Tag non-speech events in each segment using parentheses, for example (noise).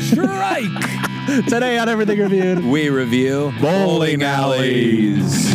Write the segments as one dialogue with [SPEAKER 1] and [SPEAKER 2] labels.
[SPEAKER 1] Strike!
[SPEAKER 2] Today on Everything Reviewed.
[SPEAKER 1] we review
[SPEAKER 2] Bowling
[SPEAKER 1] alleys.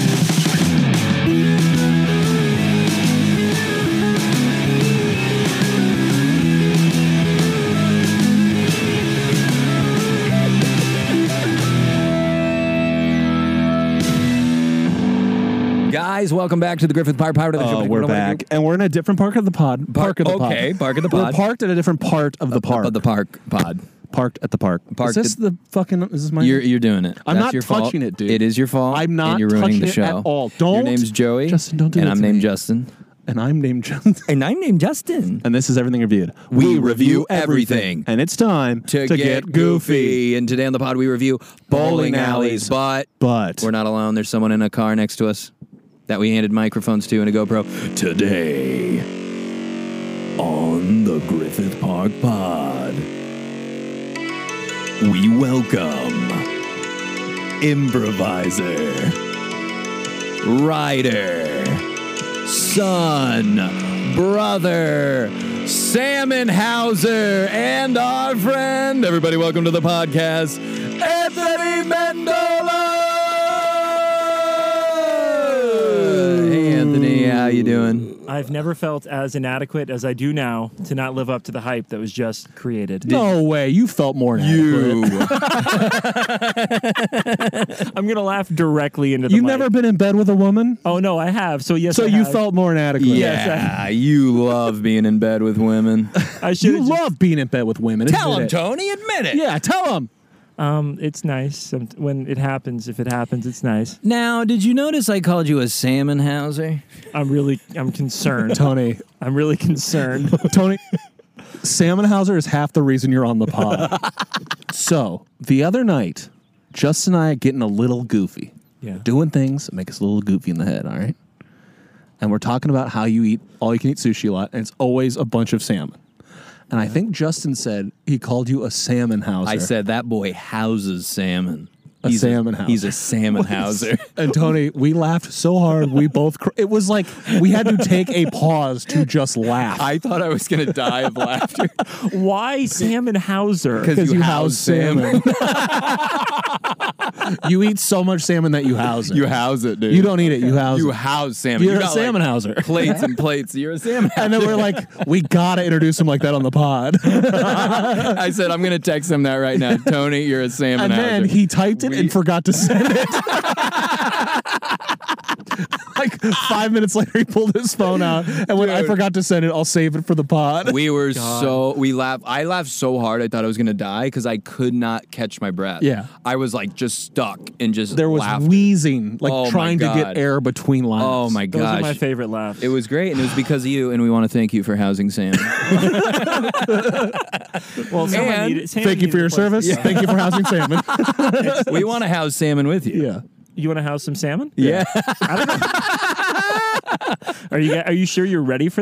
[SPEAKER 1] Guys, welcome back to the Griffith Park Pirate of the
[SPEAKER 2] (laughs) Oh,
[SPEAKER 1] Show.
[SPEAKER 2] we're back. And we're in a different park of the pod. Park of the pod.
[SPEAKER 1] okay, park of the
[SPEAKER 2] We're
[SPEAKER 1] pod.
[SPEAKER 2] parked at a different part of the park.
[SPEAKER 1] Of the park pod.
[SPEAKER 2] parked at the park.
[SPEAKER 1] Parked
[SPEAKER 2] is this
[SPEAKER 1] at-
[SPEAKER 2] the fucking is this my
[SPEAKER 1] You're you're doing it.
[SPEAKER 2] I'm
[SPEAKER 1] That's
[SPEAKER 2] not
[SPEAKER 1] your fault.
[SPEAKER 2] touching it, dude.
[SPEAKER 1] It is your fault.
[SPEAKER 2] I'm not
[SPEAKER 1] and you're ruining
[SPEAKER 2] touching
[SPEAKER 1] the
[SPEAKER 2] it
[SPEAKER 1] show
[SPEAKER 2] at all.
[SPEAKER 1] Your
[SPEAKER 2] Don't-
[SPEAKER 1] name's Joey.
[SPEAKER 2] Justin, don't do
[SPEAKER 1] And
[SPEAKER 2] that
[SPEAKER 1] I'm
[SPEAKER 2] to
[SPEAKER 1] named
[SPEAKER 2] me.
[SPEAKER 1] Justin.
[SPEAKER 2] and I'm
[SPEAKER 1] (laughs)
[SPEAKER 2] named John.
[SPEAKER 1] And I'm named Justin.
[SPEAKER 2] and this is Everything Reviewed.
[SPEAKER 1] We review everything.
[SPEAKER 2] And it's time
[SPEAKER 1] To, get, goofy. And today on the pod we review bowling
[SPEAKER 2] Bowling
[SPEAKER 1] alleys,
[SPEAKER 2] alleys.
[SPEAKER 1] but
[SPEAKER 2] But
[SPEAKER 1] we're not alone. There's someone in a car next to us that we handed microphones to and a GoPro today on the Griffith Park Pod. We welcome improviser, writer, son, brother, Salmon Hauser, and our friend. Everybody, welcome to the podcast, Anthony Mendola. Hey, Anthony, how you doing?
[SPEAKER 3] I've never felt as inadequate as I do now to not live up to the hype that was just created.
[SPEAKER 2] no way. You felt more inadequate.
[SPEAKER 1] (laughs)
[SPEAKER 3] I'm gonna laugh directly into the.
[SPEAKER 2] You've
[SPEAKER 3] mic.
[SPEAKER 2] never been in bed with a woman?
[SPEAKER 3] Oh no, I have. So yes.
[SPEAKER 2] So
[SPEAKER 3] I
[SPEAKER 2] you
[SPEAKER 3] have.
[SPEAKER 2] felt more inadequate.
[SPEAKER 3] Yes,
[SPEAKER 1] yeah, you love being in bed with (laughs) women.
[SPEAKER 3] I should.
[SPEAKER 2] You love being in bed with women.
[SPEAKER 1] Tell
[SPEAKER 2] admit
[SPEAKER 1] him,
[SPEAKER 2] it.
[SPEAKER 1] Tony. Admit it.
[SPEAKER 2] Yeah, tell them.
[SPEAKER 3] Um, it's nice some- when it happens. If it happens, it's nice.
[SPEAKER 1] Now, did you notice I called you a salmon houser?
[SPEAKER 3] I'm really. I'm
[SPEAKER 2] (laughs)
[SPEAKER 3] concerned.
[SPEAKER 2] Tony.
[SPEAKER 3] I'm really concerned.
[SPEAKER 2] Tony, Salmonhauser is half the reason you're on the pod. so the other night, Justin and I getting a little goofy,
[SPEAKER 3] Yeah.
[SPEAKER 2] doing things that make us a little goofy in the head. All right, and we're talking about how you eat all you can eat sushi a lot, and it's always a bunch of salmon. And I think Justin said he called you a salmonhauser.
[SPEAKER 1] I said that boy houses salmon.
[SPEAKER 2] A salmon houser.
[SPEAKER 1] (laughs) He's a salmon houser.
[SPEAKER 2] (laughs) And Tony, we laughed so hard, we both. Cr- it was like we had to take a pause to just
[SPEAKER 1] (laughs)
[SPEAKER 2] laugh.
[SPEAKER 1] I thought I was gonna die of laughter
[SPEAKER 3] Why Salmon Hauser?
[SPEAKER 1] because you, house salmon.
[SPEAKER 2] (laughs) you eat so much salmon that you house it.
[SPEAKER 1] (laughs) You house it, dude.
[SPEAKER 2] You don't eat it. You house.
[SPEAKER 1] You
[SPEAKER 2] it.
[SPEAKER 1] house salmon.
[SPEAKER 2] You're
[SPEAKER 1] You
[SPEAKER 2] a
[SPEAKER 1] got,
[SPEAKER 2] salmon
[SPEAKER 1] like, (laughs)
[SPEAKER 2] houser. (laughs)
[SPEAKER 1] Plates and plates. You're a salmon.
[SPEAKER 2] And then we're like, we gotta introduce him like that on the pod. and (laughs)
[SPEAKER 1] I said I'm gonna text him that right now. Tony, you're a salmon houser.
[SPEAKER 2] then he typed it
[SPEAKER 1] We-
[SPEAKER 2] and forgot to send it. (laughs) like five minutes later, he pulled his phone out and went, I
[SPEAKER 1] Dude.
[SPEAKER 2] forgot to send it. I'll save it for the pod.
[SPEAKER 1] we were so we laughed. I laughed so hard I thought I was gonna die because I could not catch my breath.
[SPEAKER 2] Yeah.
[SPEAKER 1] I was like just stuck and just
[SPEAKER 2] (laughs) there was
[SPEAKER 1] laughter.
[SPEAKER 2] wheezing, like
[SPEAKER 1] Oh my
[SPEAKER 2] trying to
[SPEAKER 1] God.
[SPEAKER 2] get air between lines.
[SPEAKER 1] Oh my
[SPEAKER 3] Those
[SPEAKER 1] gosh.
[SPEAKER 3] are my favorite laughs.
[SPEAKER 1] it was great and it was because of you and we want to thank you for housing
[SPEAKER 2] (laughs)
[SPEAKER 1] Sam.
[SPEAKER 3] well, someone
[SPEAKER 1] And
[SPEAKER 3] needed- Salmon
[SPEAKER 2] Thank you
[SPEAKER 3] needed
[SPEAKER 2] for
[SPEAKER 3] a
[SPEAKER 2] your
[SPEAKER 3] place-
[SPEAKER 2] service. Thank you for
[SPEAKER 1] (laughs)
[SPEAKER 2] housing salmon.
[SPEAKER 1] we want to house salmon with you.
[SPEAKER 2] yeah.
[SPEAKER 3] You want to house some salmon?
[SPEAKER 1] Yeah.
[SPEAKER 3] Are you? Are you sure you're ready for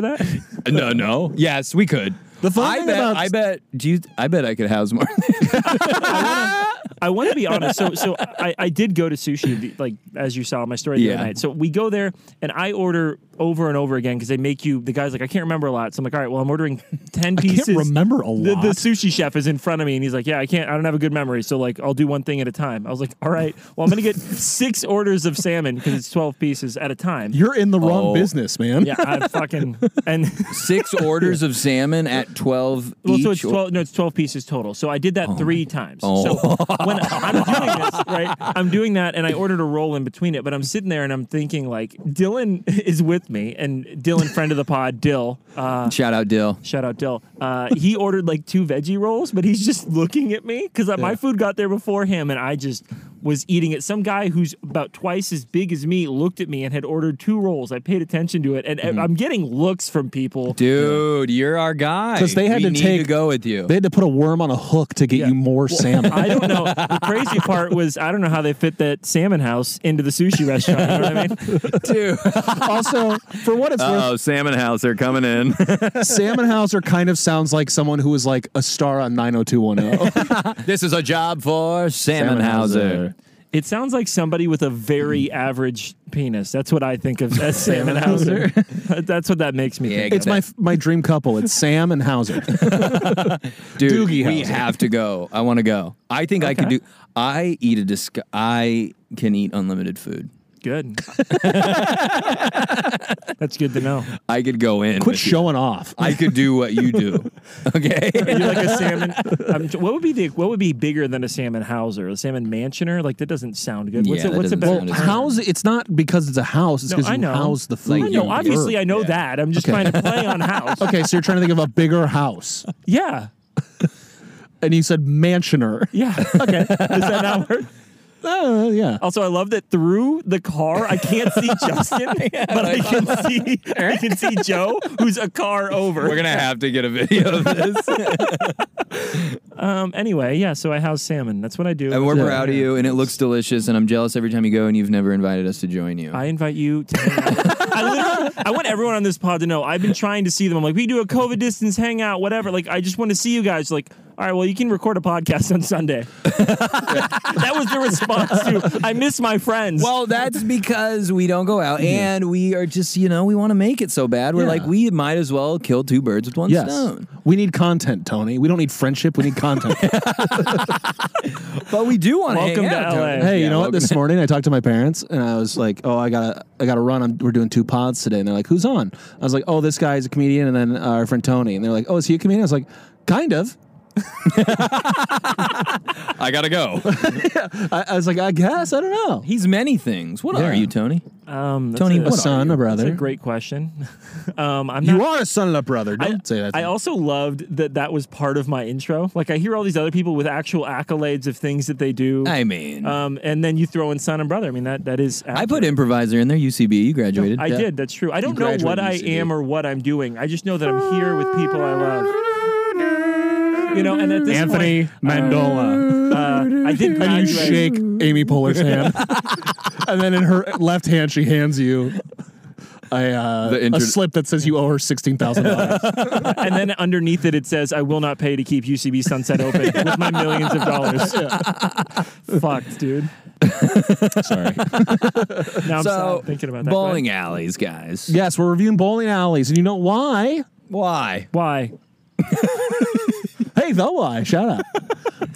[SPEAKER 1] (laughs)
[SPEAKER 3] that?
[SPEAKER 1] no, no. Yes, we could.
[SPEAKER 2] The fun
[SPEAKER 1] I
[SPEAKER 2] thing
[SPEAKER 1] bet,
[SPEAKER 2] about-
[SPEAKER 1] I bet do you I bet I could house more.
[SPEAKER 2] (laughs)
[SPEAKER 3] I want to be honest. So, so I, I did go to sushi, the- like as you saw in my story the
[SPEAKER 1] Yeah.
[SPEAKER 3] other night. So we go there, and I order over and over again because they make you. The guy's like, I can't remember a lot. So I'm like, all right, well, I'm ordering
[SPEAKER 2] (laughs)
[SPEAKER 3] ten
[SPEAKER 2] Can't
[SPEAKER 3] pieces.
[SPEAKER 2] remember a
[SPEAKER 3] The,
[SPEAKER 2] lot.
[SPEAKER 3] the sushi chef is in front of me, and he's like, yeah, I can't. I don't have a good memory. So like, I'll do one thing at a time. I was like, all right, well, I'm
[SPEAKER 2] (laughs)
[SPEAKER 3] gonna get six orders of salmon because it's twelve pieces at a time.
[SPEAKER 2] You're in the wrong
[SPEAKER 1] Oh.
[SPEAKER 2] business, man.
[SPEAKER 3] yeah, I fucking
[SPEAKER 2] (laughs)
[SPEAKER 3] and
[SPEAKER 1] Six orders of salmon at 12
[SPEAKER 3] Well,
[SPEAKER 1] each.
[SPEAKER 3] so it's
[SPEAKER 1] or- Oh
[SPEAKER 3] twelve. No, it's twelve pieces total. So I did that three times. So when
[SPEAKER 1] (laughs)
[SPEAKER 3] I'm doing this, right, I'm doing that, and I ordered a roll in between it. But I'm sitting there and I'm thinking, like, Dylan (laughs) is with me, and Dylan, friend of the pod, Dill. Uh,
[SPEAKER 1] Shout out Dill.
[SPEAKER 3] Shout out Dill. Uh, he ordered like two veggie rolls, but he's just looking at me because my food got there before him, and I just was eating it. Some guy who's about twice as big as me looked at me and had ordered two rolls. I paid attention to it, and
[SPEAKER 1] Mm-hmm.
[SPEAKER 3] and I'm getting looks from people.
[SPEAKER 1] Dude, you're our guy.
[SPEAKER 2] 'Cause they had
[SPEAKER 1] We
[SPEAKER 2] to
[SPEAKER 1] need
[SPEAKER 2] take-
[SPEAKER 1] to go with you. (laughs)
[SPEAKER 2] They had to put a worm on a hook to get you more
[SPEAKER 3] (laughs)
[SPEAKER 2] salmon.
[SPEAKER 3] I don't know. The crazy part was I don't know how they fit that salmon house into the sushi restaurant. You know what I mean?
[SPEAKER 1] do.
[SPEAKER 2] also, for what it's
[SPEAKER 1] Oh, Salmon House, they're coming in.
[SPEAKER 2] worth, Uh, Salmonhauser kind of sounds like someone who was like a star on 90210.
[SPEAKER 3] (laughs)
[SPEAKER 1] this is a job for Salmon
[SPEAKER 2] Salmon Hauser.
[SPEAKER 1] Hauser.
[SPEAKER 3] It sounds like somebody with a very average penis. That's what I think of as Salmon Hauser. (laughs) That's what that makes me
[SPEAKER 1] Yeah,
[SPEAKER 3] think.
[SPEAKER 1] I
[SPEAKER 2] It's my my dream couple. It's Sam and
[SPEAKER 3] (laughs)
[SPEAKER 2] Hauser.
[SPEAKER 1] dude,
[SPEAKER 2] Doogie
[SPEAKER 1] we
[SPEAKER 2] Howser.
[SPEAKER 1] have to go. I want to go. I think I could do. I eat a disc. I can eat unlimited food.
[SPEAKER 3] Good. That's good to know.
[SPEAKER 1] I could go in.
[SPEAKER 2] Quit
[SPEAKER 1] with you.
[SPEAKER 2] showing off.
[SPEAKER 1] I could do what you do. Okay. (laughs)
[SPEAKER 3] You're like a salmon. I'm, what would be the what would be bigger than a salmon Hauser? A salmon mansioner? Like that doesn't sound good. What's
[SPEAKER 1] Yeah,
[SPEAKER 3] a,
[SPEAKER 1] that
[SPEAKER 3] what's a
[SPEAKER 1] doesn't
[SPEAKER 3] better
[SPEAKER 1] sound as
[SPEAKER 3] term?
[SPEAKER 2] house. It's not because it's a house. It's
[SPEAKER 3] No,
[SPEAKER 2] because
[SPEAKER 3] I
[SPEAKER 2] you
[SPEAKER 3] know.
[SPEAKER 2] house the food.
[SPEAKER 1] Like,
[SPEAKER 3] I know.
[SPEAKER 1] you-
[SPEAKER 3] Obviously, I know
[SPEAKER 1] yeah.
[SPEAKER 3] that. I'm just trying to play on
[SPEAKER 2] (laughs)
[SPEAKER 3] house.
[SPEAKER 2] Okay, so you're trying to think of a bigger house,
[SPEAKER 3] Yeah.
[SPEAKER 2] and you said
[SPEAKER 3] (laughs)
[SPEAKER 2] mansioner.
[SPEAKER 3] Yeah. Okay. Does that not work?
[SPEAKER 2] Uh, yeah.
[SPEAKER 3] Also, I love that through the car, I can't see Justin, but I can see I can see Joe, who's a car
[SPEAKER 1] We're
[SPEAKER 3] over.
[SPEAKER 1] gonna have to get a video of this,
[SPEAKER 3] Um. Anyway, yeah. So I house salmon. That's what I do.
[SPEAKER 1] and we're
[SPEAKER 3] Yeah.
[SPEAKER 1] proud of you. And it looks delicious. And I'm jealous every time you go, and you've never invited us to join you.
[SPEAKER 3] I invite you. To hang out. I literally, I want everyone on this pod to know. I've been trying to see them. I'm like, we do a COVID distance hangout, whatever. Like, I just want to see you guys. Like, all right, well, you can record a podcast
[SPEAKER 1] (laughs)
[SPEAKER 3] on Sunday. that was the response to. I miss my friends.
[SPEAKER 1] Well, that's because we don't go out and we are just, you know, we want to make it so bad. We're
[SPEAKER 2] Yeah.
[SPEAKER 1] like, we might as well kill two birds with one
[SPEAKER 2] Yes.
[SPEAKER 1] stone.
[SPEAKER 2] We need content, Tony. We don't need friendship. We need content.
[SPEAKER 3] (laughs)
[SPEAKER 1] But we do want
[SPEAKER 3] Welcome
[SPEAKER 1] hang
[SPEAKER 3] to
[SPEAKER 1] out,
[SPEAKER 3] LA.
[SPEAKER 1] Tony.
[SPEAKER 2] hey, you
[SPEAKER 1] Yeah,
[SPEAKER 2] know what?
[SPEAKER 1] welcome
[SPEAKER 2] This
[SPEAKER 1] to-
[SPEAKER 2] morning I talked to my parents and I was like, "Oh, I gotta, I gotta run. I'm, we're doing two pods today." And they're like, "Who's on?" I was like, "Oh, this guy's a comedian," and then uh, our friend Tony. And they're like, "Oh, is he a comedian?" I was like, "Kind of."
[SPEAKER 1] I gotta go.
[SPEAKER 2] I, I was like, "I guess I don't
[SPEAKER 1] (laughs)
[SPEAKER 2] know."
[SPEAKER 1] He's many things. What
[SPEAKER 2] Yeah.
[SPEAKER 1] are you, Tony?
[SPEAKER 3] um, that's
[SPEAKER 1] Tony,
[SPEAKER 3] a,
[SPEAKER 1] what
[SPEAKER 2] A
[SPEAKER 1] are
[SPEAKER 2] son, a brother.
[SPEAKER 3] that's a great question. (laughs) um, I'm not.
[SPEAKER 2] you are a son and a brother. Don't say that. to
[SPEAKER 3] I
[SPEAKER 2] me.
[SPEAKER 3] also loved that that was part of my intro. Like I hear all these other people with actual accolades of things that they do.
[SPEAKER 1] I mean,
[SPEAKER 3] um, and then you throw in son and brother. I mean that that is.
[SPEAKER 1] I put
[SPEAKER 3] accurate.
[SPEAKER 1] improviser in there. UCB, you graduated.
[SPEAKER 3] I
[SPEAKER 1] Yeah.
[SPEAKER 3] did. That's true. I don't know
[SPEAKER 1] graduated
[SPEAKER 3] what I
[SPEAKER 1] UCB.
[SPEAKER 3] am or what I'm doing. I just know that I'm here with people I love. You know, and at this point,
[SPEAKER 2] Mandola.
[SPEAKER 3] uh, I did
[SPEAKER 2] and you
[SPEAKER 3] graduate.
[SPEAKER 2] shake Amy (laughs) Poehler's hand, and then in her left hand she hands you a uh,
[SPEAKER 1] The inter-
[SPEAKER 2] a slip that says you owe her sixteen thousand dollars.
[SPEAKER 3] and then underneath it, it says, "I will not pay to keep UCB Sunset
[SPEAKER 1] (laughs)
[SPEAKER 3] open with my millions of dollars." Fucked, dude. (laughs)
[SPEAKER 2] Sorry.
[SPEAKER 3] Now I'm
[SPEAKER 1] So,
[SPEAKER 3] sad thinking about that.
[SPEAKER 1] bowling alleys, guys.
[SPEAKER 2] (laughs) Yes, we're reviewing bowling alleys, and you know why?
[SPEAKER 1] Why?
[SPEAKER 3] Why?
[SPEAKER 2] Hey, though why? Shout out.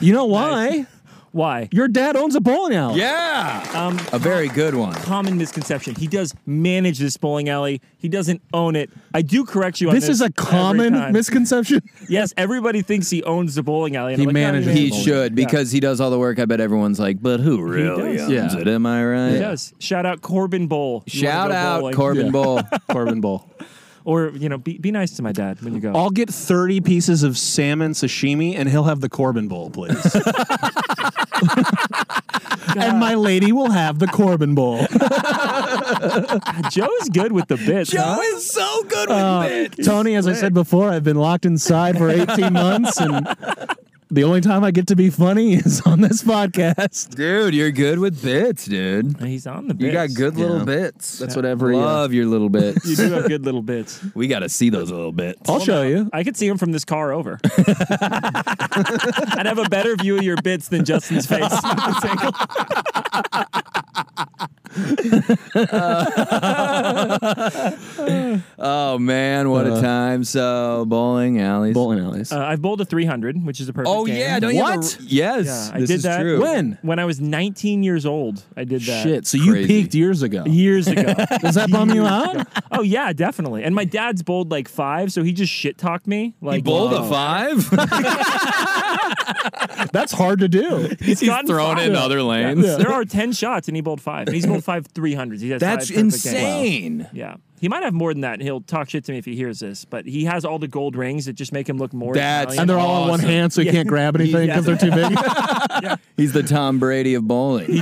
[SPEAKER 2] You know why?
[SPEAKER 3] Why?
[SPEAKER 2] Your dad owns a bowling alley.
[SPEAKER 1] Yeah.
[SPEAKER 3] Um,
[SPEAKER 1] a very
[SPEAKER 3] uh,
[SPEAKER 1] good one.
[SPEAKER 3] Common misconception. He does manage this bowling alley. He doesn't own it. I do correct you on this.
[SPEAKER 2] This is a
[SPEAKER 3] every
[SPEAKER 2] common
[SPEAKER 3] time.
[SPEAKER 2] misconception.
[SPEAKER 3] Yes, everybody thinks he owns the bowling alley. And
[SPEAKER 2] He
[SPEAKER 3] I'm like, no,
[SPEAKER 2] manages
[SPEAKER 1] He
[SPEAKER 3] doesn't.
[SPEAKER 1] should because he does all the work. I bet everyone's like, but who really
[SPEAKER 3] does.
[SPEAKER 1] owns
[SPEAKER 2] Yeah.
[SPEAKER 1] it? Am I right?
[SPEAKER 3] He does. Shout out Corbin Bowl. You wanna
[SPEAKER 1] uh, Shout
[SPEAKER 3] go
[SPEAKER 1] out (laughs)
[SPEAKER 3] bowling.
[SPEAKER 1] Corbin
[SPEAKER 2] Yeah.
[SPEAKER 1] Bowl.
[SPEAKER 2] Corbin
[SPEAKER 3] (laughs)
[SPEAKER 2] Bowl.
[SPEAKER 3] Or you know, be, be nice to my dad when you go.
[SPEAKER 1] Oh.
[SPEAKER 2] I'll get 30 pieces of salmon sashimi and he'll have the Corbin Bowl, please. (laughs) and my lady will have the Corbin (laughs) Bowl.
[SPEAKER 3] (laughs) Joe's good with the bits.
[SPEAKER 1] Joe
[SPEAKER 3] huh?
[SPEAKER 1] is so good with it.
[SPEAKER 2] Tony, as I said before, I've been locked inside for 18 months and the only time I get to be funny is on this podcast.
[SPEAKER 1] Dude, you're good with bits, dude.
[SPEAKER 3] He's on the. Bits.
[SPEAKER 1] You got good little
[SPEAKER 2] Yeah.
[SPEAKER 1] bits. That's
[SPEAKER 2] what every, uh,
[SPEAKER 1] love your little bits.
[SPEAKER 3] You do have good little bits.
[SPEAKER 1] (laughs) we got to see those little bits.
[SPEAKER 2] I'll show you.
[SPEAKER 3] I could see him from this car over. (laughs) I'd have a better view of your bits than
[SPEAKER 1] (laughs)
[SPEAKER 3] Justin's face. (laughs) Uh, This
[SPEAKER 1] (laughs)
[SPEAKER 3] angle.
[SPEAKER 1] Oh man, what a
[SPEAKER 2] Uh,
[SPEAKER 1] time! So bowling alleys.
[SPEAKER 2] Bowling alleys.
[SPEAKER 3] Uh, I've bowled a 300, which is a perfect.
[SPEAKER 1] Oh
[SPEAKER 3] game.
[SPEAKER 1] yeah, don't you have a-
[SPEAKER 2] What?
[SPEAKER 1] yes,
[SPEAKER 3] Yeah, I
[SPEAKER 1] this
[SPEAKER 3] did
[SPEAKER 1] is
[SPEAKER 3] that.
[SPEAKER 1] true.
[SPEAKER 2] when?
[SPEAKER 3] When I was 19 years old, I did that.
[SPEAKER 2] Shit. So you
[SPEAKER 1] Crazy.
[SPEAKER 2] peaked years ago.
[SPEAKER 3] Years ago.
[SPEAKER 2] (laughs) Does that bum you (laughs) out?
[SPEAKER 3] (laughs) oh yeah, definitely. And my dad's bowled like five, so he just shit talked me. Like
[SPEAKER 1] He bowled
[SPEAKER 3] Wow.
[SPEAKER 1] a
[SPEAKER 3] (laughs)
[SPEAKER 1] five. (laughs)
[SPEAKER 2] That's hard to do.
[SPEAKER 1] He's,
[SPEAKER 3] gotten
[SPEAKER 1] thrown
[SPEAKER 3] five.
[SPEAKER 1] in other lanes.
[SPEAKER 3] There are 10 shots and he bowled five. And he's bowled five 300s. He has
[SPEAKER 1] That's
[SPEAKER 3] five perfect games.
[SPEAKER 1] insane.
[SPEAKER 3] Yeah. He might have more than that. He'll talk shit to me if he hears this, but he has all the gold rings that just make him look more
[SPEAKER 1] That's-
[SPEAKER 2] And
[SPEAKER 3] Italian.
[SPEAKER 2] they're all on one
[SPEAKER 1] Awesome.
[SPEAKER 2] hand, so you
[SPEAKER 3] Yeah.
[SPEAKER 2] can't grab anything because
[SPEAKER 3] Yeah.
[SPEAKER 2] they're too big.
[SPEAKER 1] He's the Tom Brady of bowling.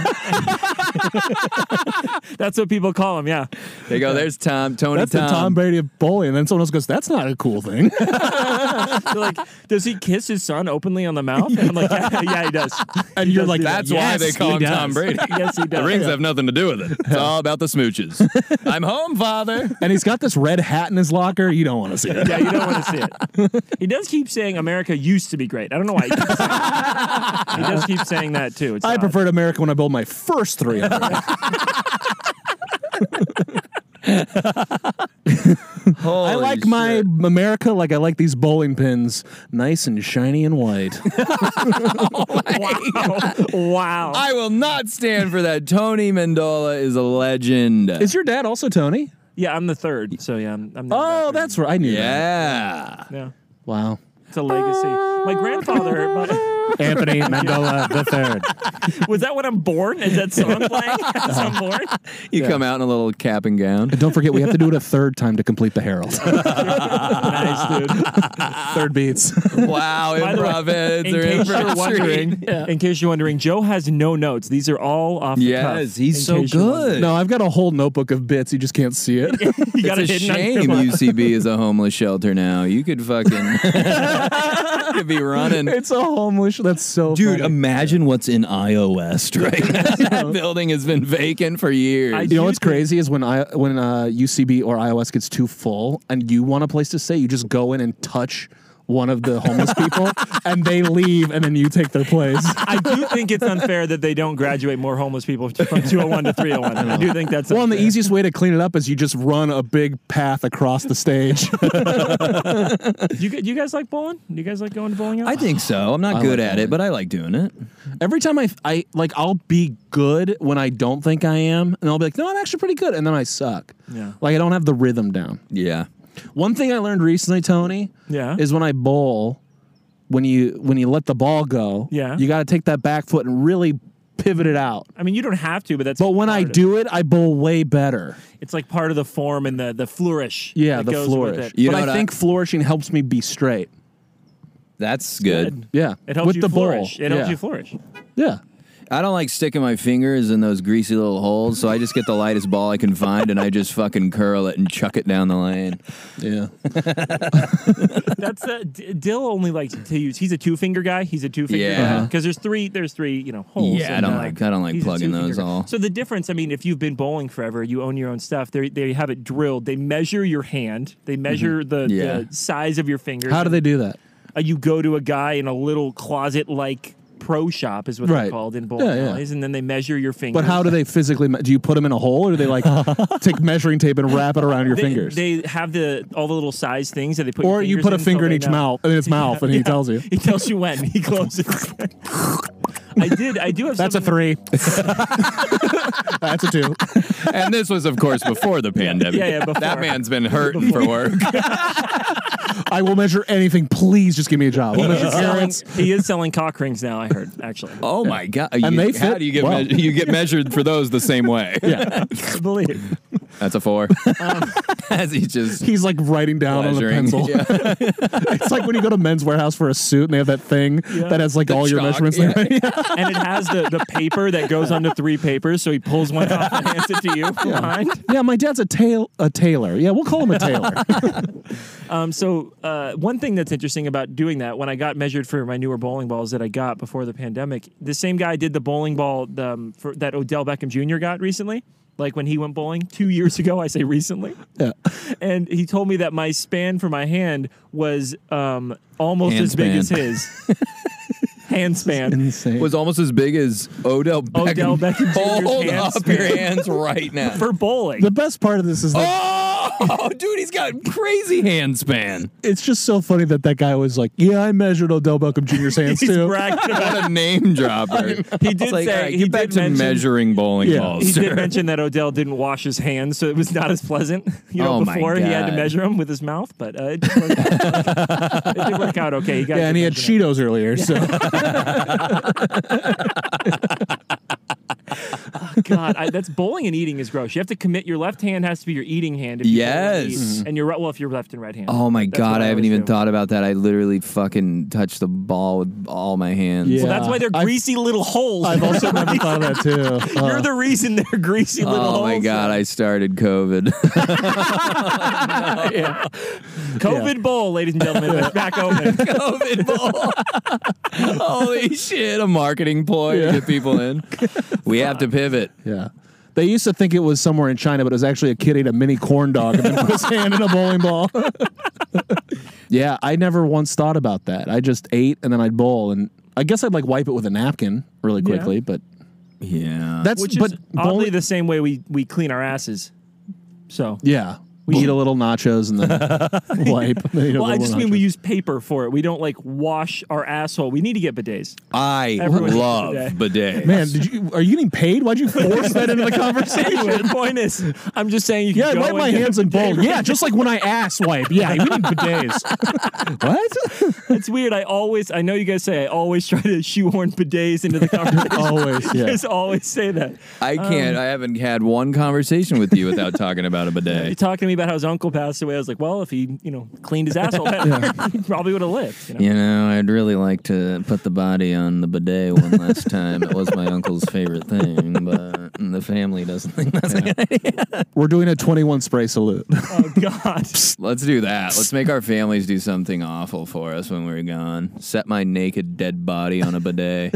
[SPEAKER 3] That's what people call him, (laughs) yeah.
[SPEAKER 1] they go, there's Tom, Tony,
[SPEAKER 2] That's
[SPEAKER 1] Tom.
[SPEAKER 2] the Tom Brady of bowling. And then someone else goes, "That's not a cool thing."
[SPEAKER 3] They're like, (laughs) does he kiss his son openly on
[SPEAKER 2] (laughs)
[SPEAKER 3] the mouth? And I'm like, yeah, yeah, he does.
[SPEAKER 2] And you're
[SPEAKER 3] does
[SPEAKER 2] like,
[SPEAKER 3] do that.
[SPEAKER 1] That's why they call him Tom Brady.
[SPEAKER 3] (laughs) yes, he does.
[SPEAKER 1] (laughs) The rings have nothing to do with it. It's all about the smooches. I'm home, father.
[SPEAKER 2] and he's got this red hat in his locker. You don't want to see it.
[SPEAKER 3] (laughs) Yeah, you don't want to
[SPEAKER 1] (laughs)
[SPEAKER 3] see it. He does keep saying America used to be great. I don't know why he keeps saying that. He does keep saying that too. It's
[SPEAKER 2] I
[SPEAKER 3] odd.
[SPEAKER 2] preferred America when I built my first 300. I like my America like I like these bowling pins, nice and shiny and white.
[SPEAKER 3] (laughs) Wow. wow.
[SPEAKER 1] I will not stand for that. Tony Mandola is a legend.
[SPEAKER 2] Is your dad also Tony?
[SPEAKER 3] yeah, I'm the third. So yeah, I'm, I'm the
[SPEAKER 2] Oh,
[SPEAKER 3] the third.
[SPEAKER 2] that's right. I knew that.
[SPEAKER 1] yeah.
[SPEAKER 3] Yeah.
[SPEAKER 2] Wow.
[SPEAKER 3] It's a legacy. My grandfather
[SPEAKER 1] (laughs)
[SPEAKER 3] my- (laughs)
[SPEAKER 2] (laughs) Anthony Mandola the third.
[SPEAKER 3] was that when I'm born? Is that
[SPEAKER 1] (laughs)
[SPEAKER 3] song playing as I'm born?
[SPEAKER 1] You come out in a little cap and gown.
[SPEAKER 2] Don't forget, we have to do it a third time to complete the Herald.
[SPEAKER 3] Nice, dude.
[SPEAKER 1] (laughs)
[SPEAKER 2] third beats.
[SPEAKER 1] (laughs) wow,
[SPEAKER 3] By the way,
[SPEAKER 1] improv heads
[SPEAKER 3] in
[SPEAKER 1] are
[SPEAKER 3] case you're
[SPEAKER 1] improv
[SPEAKER 3] wondering,
[SPEAKER 1] street.
[SPEAKER 3] (laughs) in case you're wondering, Joe has no notes. These are all off. the
[SPEAKER 1] (laughs)
[SPEAKER 3] cuff,
[SPEAKER 1] Yes, he's
[SPEAKER 3] in
[SPEAKER 1] so
[SPEAKER 3] case you're wondering.
[SPEAKER 1] good.
[SPEAKER 2] (laughs) no, I've got a whole notebook of bits. You just can't see it.
[SPEAKER 3] (laughs) You got
[SPEAKER 1] It's a
[SPEAKER 3] it hidden
[SPEAKER 1] shame
[SPEAKER 3] on your
[SPEAKER 1] UCB
[SPEAKER 3] (laughs)
[SPEAKER 1] is a homeless shelter now. You could fucking (laughs) you could be running.
[SPEAKER 2] it's a homeless. That's so
[SPEAKER 1] Dude,
[SPEAKER 2] funny.
[SPEAKER 1] imagine what's in iOS
[SPEAKER 3] (laughs)
[SPEAKER 1] right now. (laughs) that building has been vacant for years.
[SPEAKER 3] I-
[SPEAKER 2] You know what's
[SPEAKER 3] Usually-
[SPEAKER 2] crazy is when I when uh, UCB or iOS gets too full and you want a place to stay, you just go in and touch one of the homeless
[SPEAKER 3] (laughs)
[SPEAKER 2] people and they leave and then you take their place.
[SPEAKER 3] I do think it's unfair that they don't graduate more homeless people (laughs) from 201 to 301. I do think that's
[SPEAKER 2] Well, and the
[SPEAKER 3] unfair.
[SPEAKER 2] easiest way to clean it up is you just run a big path across the
[SPEAKER 3] (laughs)
[SPEAKER 2] stage. (laughs)
[SPEAKER 3] Do you, gu- do you guys like bowling? Do you guys like going to bowling? Out?
[SPEAKER 1] I think so. I'm not
[SPEAKER 2] I
[SPEAKER 1] good
[SPEAKER 2] like
[SPEAKER 1] at it, but I like doing it.
[SPEAKER 2] Every time I, I like, I'll be good when I don't think I am, and I'll be like, no, I'm actually pretty good, and then I suck.
[SPEAKER 3] Yeah.
[SPEAKER 2] Like I don't have the rhythm down.
[SPEAKER 1] Yeah.
[SPEAKER 2] One thing I learned recently, Tony,
[SPEAKER 3] Yeah.
[SPEAKER 2] is when I bowl, when you when you let the ball go,
[SPEAKER 3] Yeah.
[SPEAKER 2] you got to take that back foot and really pivot it out.
[SPEAKER 3] I mean, you don't have to, but that's.
[SPEAKER 2] But when I
[SPEAKER 3] part of
[SPEAKER 2] do it, I bowl way better.
[SPEAKER 3] it. it's like part of the form and the the flourish.
[SPEAKER 2] Yeah,
[SPEAKER 3] that
[SPEAKER 2] the
[SPEAKER 3] goes with
[SPEAKER 2] flourish.
[SPEAKER 3] it.
[SPEAKER 1] You
[SPEAKER 2] but
[SPEAKER 1] know
[SPEAKER 2] I
[SPEAKER 1] what I-
[SPEAKER 2] think flourishing helps me be straight.
[SPEAKER 1] That's good.
[SPEAKER 2] Yeah,
[SPEAKER 3] It helps
[SPEAKER 2] with
[SPEAKER 3] you
[SPEAKER 2] the
[SPEAKER 3] flourish.
[SPEAKER 2] bowl.
[SPEAKER 3] It helps
[SPEAKER 2] yeah.
[SPEAKER 3] you flourish.
[SPEAKER 2] Yeah.
[SPEAKER 1] I don't like sticking my fingers in those greasy little holes, so I just get the lightest ball I can find and I just fucking curl it and chuck it down the lane.
[SPEAKER 2] Yeah.
[SPEAKER 3] That's uh, D- Dill only likes to use. He's a two finger guy. He's a two finger
[SPEAKER 1] Yeah.
[SPEAKER 2] Uh-huh.
[SPEAKER 3] guy because there's three. There's three. You know holes.
[SPEAKER 1] Yeah, I
[SPEAKER 3] and,
[SPEAKER 1] don't
[SPEAKER 3] uh,
[SPEAKER 1] like- I don't like
[SPEAKER 3] he's a
[SPEAKER 1] plugging
[SPEAKER 3] two-finger
[SPEAKER 1] those
[SPEAKER 3] guy.
[SPEAKER 1] all.
[SPEAKER 3] So the difference, I mean, if you've been bowling forever, you own your own stuff. They they have it drilled. They measure your hand. They measure the,
[SPEAKER 1] Mm-hmm. Yeah.
[SPEAKER 3] the size of your fingers.
[SPEAKER 2] How do they do that?
[SPEAKER 3] Uh, you go to a guy in a little closet like pro shop is what
[SPEAKER 2] Right.
[SPEAKER 3] they're called in bowling
[SPEAKER 2] Yeah, yeah.
[SPEAKER 3] alleys, and then they measure your fingers.
[SPEAKER 2] But how do they physically? Me- do you put them in a hole, or do they
[SPEAKER 3] (laughs)
[SPEAKER 2] like take measuring tape and wrap it around your
[SPEAKER 3] they,
[SPEAKER 2] fingers?
[SPEAKER 3] They have the all the little size things that they put.
[SPEAKER 2] or
[SPEAKER 3] your
[SPEAKER 2] you
[SPEAKER 3] fingers
[SPEAKER 2] put a
[SPEAKER 3] so
[SPEAKER 2] finger in
[SPEAKER 3] they
[SPEAKER 2] each
[SPEAKER 3] know.
[SPEAKER 2] mouth in its mouth, and he
[SPEAKER 3] Yeah.
[SPEAKER 2] tells you
[SPEAKER 3] (laughs) He tells you when he closes. (laughs) I did. I do have.
[SPEAKER 2] that's a
[SPEAKER 3] something-
[SPEAKER 2] three. (laughs) that's a two.
[SPEAKER 1] And this was, of course, before the pandemic.
[SPEAKER 3] Yeah, yeah, before.
[SPEAKER 1] That man's been hurting for work.
[SPEAKER 2] I will measure anything. Please, just give me a job. I'll measure
[SPEAKER 3] He's selling,
[SPEAKER 2] carrots.
[SPEAKER 3] he is selling cock rings now. I heard actually.
[SPEAKER 1] (laughs) Oh my god!
[SPEAKER 2] And
[SPEAKER 1] You-
[SPEAKER 2] they
[SPEAKER 1] how
[SPEAKER 2] fit
[SPEAKER 1] do you get
[SPEAKER 2] well.
[SPEAKER 1] measured? You get measured for those the same way.
[SPEAKER 2] Yeah,
[SPEAKER 3] I (laughs) believe.
[SPEAKER 1] That's a
[SPEAKER 2] (laughs)
[SPEAKER 1] four. (laughs) As he just
[SPEAKER 2] he's like writing down
[SPEAKER 1] measuring.
[SPEAKER 2] on a pencil.
[SPEAKER 1] Yeah.
[SPEAKER 2] (laughs) It's like when you go to Men's Warehouse for a suit, and they have that thing that has like all your
[SPEAKER 1] chalk,
[SPEAKER 2] measurements.
[SPEAKER 1] yeah.
[SPEAKER 2] There.
[SPEAKER 3] And it has the, the paper that goes onto three papers. So he pulls one off and hands it to you. Behind.
[SPEAKER 2] (laughs) yeah, my dad's a tail a tailor. Yeah, we'll call him
[SPEAKER 1] (laughs)
[SPEAKER 2] a tailor.
[SPEAKER 3] Um, so uh, one thing that's interesting about doing that when I got measured for my newer bowling balls that I got before the pandemic, the same guy did the bowling ball um, for, that Odell Beckham Jr. got recently. Like when he went bowling two years ago, I say recently,
[SPEAKER 2] yeah.
[SPEAKER 3] (laughs) and he told me that my span for my hand was um, almost
[SPEAKER 1] Hand
[SPEAKER 3] as big
[SPEAKER 1] span.
[SPEAKER 3] as his (laughs) hand
[SPEAKER 2] (laughs)
[SPEAKER 3] span.
[SPEAKER 2] Insane.
[SPEAKER 1] was almost as big as Odell Beckham.
[SPEAKER 3] Odell Beckham Jr.'s
[SPEAKER 1] Hold
[SPEAKER 3] hands.
[SPEAKER 1] up your hands right now.
[SPEAKER 3] for bowling.
[SPEAKER 2] the best part of this is that
[SPEAKER 1] oh, dude, he's got crazy hand span.
[SPEAKER 2] it's just so funny that that guy was like, "Yeah, I measured Odell Beckham Jr.'s hands (laughs)
[SPEAKER 3] He's
[SPEAKER 2] too."
[SPEAKER 3] bragging about
[SPEAKER 1] What a (laughs) name dropper.
[SPEAKER 3] He did
[SPEAKER 1] It's like,
[SPEAKER 3] say-
[SPEAKER 1] all right,
[SPEAKER 3] he
[SPEAKER 1] get back
[SPEAKER 3] did
[SPEAKER 1] to
[SPEAKER 3] mention-
[SPEAKER 1] measuring bowling
[SPEAKER 2] Yeah.
[SPEAKER 1] balls.
[SPEAKER 3] He
[SPEAKER 1] sir.
[SPEAKER 3] did mention that Odell didn't wash his hands, so it was not as pleasant. (laughs) You know,
[SPEAKER 1] Oh my
[SPEAKER 3] before he had to
[SPEAKER 1] God.
[SPEAKER 3] measure them with his mouth, but uh, it, did work out. it did work out okay.
[SPEAKER 1] (laughs)
[SPEAKER 3] He got
[SPEAKER 2] Yeah, and he had
[SPEAKER 3] cheated.
[SPEAKER 2] Cheetos earlier, so (laughs)
[SPEAKER 3] God, I, that's bowling and eating is gross. You have to commit. Your left hand has to be your eating hand. If you bowl and eat,
[SPEAKER 1] Yes.
[SPEAKER 3] and your right. Well, if you're left and right hand.
[SPEAKER 1] Oh my
[SPEAKER 3] That's what
[SPEAKER 1] god, I haven't
[SPEAKER 3] always
[SPEAKER 1] even
[SPEAKER 3] do.
[SPEAKER 1] thought about that. I literally fucking touched the ball with all my hands.
[SPEAKER 2] Yeah.
[SPEAKER 3] Well, that's why they're
[SPEAKER 2] I've-
[SPEAKER 3] greasy little holes.
[SPEAKER 2] I've also never thought of that too. Uh,
[SPEAKER 3] (laughs) You're the reason they're greasy little holes.
[SPEAKER 1] Oh my god, I started COVID.
[SPEAKER 3] Yeah. (laughs) COVID bowl, ladies and gentlemen, it's back
[SPEAKER 1] (laughs) (laughs)
[SPEAKER 3] open.
[SPEAKER 1] COVID (laughs) bowl. Holy shit, a marketing ploy to get people in. We have to pivot.
[SPEAKER 2] yeah. They used to think it was somewhere in China, but it was actually a kid ate a mini corn dog and then put
[SPEAKER 3] (laughs)
[SPEAKER 2] his hand in a bowling ball. (laughs) yeah, I never once thought about that. I just ate and then I'd bowl, and I guess I'd like wipe it with a napkin really
[SPEAKER 3] Yeah.
[SPEAKER 2] quickly. But
[SPEAKER 1] Yeah.
[SPEAKER 2] that's
[SPEAKER 3] Which
[SPEAKER 2] but
[SPEAKER 3] is oddly
[SPEAKER 2] bowling-
[SPEAKER 3] the same way we, we clean our asses. So
[SPEAKER 2] yeah, we eat a little nachos and then
[SPEAKER 3] (laughs)
[SPEAKER 2] wipe. then eat a
[SPEAKER 3] Well, I
[SPEAKER 2] little
[SPEAKER 3] just mean we
[SPEAKER 2] nacho.
[SPEAKER 3] use paper for it. We don't like wash our asshole. We need to get
[SPEAKER 2] (laughs)
[SPEAKER 3] bidets.
[SPEAKER 1] I
[SPEAKER 3] Everyone-
[SPEAKER 1] love
[SPEAKER 3] Yeah.
[SPEAKER 1] bidets.
[SPEAKER 2] Man, did you are you getting paid?
[SPEAKER 3] (laughs)
[SPEAKER 2] Why'd you force that into the conversation?
[SPEAKER 3] Anyway, the point is, I'm just saying you can
[SPEAKER 2] Yeah,
[SPEAKER 3] go
[SPEAKER 2] wipe
[SPEAKER 3] and
[SPEAKER 2] my
[SPEAKER 3] get a
[SPEAKER 2] hands and
[SPEAKER 3] bidet.
[SPEAKER 2] bowl. Yeah, just like when I ass wipe. Yeah, we
[SPEAKER 3] (laughs)
[SPEAKER 2] need bidets. what?
[SPEAKER 3] It's weird. I always, I know you guys say I always try to shoehorn bidets
[SPEAKER 2] (laughs)
[SPEAKER 3] into the conversation. (laughs)
[SPEAKER 2] Always,
[SPEAKER 3] You
[SPEAKER 2] yeah.
[SPEAKER 3] guys always say that.
[SPEAKER 1] I can't.
[SPEAKER 3] um,
[SPEAKER 1] I haven't had one conversation with you without talking about a
[SPEAKER 3] You (laughs)
[SPEAKER 1] bidet.
[SPEAKER 3] talked to me about how his uncle passed away. I was like, well, if he, you know, cleaned his
[SPEAKER 2] (laughs)
[SPEAKER 3] asshole, better, (laughs) he probably would have lived. You know?
[SPEAKER 1] You know, I'd really like to put the body on the bidet one last time. It was my uncle's favorite thing, but the family doesn't think that's.
[SPEAKER 2] We're doing a 21 spray salute.
[SPEAKER 3] Oh God.
[SPEAKER 1] Let's do that. Let's make our families do something awful for us when we're gone. Set my naked dead body on a
[SPEAKER 3] (laughs)
[SPEAKER 1] bidet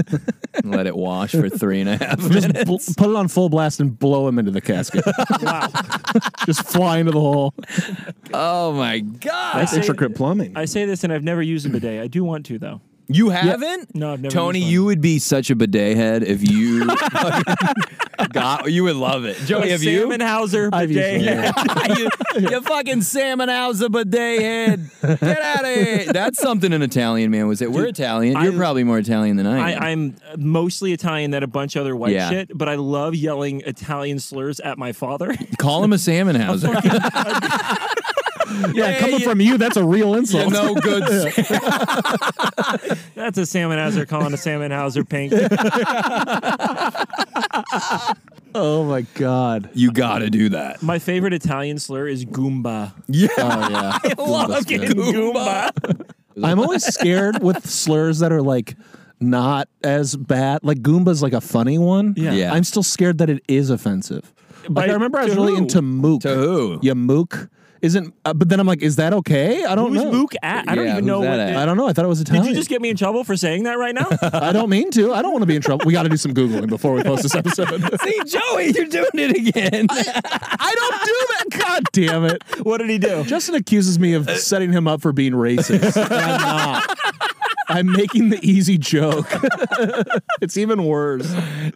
[SPEAKER 1] and let it wash for three and a half minutes.
[SPEAKER 2] Just bl- put it on full blast and blow him into the casket.
[SPEAKER 3] (laughs) wow.
[SPEAKER 2] (laughs) Just fly into the hole.
[SPEAKER 1] Oh my god!
[SPEAKER 3] That's intricate
[SPEAKER 2] plumbing.
[SPEAKER 3] I say this, and I've never used a bidet. I do want to though.
[SPEAKER 1] You haven't?
[SPEAKER 3] No, I've never
[SPEAKER 1] Tony,
[SPEAKER 3] used one.
[SPEAKER 1] you would be such a bidet head if
[SPEAKER 3] (laughs)
[SPEAKER 1] you (laughs) fucking got. You would love it. Joey,
[SPEAKER 3] A
[SPEAKER 1] have you?
[SPEAKER 3] Salmonhauser
[SPEAKER 2] I've used
[SPEAKER 3] bidet.
[SPEAKER 2] one, yeah.
[SPEAKER 1] (laughs) you, you fucking salmon house a bidet head. Get out of here. That's something an Italian man would say. We're Italian. You're
[SPEAKER 3] I-
[SPEAKER 1] probably more Italian than I am.
[SPEAKER 3] I, I'm mostly Italian, then a bunch of other white
[SPEAKER 1] Yeah.
[SPEAKER 3] shit, but I love yelling Italian slurs at my father. (laughs)
[SPEAKER 1] Call him (laughs) a salmon house.
[SPEAKER 2] Yeah,
[SPEAKER 1] Yeah,
[SPEAKER 2] coming
[SPEAKER 1] yeah.
[SPEAKER 2] from you, that's a real insult.
[SPEAKER 1] no good.
[SPEAKER 3] That's a salmon hauser calling a salmon hauser pink.
[SPEAKER 2] Oh my god.
[SPEAKER 1] You got to do that.
[SPEAKER 3] my favorite Italian slur is Goomba. (laughs)
[SPEAKER 2] Oh yeah. I
[SPEAKER 1] love it.
[SPEAKER 3] Goomba.
[SPEAKER 2] I'm always scared with slurs that are like not as bad. Like Goomba's like a funny one.
[SPEAKER 3] Yeah.
[SPEAKER 1] Yeah.
[SPEAKER 2] I'm still scared that it is offensive. Like
[SPEAKER 3] By-
[SPEAKER 2] I remember I was
[SPEAKER 3] to
[SPEAKER 2] really
[SPEAKER 3] who?
[SPEAKER 2] into mook.
[SPEAKER 1] To who?
[SPEAKER 2] Yeah, mook isn't. Uh, but then I'm like, is that okay? I don't
[SPEAKER 3] Who's
[SPEAKER 2] know.
[SPEAKER 3] Mook at? I don't
[SPEAKER 1] Yeah,
[SPEAKER 3] even
[SPEAKER 1] who's
[SPEAKER 3] know what.
[SPEAKER 1] that at?
[SPEAKER 2] I don't know. I thought it was
[SPEAKER 3] Did
[SPEAKER 2] Italian.
[SPEAKER 3] you just get me in trouble for saying that right now?
[SPEAKER 2] I don't mean to. I don't want to be in trouble. We got to do some googling before we post
[SPEAKER 3] (laughs)
[SPEAKER 2] this episode.
[SPEAKER 1] See, Joey, you're doing it again.
[SPEAKER 2] I don't do that. God damn it.
[SPEAKER 3] what did he do?
[SPEAKER 2] Justin accuses me of setting him up for
[SPEAKER 1] (laughs)
[SPEAKER 2] being racist. and I'm not. I'm making the easy joke. (laughs) it's even worse.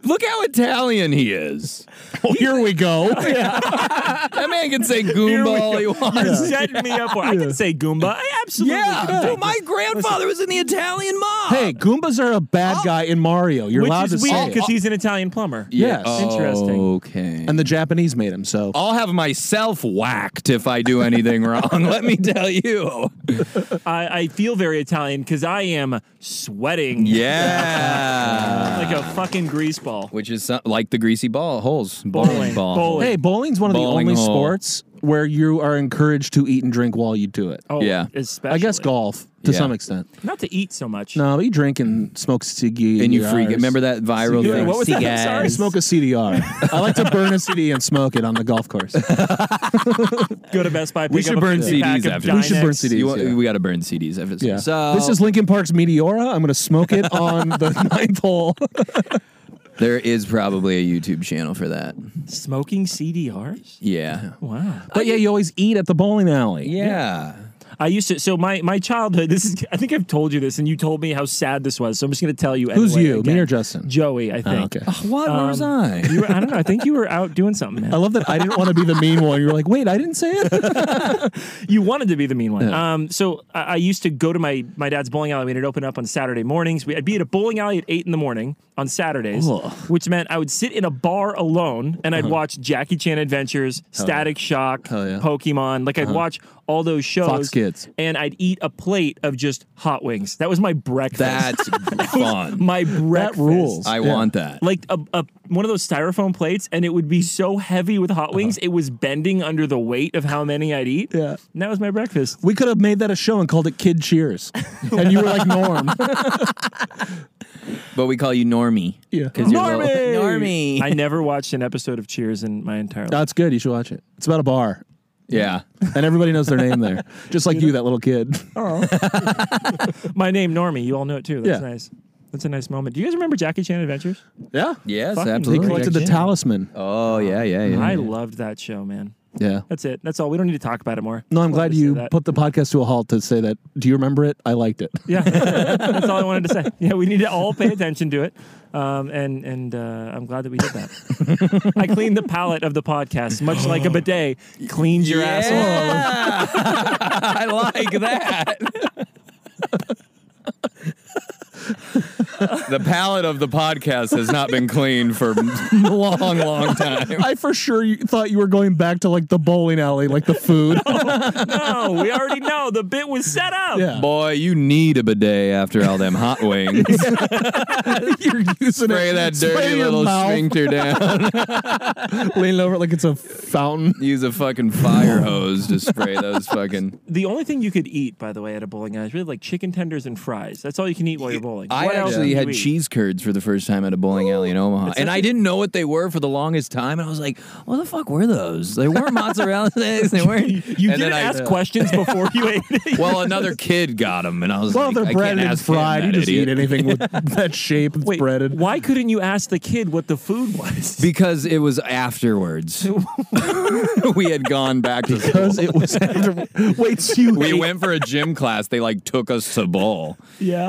[SPEAKER 1] Look how Italian he is.
[SPEAKER 2] Well, here we go.
[SPEAKER 1] That man can say Goomba all
[SPEAKER 3] (laughs)
[SPEAKER 1] he
[SPEAKER 3] You
[SPEAKER 1] wants.
[SPEAKER 3] set me up for. I can say Goomba. I absolutely.
[SPEAKER 1] Yeah,
[SPEAKER 3] can do
[SPEAKER 1] dude, my grandfather was in the Italian mob.
[SPEAKER 2] Hey, Goombas are a bad
[SPEAKER 1] Oh.
[SPEAKER 2] guy in Mario. You're allowed
[SPEAKER 3] Which
[SPEAKER 2] to
[SPEAKER 3] is weird
[SPEAKER 2] say
[SPEAKER 3] because
[SPEAKER 2] it.
[SPEAKER 3] he's an Italian plumber.
[SPEAKER 2] Yes.
[SPEAKER 3] Interesting.
[SPEAKER 1] Okay.
[SPEAKER 2] And the Japanese made him, so.
[SPEAKER 1] I'll have myself whacked if I do anything wrong. Let me tell you.
[SPEAKER 3] I, I feel very Italian because I am sweating
[SPEAKER 1] Yeah.
[SPEAKER 3] like a fucking grease ball.
[SPEAKER 1] Which is some, like the greasy ball holes, bowling,
[SPEAKER 3] Bowling.
[SPEAKER 1] ball.
[SPEAKER 3] Bowling.
[SPEAKER 2] Hey, bowling's one of
[SPEAKER 1] Bowling
[SPEAKER 2] the only
[SPEAKER 1] hole.
[SPEAKER 2] sports where you are encouraged to eat and drink while you do it.
[SPEAKER 3] Oh,
[SPEAKER 1] Yeah.
[SPEAKER 3] Especially.
[SPEAKER 2] I guess golf to
[SPEAKER 1] Yeah.
[SPEAKER 2] some extent.
[SPEAKER 3] Not to eat so much.
[SPEAKER 2] No, but you drink and smoke CDRs.
[SPEAKER 1] And you freak. Remember that viral
[SPEAKER 2] Dude,
[SPEAKER 1] thing?
[SPEAKER 3] what was that? I'm
[SPEAKER 1] Cigars.
[SPEAKER 3] sorry.
[SPEAKER 2] I smoke a CDR. I like to burn a CD and smoke it on the golf (laughs) course.
[SPEAKER 3] Go to Best Buy. Pick
[SPEAKER 1] We should
[SPEAKER 3] up a
[SPEAKER 1] burn
[SPEAKER 3] 50 pack
[SPEAKER 1] CDs
[SPEAKER 3] of
[SPEAKER 1] after. this.
[SPEAKER 2] We should burn
[SPEAKER 3] Dynex.
[SPEAKER 2] CDs.
[SPEAKER 1] You want-
[SPEAKER 2] yeah.
[SPEAKER 1] We got to burn CDs after this.
[SPEAKER 2] Yeah.
[SPEAKER 1] So
[SPEAKER 2] this is Lincoln Park's Meteora. I'm going to smoke (laughs) it on the ninth hole.
[SPEAKER 1] there is probably a YouTube channel for that.
[SPEAKER 3] Smoking CDRs?
[SPEAKER 1] Yeah.
[SPEAKER 3] Wow.
[SPEAKER 2] But yeah, you always eat at the bowling alley.
[SPEAKER 1] Yeah.
[SPEAKER 3] I used to. So my my childhood. This is. I think I've told you this, and you told me how sad this was. So I'm just going to tell you.
[SPEAKER 2] Who's
[SPEAKER 3] anyway
[SPEAKER 2] you,
[SPEAKER 3] again.
[SPEAKER 2] me or Justin?
[SPEAKER 3] Joey, I
[SPEAKER 2] Oh,
[SPEAKER 3] think.
[SPEAKER 2] okay.
[SPEAKER 1] What? Where was I?
[SPEAKER 3] Um, You were, I don't know. I think you were out doing something.
[SPEAKER 2] I
[SPEAKER 3] Man.
[SPEAKER 2] love that I didn't want to be the mean one. You're like, wait, I didn't say it.
[SPEAKER 3] You wanted to be the mean one. Um. So I, I used to go to my my dad's bowling alley. when It opened up on Saturday mornings. We, I'd be at a bowling alley at eight in the morning on Saturdays, which meant I would sit in a bar alone and I'd watch Jackie Chan Adventures, Static Shock,
[SPEAKER 2] Uh-huh. Hell yeah. Uh-huh.
[SPEAKER 3] Pokemon. Like I'd watch all those shows.
[SPEAKER 2] Kids.
[SPEAKER 3] And I'd eat a plate of just hot wings. That was my breakfast. (laughs)
[SPEAKER 1] That's (laughs) fun.
[SPEAKER 3] my breakfast.
[SPEAKER 2] rules.
[SPEAKER 1] I
[SPEAKER 2] Yeah.
[SPEAKER 1] want that.
[SPEAKER 3] Like a, a one of those styrofoam plates, and it would be so heavy with
[SPEAKER 2] Uh-huh.
[SPEAKER 3] hot wings, it was bending under the weight of how many I'd eat.
[SPEAKER 2] Yeah.
[SPEAKER 3] and that was my breakfast.
[SPEAKER 2] We could have made that a show and called it Kid Cheers. And you were like, Norm.
[SPEAKER 1] But we call you Normie.
[SPEAKER 2] Yeah.
[SPEAKER 1] Because you're little-
[SPEAKER 3] Normie!
[SPEAKER 1] Normie.
[SPEAKER 3] I never watched an episode of Cheers in my entire life.
[SPEAKER 2] That's good. You should watch it. It's about a bar.
[SPEAKER 1] Yeah.
[SPEAKER 2] And everybody knows their name there. Just like you, that little kid.
[SPEAKER 3] My name Normie, you all know it too. That's
[SPEAKER 2] Yeah.
[SPEAKER 3] nice. That's a nice moment. Do you guys remember Jackie Chan Adventures?
[SPEAKER 2] Yeah.
[SPEAKER 1] Yes,
[SPEAKER 3] Fucking
[SPEAKER 2] He
[SPEAKER 1] absolutely.
[SPEAKER 2] collected the
[SPEAKER 3] Yeah.
[SPEAKER 2] talisman.
[SPEAKER 1] Oh yeah, yeah,
[SPEAKER 2] Mm.
[SPEAKER 1] yeah.
[SPEAKER 3] I loved that show, man.
[SPEAKER 2] Yeah.
[SPEAKER 3] That's it. That's all. We don't need to talk about it more.
[SPEAKER 2] No, I'm
[SPEAKER 3] Wanted
[SPEAKER 2] glad
[SPEAKER 3] to say
[SPEAKER 2] you
[SPEAKER 3] that.
[SPEAKER 2] put the podcast to a halt to say that. Do you remember it? I liked it. (laughs)
[SPEAKER 3] Yeah, that's all I wanted to say. Yeah, we need to all pay attention to it, um, and and uh, I'm glad that we did that.
[SPEAKER 2] (laughs)
[SPEAKER 3] I cleaned the palate of the podcast, much like a bidet cleans your asshole.
[SPEAKER 1] Yeah. (laughs) I like that. the palate of the podcast has not been clean for a (laughs) long, long time.
[SPEAKER 2] (laughs) I for sure you thought you were going back to like the bowling alley, like the
[SPEAKER 1] (laughs)
[SPEAKER 2] food.
[SPEAKER 1] Oh,
[SPEAKER 3] No, (laughs) we already know the bit was set up.
[SPEAKER 2] Oh. yeah.
[SPEAKER 1] Boy, you need a bidet after all them hot (laughs) wings.
[SPEAKER 2] (laughs) You're using
[SPEAKER 1] Spray
[SPEAKER 2] it.
[SPEAKER 1] that
[SPEAKER 2] Spray
[SPEAKER 1] dirty
[SPEAKER 2] your
[SPEAKER 1] little
[SPEAKER 2] mouth,
[SPEAKER 1] sphincter down.
[SPEAKER 2] Leaning over it like it's a fountain.
[SPEAKER 1] Use a fucking fire hose to spray those fucking.
[SPEAKER 3] The only thing you could eat, by the way, at a bowling alley is really like chicken tenders and fries. That's all you can eat while you're bowling.
[SPEAKER 1] I
[SPEAKER 3] What else
[SPEAKER 1] actually
[SPEAKER 3] can
[SPEAKER 1] had
[SPEAKER 3] you eat?
[SPEAKER 1] cheese curds for the first time at a bowling alley in Omaha,
[SPEAKER 3] It's
[SPEAKER 1] and
[SPEAKER 3] such
[SPEAKER 1] I
[SPEAKER 3] a-
[SPEAKER 1] a- didn't know what they were for the longest time. And I was like, "What the fuck were those? They (laughs) weren't mozzarella sticks. They (laughs) weren't."
[SPEAKER 3] You
[SPEAKER 1] and then
[SPEAKER 3] didn't
[SPEAKER 1] I- uh,
[SPEAKER 3] ask questions before
[SPEAKER 1] (laughs)
[SPEAKER 3] you ate it.
[SPEAKER 1] Well, another kid got them, and I was
[SPEAKER 2] Well,
[SPEAKER 1] like,
[SPEAKER 2] they're
[SPEAKER 1] I
[SPEAKER 2] breaded
[SPEAKER 1] can't
[SPEAKER 2] and
[SPEAKER 1] ask him
[SPEAKER 2] fried. You
[SPEAKER 1] that
[SPEAKER 2] just
[SPEAKER 1] idiot.
[SPEAKER 2] eat
[SPEAKER 1] (laughs)
[SPEAKER 2] anything with that shape. It's
[SPEAKER 3] Wait,
[SPEAKER 2] breaded.
[SPEAKER 3] why couldn't you ask the kid what the food (laughs) was?
[SPEAKER 1] because it was (laughs) afterwards. we had gone back to
[SPEAKER 2] Because
[SPEAKER 1] (laughs)
[SPEAKER 2] it was after. Wait, so you
[SPEAKER 1] we
[SPEAKER 2] ate-
[SPEAKER 1] went for a gym class. They like took us to bowl.
[SPEAKER 3] yeah.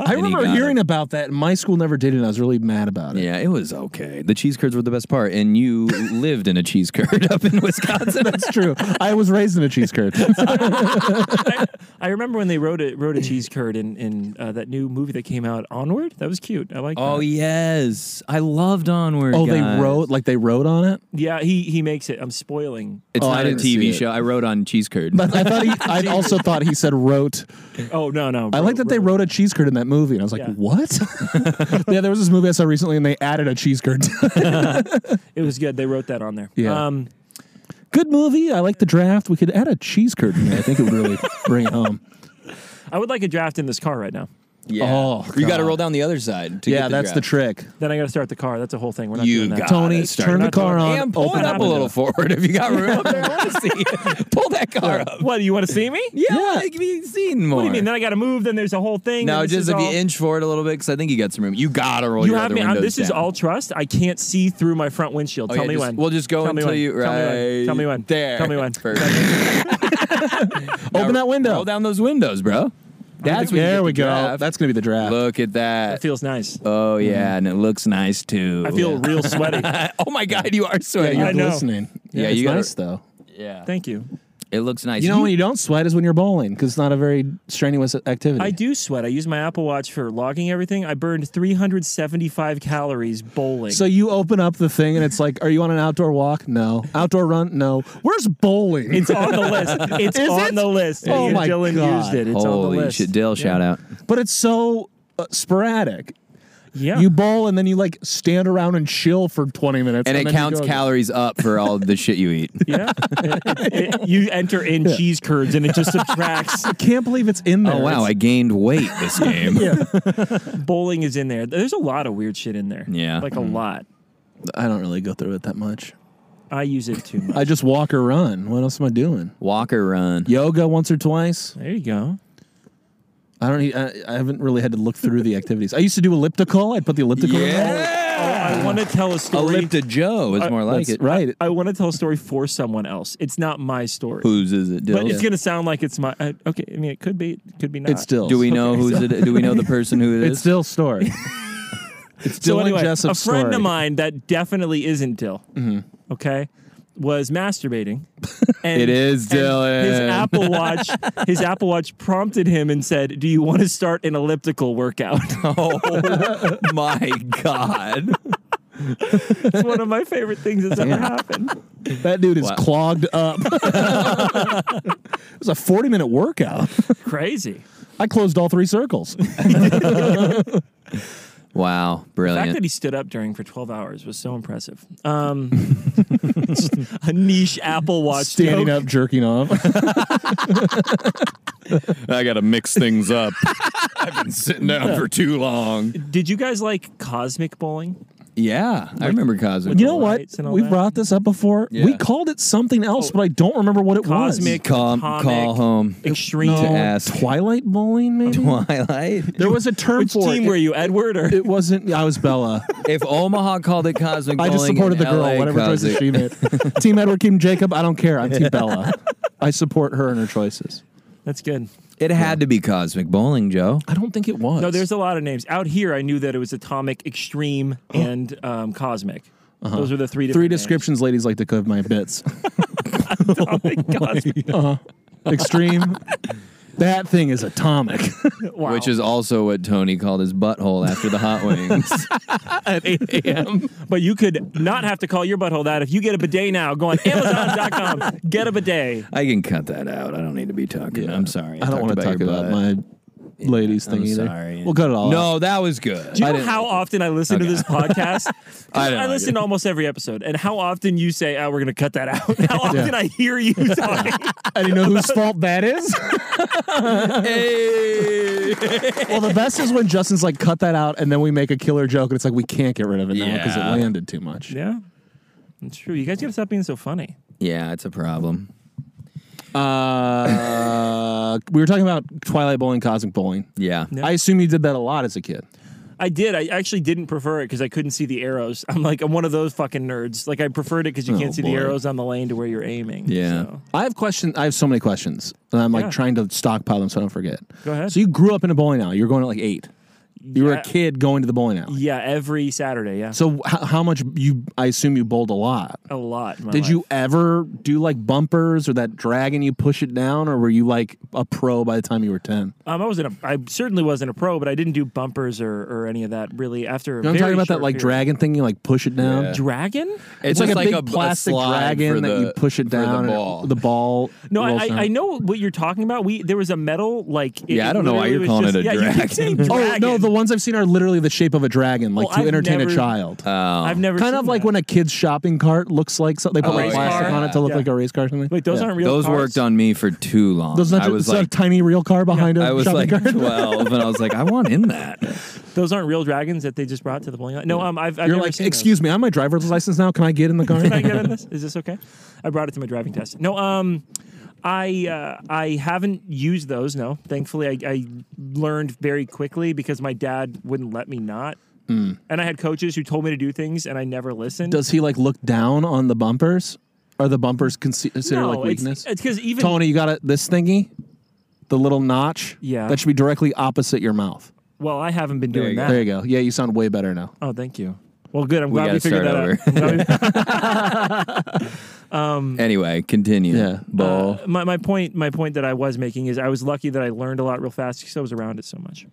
[SPEAKER 2] I
[SPEAKER 1] and he
[SPEAKER 2] remember
[SPEAKER 1] got
[SPEAKER 2] hearing about that. and My school never did it. And I was really mad about it.
[SPEAKER 1] Yeah, it was okay. The cheese curds were the best part, and you lived in a cheese curd (laughs) up in Wisconsin. (laughs)
[SPEAKER 2] That's true. I was raised in a cheese curd.
[SPEAKER 3] I remember when they wrote a wrote a cheese curd in in uh, that new movie that came out, Onward. That was cute. I like.
[SPEAKER 1] Oh
[SPEAKER 3] that.
[SPEAKER 1] yes, I loved Onward.
[SPEAKER 2] oh, they
[SPEAKER 1] guys.
[SPEAKER 2] wrote like they wrote
[SPEAKER 1] (laughs)
[SPEAKER 2] on it.
[SPEAKER 3] yeah. He he makes it. I'm spoiling.
[SPEAKER 1] It's
[SPEAKER 2] Oh, I
[SPEAKER 1] not a
[SPEAKER 2] didn't see
[SPEAKER 1] TV
[SPEAKER 2] it.
[SPEAKER 1] show. I wrote on cheese curd.
[SPEAKER 2] But I thought he. I also thought he said wrote.
[SPEAKER 3] Oh no no.
[SPEAKER 2] I like that they wrote a cheese curd in that movie, and I was like,
[SPEAKER 3] Yeah. (laughs)
[SPEAKER 2] what? yeah, there was this movie I saw recently, and they added a cheese curd. (laughs)
[SPEAKER 3] It was good. They wrote that on there.
[SPEAKER 2] Yeah.
[SPEAKER 3] Um,
[SPEAKER 2] Good movie. I like the draft. We could add a cheese curd. In there. I think it would really bring it (laughs) home.
[SPEAKER 3] I would like a draft in this car right now.
[SPEAKER 1] (laughs) yeah.
[SPEAKER 2] Oh,
[SPEAKER 1] you got to
[SPEAKER 2] God.
[SPEAKER 1] roll down the other side. To
[SPEAKER 2] yeah,
[SPEAKER 1] get
[SPEAKER 2] that's the Ah,
[SPEAKER 1] draft.
[SPEAKER 2] trick.
[SPEAKER 3] Then I got to start the car. That's a whole thing. We're not
[SPEAKER 1] You
[SPEAKER 3] doing that.
[SPEAKER 1] got
[SPEAKER 2] Tony,
[SPEAKER 1] it. Start
[SPEAKER 2] turn the
[SPEAKER 3] not doing
[SPEAKER 2] car
[SPEAKER 3] it.
[SPEAKER 2] on.
[SPEAKER 1] And pull
[SPEAKER 2] open
[SPEAKER 1] it up a little forward if you got room up there. I
[SPEAKER 3] (laughs)
[SPEAKER 1] want to see it. Pull that car up.
[SPEAKER 3] What do you want to see me?
[SPEAKER 1] Yeah,
[SPEAKER 2] Yeah.
[SPEAKER 1] I wanna be seen more.
[SPEAKER 3] What do you mean? Then I got to move. Then there's a whole thing.
[SPEAKER 1] No,
[SPEAKER 3] then this
[SPEAKER 1] just
[SPEAKER 3] is
[SPEAKER 1] if you
[SPEAKER 3] all-
[SPEAKER 1] inch forward a little bit, because I think you got some room. You gotta roll
[SPEAKER 3] You
[SPEAKER 1] your
[SPEAKER 3] have
[SPEAKER 1] other
[SPEAKER 3] me. on
[SPEAKER 1] windows
[SPEAKER 3] this is
[SPEAKER 1] down.
[SPEAKER 3] all trust. I can't see through my front windshield.
[SPEAKER 1] Oh,
[SPEAKER 3] Tell
[SPEAKER 1] yeah,
[SPEAKER 3] me
[SPEAKER 1] just-
[SPEAKER 3] when.
[SPEAKER 1] We'll just go
[SPEAKER 3] Tell me
[SPEAKER 1] until
[SPEAKER 3] when.
[SPEAKER 1] you
[SPEAKER 3] Tell me
[SPEAKER 1] right
[SPEAKER 3] when. Tell me when.
[SPEAKER 1] there.
[SPEAKER 3] Tell
[SPEAKER 1] (laughs)
[SPEAKER 3] me when.
[SPEAKER 1] Perfect.
[SPEAKER 2] Open that
[SPEAKER 1] roll
[SPEAKER 2] window.
[SPEAKER 1] down those windows, bro. That's when you get
[SPEAKER 2] there we
[SPEAKER 1] the
[SPEAKER 2] go.
[SPEAKER 1] draft.
[SPEAKER 2] That's gonna be the draft.
[SPEAKER 1] Look at that.
[SPEAKER 3] That feels nice.
[SPEAKER 1] Oh yeah, and it looks nice too.
[SPEAKER 3] I feel real sweaty.
[SPEAKER 1] (laughs) oh my god, you are sweating.
[SPEAKER 2] You're
[SPEAKER 3] I know.
[SPEAKER 2] listening.
[SPEAKER 1] Yeah,
[SPEAKER 2] it's
[SPEAKER 1] you gotta-
[SPEAKER 2] nice though.
[SPEAKER 1] Yeah,
[SPEAKER 3] Thank you.
[SPEAKER 1] it looks nice.
[SPEAKER 2] You know when you don't sweat is when you're bowling because it's not a very strenuous activity.
[SPEAKER 3] I do sweat. I use my Apple Watch for logging everything. I burned 375 calories bowling.
[SPEAKER 2] so you open up the thing and it's like, are you on an outdoor walk? No. Outdoor run? No. Where's bowling?
[SPEAKER 3] it's on the
[SPEAKER 1] (laughs)
[SPEAKER 3] list. It's
[SPEAKER 2] Is
[SPEAKER 3] on
[SPEAKER 2] it?
[SPEAKER 3] the list.
[SPEAKER 2] Oh
[SPEAKER 3] Yeah,
[SPEAKER 2] my
[SPEAKER 3] Dylan
[SPEAKER 2] God.
[SPEAKER 3] used it. It's on
[SPEAKER 1] holy
[SPEAKER 3] the list.
[SPEAKER 1] shit, Dill, shout out.
[SPEAKER 2] but it's so uh, sporadic. (laughs)
[SPEAKER 3] Yeah.
[SPEAKER 2] You bowl and then you like stand around and chill for 20 minutes.
[SPEAKER 1] And it
[SPEAKER 2] then you
[SPEAKER 1] counts
[SPEAKER 2] go again.
[SPEAKER 1] calories up for all the shit you eat.
[SPEAKER 3] yeah.
[SPEAKER 1] (laughs)
[SPEAKER 3] It- it- it- you enter in cheese curds and it just subtracts.
[SPEAKER 2] I can't believe it's in there.
[SPEAKER 1] Oh wow, I
[SPEAKER 2] It's-
[SPEAKER 1] gained weight this game.
[SPEAKER 3] Bowling is in there. There's a lot of weird shit in there.
[SPEAKER 1] Yeah. Mm-hmm.
[SPEAKER 3] Like a lot.
[SPEAKER 2] I don't really go through it that much.
[SPEAKER 3] I use it too
[SPEAKER 1] (laughs)
[SPEAKER 3] much.
[SPEAKER 2] I just walk or run. What else am I doing?
[SPEAKER 1] Walk or run.
[SPEAKER 2] Yoga once or twice.
[SPEAKER 3] there you go.
[SPEAKER 2] I don't. e- I, I haven't really had to look through the (laughs) activities. I used to do elliptical. I'd put the elliptical.
[SPEAKER 3] Oh, I want to tell a story.
[SPEAKER 1] Ellipta Joe is more
[SPEAKER 2] In.
[SPEAKER 1] like
[SPEAKER 2] That's
[SPEAKER 1] it.
[SPEAKER 2] right.
[SPEAKER 3] I want to tell a story for someone else. It's not my story.
[SPEAKER 1] Whose is it,
[SPEAKER 3] But
[SPEAKER 1] Dill?
[SPEAKER 3] it's gonna sound like it's my I, okay. I mean, it could be, it could be not.
[SPEAKER 2] It's still.
[SPEAKER 1] Do we know who's it? Do we know the person who it is?
[SPEAKER 2] (laughs) It's still story. it's still
[SPEAKER 3] so anyway, a
[SPEAKER 2] Jessup's
[SPEAKER 3] friend
[SPEAKER 2] story.
[SPEAKER 3] of mine that definitely isn't Dill. Okay, was masturbating. And,
[SPEAKER 1] Mm-hmm. (laughs) It is
[SPEAKER 3] and His
[SPEAKER 1] Dylan.
[SPEAKER 3] Apple Watch, his Apple Watch prompted him and said, "Do you want to start an elliptical workout?"
[SPEAKER 1] (laughs)
[SPEAKER 3] (laughs)
[SPEAKER 1] oh my god.
[SPEAKER 3] it's one of my favorite things that's ever happened.
[SPEAKER 2] That dude is
[SPEAKER 1] Wow.
[SPEAKER 2] clogged up. it was a 40 minute workout.
[SPEAKER 3] Crazy.
[SPEAKER 2] I closed all three circles.
[SPEAKER 1] Wow,
[SPEAKER 3] The fact that
[SPEAKER 1] brilliant.
[SPEAKER 3] he stood up during for 12 hours was so impressive. Um, a niche Apple Watch
[SPEAKER 2] Standing
[SPEAKER 3] joke.
[SPEAKER 2] up, jerking off.
[SPEAKER 1] I gotta mix things (laughs) up. I've been sitting down for too long.
[SPEAKER 3] Did you guys like cosmic bowling?
[SPEAKER 1] Yeah, I remember Cosmic.
[SPEAKER 2] You know
[SPEAKER 1] Roll.
[SPEAKER 2] what?
[SPEAKER 3] Lights and all
[SPEAKER 2] We
[SPEAKER 3] that.
[SPEAKER 2] brought this up before. We
[SPEAKER 1] Yeah.
[SPEAKER 2] called it something else, but I don't remember what it
[SPEAKER 3] Cosmic,
[SPEAKER 1] Call-
[SPEAKER 3] atomic,
[SPEAKER 1] call
[SPEAKER 2] (laughs)
[SPEAKER 1] home.
[SPEAKER 3] extreme.
[SPEAKER 1] To
[SPEAKER 2] was.
[SPEAKER 1] ask
[SPEAKER 2] Twilight bowling, maybe.
[SPEAKER 1] Twilight.
[SPEAKER 2] Oh, Um, there was a term
[SPEAKER 3] Which
[SPEAKER 2] for
[SPEAKER 3] team
[SPEAKER 2] it.
[SPEAKER 3] were you, Edward? Or
[SPEAKER 2] It wasn't. I was (laughs) Bella.
[SPEAKER 1] if Omaha called it Cosmic,
[SPEAKER 2] (laughs) I just
[SPEAKER 1] Bowling
[SPEAKER 2] supported the
[SPEAKER 1] and
[SPEAKER 2] girl.
[SPEAKER 1] LA
[SPEAKER 2] whatever
[SPEAKER 1] calls
[SPEAKER 2] choices
[SPEAKER 1] it-
[SPEAKER 2] she made.
[SPEAKER 1] (laughs)
[SPEAKER 2] team Edward, Team Jacob. I don't care. I'm Team Bella. I support her and her choices.
[SPEAKER 3] That's good.
[SPEAKER 1] It had to be Cosmic Bowling, Joe.
[SPEAKER 2] I don't think it was.
[SPEAKER 3] No, there's a lot of names. Out here, I knew that it was atomic, extreme, and um, cosmic. Those are the three
[SPEAKER 2] Uh-huh. three
[SPEAKER 3] different names.
[SPEAKER 2] descriptions. Ladies like to cook
[SPEAKER 1] (laughs)
[SPEAKER 2] my bits.
[SPEAKER 3] Atomic, (laughs)
[SPEAKER 2] (laughs)
[SPEAKER 3] cosmic.
[SPEAKER 2] Extreme. that thing is atomic.
[SPEAKER 3] Wow.
[SPEAKER 1] Which is also what Tony called his butthole after the hot
[SPEAKER 2] (laughs)
[SPEAKER 1] wings.
[SPEAKER 2] At 8 a.m.
[SPEAKER 3] (laughs) But you could not have to call your butthole that if you get a bidet now. Go on Amazon.com, get a bidet.
[SPEAKER 1] I can cut that out. I don't need to be talking. I'm sorry.
[SPEAKER 2] I don't
[SPEAKER 1] talked
[SPEAKER 2] want to talk
[SPEAKER 1] your
[SPEAKER 2] about
[SPEAKER 1] butt.
[SPEAKER 2] my ladies thing
[SPEAKER 1] I'm
[SPEAKER 2] either.
[SPEAKER 1] sorry.
[SPEAKER 2] We'll cut it all. out.
[SPEAKER 1] No, that was good.
[SPEAKER 3] Do you
[SPEAKER 1] I
[SPEAKER 3] know
[SPEAKER 1] didn't-
[SPEAKER 3] how often I listen to this podcast? 'Cause
[SPEAKER 1] I
[SPEAKER 3] I,
[SPEAKER 1] don't like
[SPEAKER 3] listen
[SPEAKER 1] it.
[SPEAKER 3] to almost every episode, and how often you say, "Oh, we're going to cut that out." (laughs) How often I hear you talking.
[SPEAKER 2] And you know whose fault
[SPEAKER 1] (laughs)
[SPEAKER 2] that is?
[SPEAKER 1] (laughs) Hey!
[SPEAKER 2] (laughs) well, the best is when Justin's like, cut that out, and then we make a killer joke, and it's like, we can't get rid of it now because
[SPEAKER 1] Yeah.
[SPEAKER 2] it landed too much.
[SPEAKER 3] yeah, it's true. You guys got to stop being so funny.
[SPEAKER 1] yeah, it's a problem.
[SPEAKER 2] Uh, we were talking about Twilight Bowling, Cosmic Bowling.
[SPEAKER 1] Yeah.
[SPEAKER 3] Yeah.
[SPEAKER 2] I assume you did that a lot as a kid.
[SPEAKER 3] I did. I actually didn't prefer it because I couldn't see the arrows. I'm like, I'm one of those fucking nerds. Like, I preferred it because you
[SPEAKER 1] Oh,
[SPEAKER 3] can't see the
[SPEAKER 1] boy.
[SPEAKER 3] arrows on the lane to where you're aiming.
[SPEAKER 1] Yeah.
[SPEAKER 3] So.
[SPEAKER 2] I have questions. I have so many questions, and I'm like
[SPEAKER 3] Yeah.
[SPEAKER 2] trying to stockpile them so I don't forget.
[SPEAKER 3] Go ahead.
[SPEAKER 2] So you grew up in a bowling alley. You were going at like eight. You were
[SPEAKER 3] Yeah.
[SPEAKER 2] a kid going to the bowling alley.
[SPEAKER 3] Yeah, every Saturday. Yeah.
[SPEAKER 2] So how, how much you? I assume you bowled a lot.
[SPEAKER 3] a lot. in my
[SPEAKER 2] Did
[SPEAKER 3] life.
[SPEAKER 2] you ever do like bumpers or that drag and you push it down, or were you like a pro by the time you were ten?
[SPEAKER 3] Um, I wasn't. A, I certainly wasn't a pro, but I didn't do bumpers or, or any of that really. After
[SPEAKER 2] You know what I'm talking about that like dragon thing. You like push it down.
[SPEAKER 1] Yeah.
[SPEAKER 3] dragon.
[SPEAKER 1] It's,
[SPEAKER 2] like,
[SPEAKER 1] just
[SPEAKER 2] a
[SPEAKER 1] like
[SPEAKER 2] big
[SPEAKER 1] a a
[SPEAKER 2] plastic
[SPEAKER 1] slide for
[SPEAKER 2] dragon
[SPEAKER 1] the,
[SPEAKER 2] that you push it
[SPEAKER 1] for
[SPEAKER 2] down.
[SPEAKER 1] The
[SPEAKER 2] and
[SPEAKER 1] ball.
[SPEAKER 2] the ball.
[SPEAKER 3] No, I,
[SPEAKER 2] rolls
[SPEAKER 3] I,
[SPEAKER 2] down.
[SPEAKER 3] I know what you're talking about. We there was a metal like. it-
[SPEAKER 1] Yeah, I
[SPEAKER 3] it
[SPEAKER 1] don't know why
[SPEAKER 3] literally
[SPEAKER 1] you're
[SPEAKER 3] was
[SPEAKER 1] calling
[SPEAKER 3] just-
[SPEAKER 1] it a
[SPEAKER 3] yeah, you keep saying
[SPEAKER 1] dragon.
[SPEAKER 2] (laughs) Oh no, the ones I've seen are literally the shape of a dragon, like
[SPEAKER 3] Well,
[SPEAKER 2] to
[SPEAKER 3] I've
[SPEAKER 2] entertain
[SPEAKER 3] never-
[SPEAKER 2] a child.
[SPEAKER 1] Oh.
[SPEAKER 3] I've never
[SPEAKER 2] kind
[SPEAKER 3] seen
[SPEAKER 2] of like
[SPEAKER 3] that.
[SPEAKER 2] when a kid's shopping cart looks like something. They put
[SPEAKER 1] Oh,
[SPEAKER 2] like
[SPEAKER 1] yeah.
[SPEAKER 2] plastic on it to look
[SPEAKER 3] Yeah.
[SPEAKER 2] like a race car or something.
[SPEAKER 3] Wait, those
[SPEAKER 2] Yeah.
[SPEAKER 3] aren't real.
[SPEAKER 1] Those
[SPEAKER 3] cars.
[SPEAKER 1] worked on me for too long.
[SPEAKER 2] Those not
[SPEAKER 1] I was
[SPEAKER 2] just,
[SPEAKER 1] like,
[SPEAKER 2] a tiny real car behind a
[SPEAKER 1] I was like
[SPEAKER 2] shopping cart.
[SPEAKER 1] 12, and I was like, I want in
[SPEAKER 2] (laughs)
[SPEAKER 1] that.
[SPEAKER 3] Those aren't real dragons that they just brought to the bowling alley. No, um, I've, I've
[SPEAKER 2] You're
[SPEAKER 3] never
[SPEAKER 2] like,
[SPEAKER 3] seen those.
[SPEAKER 2] excuse me, I'm my driver's license now. Can I get in the
[SPEAKER 3] (laughs)
[SPEAKER 2] car?
[SPEAKER 3] Can I get in
[SPEAKER 2] (laughs)
[SPEAKER 3] this? Is this okay? I brought it to my driving test. No, um, I uh, I haven't used those. No, thankfully, I, I learned very quickly because my dad wouldn't let me not. And I had coaches who told me to do things, and I never listened.
[SPEAKER 2] Hmm. Does he like look down on the bumpers? Are the bumpers consi- considered
[SPEAKER 3] no,
[SPEAKER 2] like weakness?
[SPEAKER 3] It's because even
[SPEAKER 2] Tony, you got it. This thingy, the little notch.
[SPEAKER 3] Yeah.
[SPEAKER 2] that should be directly opposite your mouth.
[SPEAKER 3] well, I haven't been doing
[SPEAKER 1] you go.
[SPEAKER 3] that.
[SPEAKER 2] There you go. Yeah, you sound way better now.
[SPEAKER 3] Oh, thank you. Well, good. I'm
[SPEAKER 1] We
[SPEAKER 3] glad we
[SPEAKER 1] gotta
[SPEAKER 3] figured that
[SPEAKER 1] start
[SPEAKER 3] out. I'm glad we-
[SPEAKER 1] Anyway, continue.
[SPEAKER 2] Yeah.
[SPEAKER 1] Ball.
[SPEAKER 3] Uh, (laughs) my, my point my point that I was making is I was lucky that I learned a lot real fast because I was around it so much.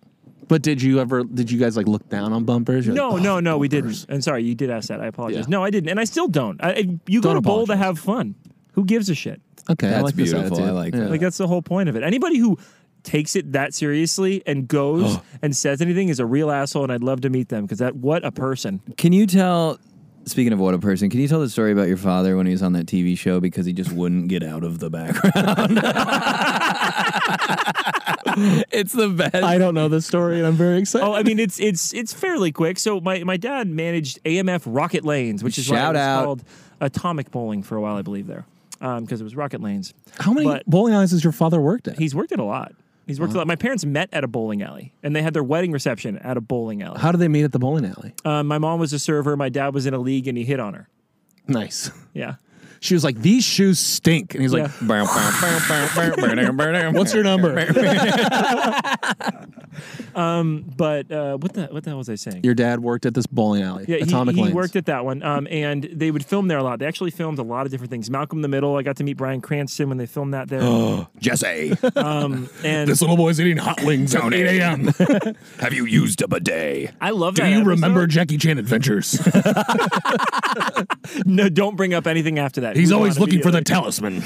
[SPEAKER 2] But did you ever? Did you guys like look down on bumpers? You're
[SPEAKER 3] No,
[SPEAKER 2] like, "Oh,
[SPEAKER 3] no, no, we didn't. And sorry, you did ask that. I apologize.
[SPEAKER 2] Yeah.
[SPEAKER 3] No, I didn't, and I still don't. I- I, you go
[SPEAKER 2] Don't
[SPEAKER 3] to bowl to
[SPEAKER 2] apologize.
[SPEAKER 3] have fun. Who gives a shit?
[SPEAKER 2] "Oh, Okay, I
[SPEAKER 1] That's
[SPEAKER 2] like this
[SPEAKER 1] beautiful. I
[SPEAKER 2] attitude.
[SPEAKER 1] like that.
[SPEAKER 3] Like that's the whole point of it. Anybody who takes it that seriously and goes and says anything is a real asshole, and I'd love to meet them because that what a person.
[SPEAKER 1] Can you tell? Speaking of what a person, can you tell the story about your father when he was on that TV show because he just wouldn't get out of the background? (laughs) it's the best.
[SPEAKER 2] I don't know this story, and I'm very excited.
[SPEAKER 3] Oh, I mean it's it's it's fairly quick. So my my dad managed AMF Rocket Lanes, which is
[SPEAKER 1] Shout
[SPEAKER 3] what it was
[SPEAKER 1] out.
[SPEAKER 3] called atomic bowling for a while, I believe there, because it was Rocket Lanes.
[SPEAKER 2] How many
[SPEAKER 3] but-
[SPEAKER 2] bowling alleys has your father worked at?
[SPEAKER 3] He's worked at a lot. He's worked a lot. My parents met at a bowling alley, and they had their wedding reception at a bowling alley.
[SPEAKER 2] How do they meet at the bowling alley?
[SPEAKER 3] Uh, my mom was a server. My dad was in a league, and he hit on her.
[SPEAKER 2] Nice.
[SPEAKER 3] Yeah.
[SPEAKER 2] She was like, "These shoes stink," and he's like,
[SPEAKER 3] Yeah.
[SPEAKER 2] "What's your number?"
[SPEAKER 3] But uh, what the what the hell was I saying?
[SPEAKER 2] your dad worked at this bowling alley.
[SPEAKER 3] yeah, he-
[SPEAKER 2] Atomic
[SPEAKER 3] he,
[SPEAKER 2] Lanes.
[SPEAKER 3] worked at that one, um, and they would film there a lot. They actually filmed a lot of different things. Malcolm in the Middle. I got to meet Brian Cranston when they filmed
[SPEAKER 2] (gasps)
[SPEAKER 3] that there.
[SPEAKER 4] Jesse,
[SPEAKER 3] um, and
[SPEAKER 2] little boy's eating hot wings at 8 a.m.
[SPEAKER 1] (laughs)
[SPEAKER 4] have you used a bidet?
[SPEAKER 3] I love that. episode.
[SPEAKER 2] Jackie
[SPEAKER 1] (laughs)
[SPEAKER 2] Chan Adventures?
[SPEAKER 3] No, don't bring up anything after that. Move on immediately.
[SPEAKER 2] talisman.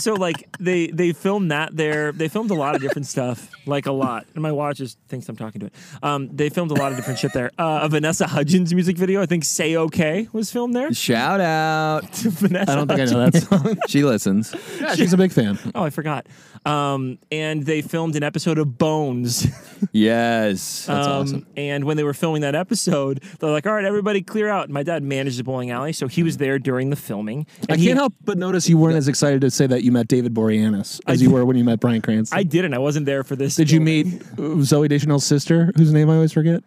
[SPEAKER 3] so like they they filmed that there. They filmed a lot of different stuff. month, like a lot. And my watch just thinks I'm talking to it. Um, they filmed a lot of different shit there. Uh, a Vanessa Hudgens music video, I think "Say Okay" was filmed there.
[SPEAKER 1] Shout out.
[SPEAKER 3] (laughs) Vanessa
[SPEAKER 2] I don't think I know that song.
[SPEAKER 1] She listens.
[SPEAKER 2] yeah, she's a big fan.
[SPEAKER 3] Oh, I forgot. Um, and they filmed an episode
[SPEAKER 2] (laughs)
[SPEAKER 3] of Bones.
[SPEAKER 1] Yes. That's
[SPEAKER 3] um,
[SPEAKER 1] awesome.
[SPEAKER 3] And when they were filming that episode, they're like, "All right, everybody, clear out." And my dad managed the bowling alley, so he was there during the filming.
[SPEAKER 2] I
[SPEAKER 3] And he-
[SPEAKER 2] can't help but notice you weren't as excited to say that you met David Boreanaz as you were when you met Brian Cranston.
[SPEAKER 3] I didn't. I wasn't there for this.
[SPEAKER 2] Did you
[SPEAKER 3] filming.
[SPEAKER 2] meet Zoe Deschanel's sister, whose name I always forget?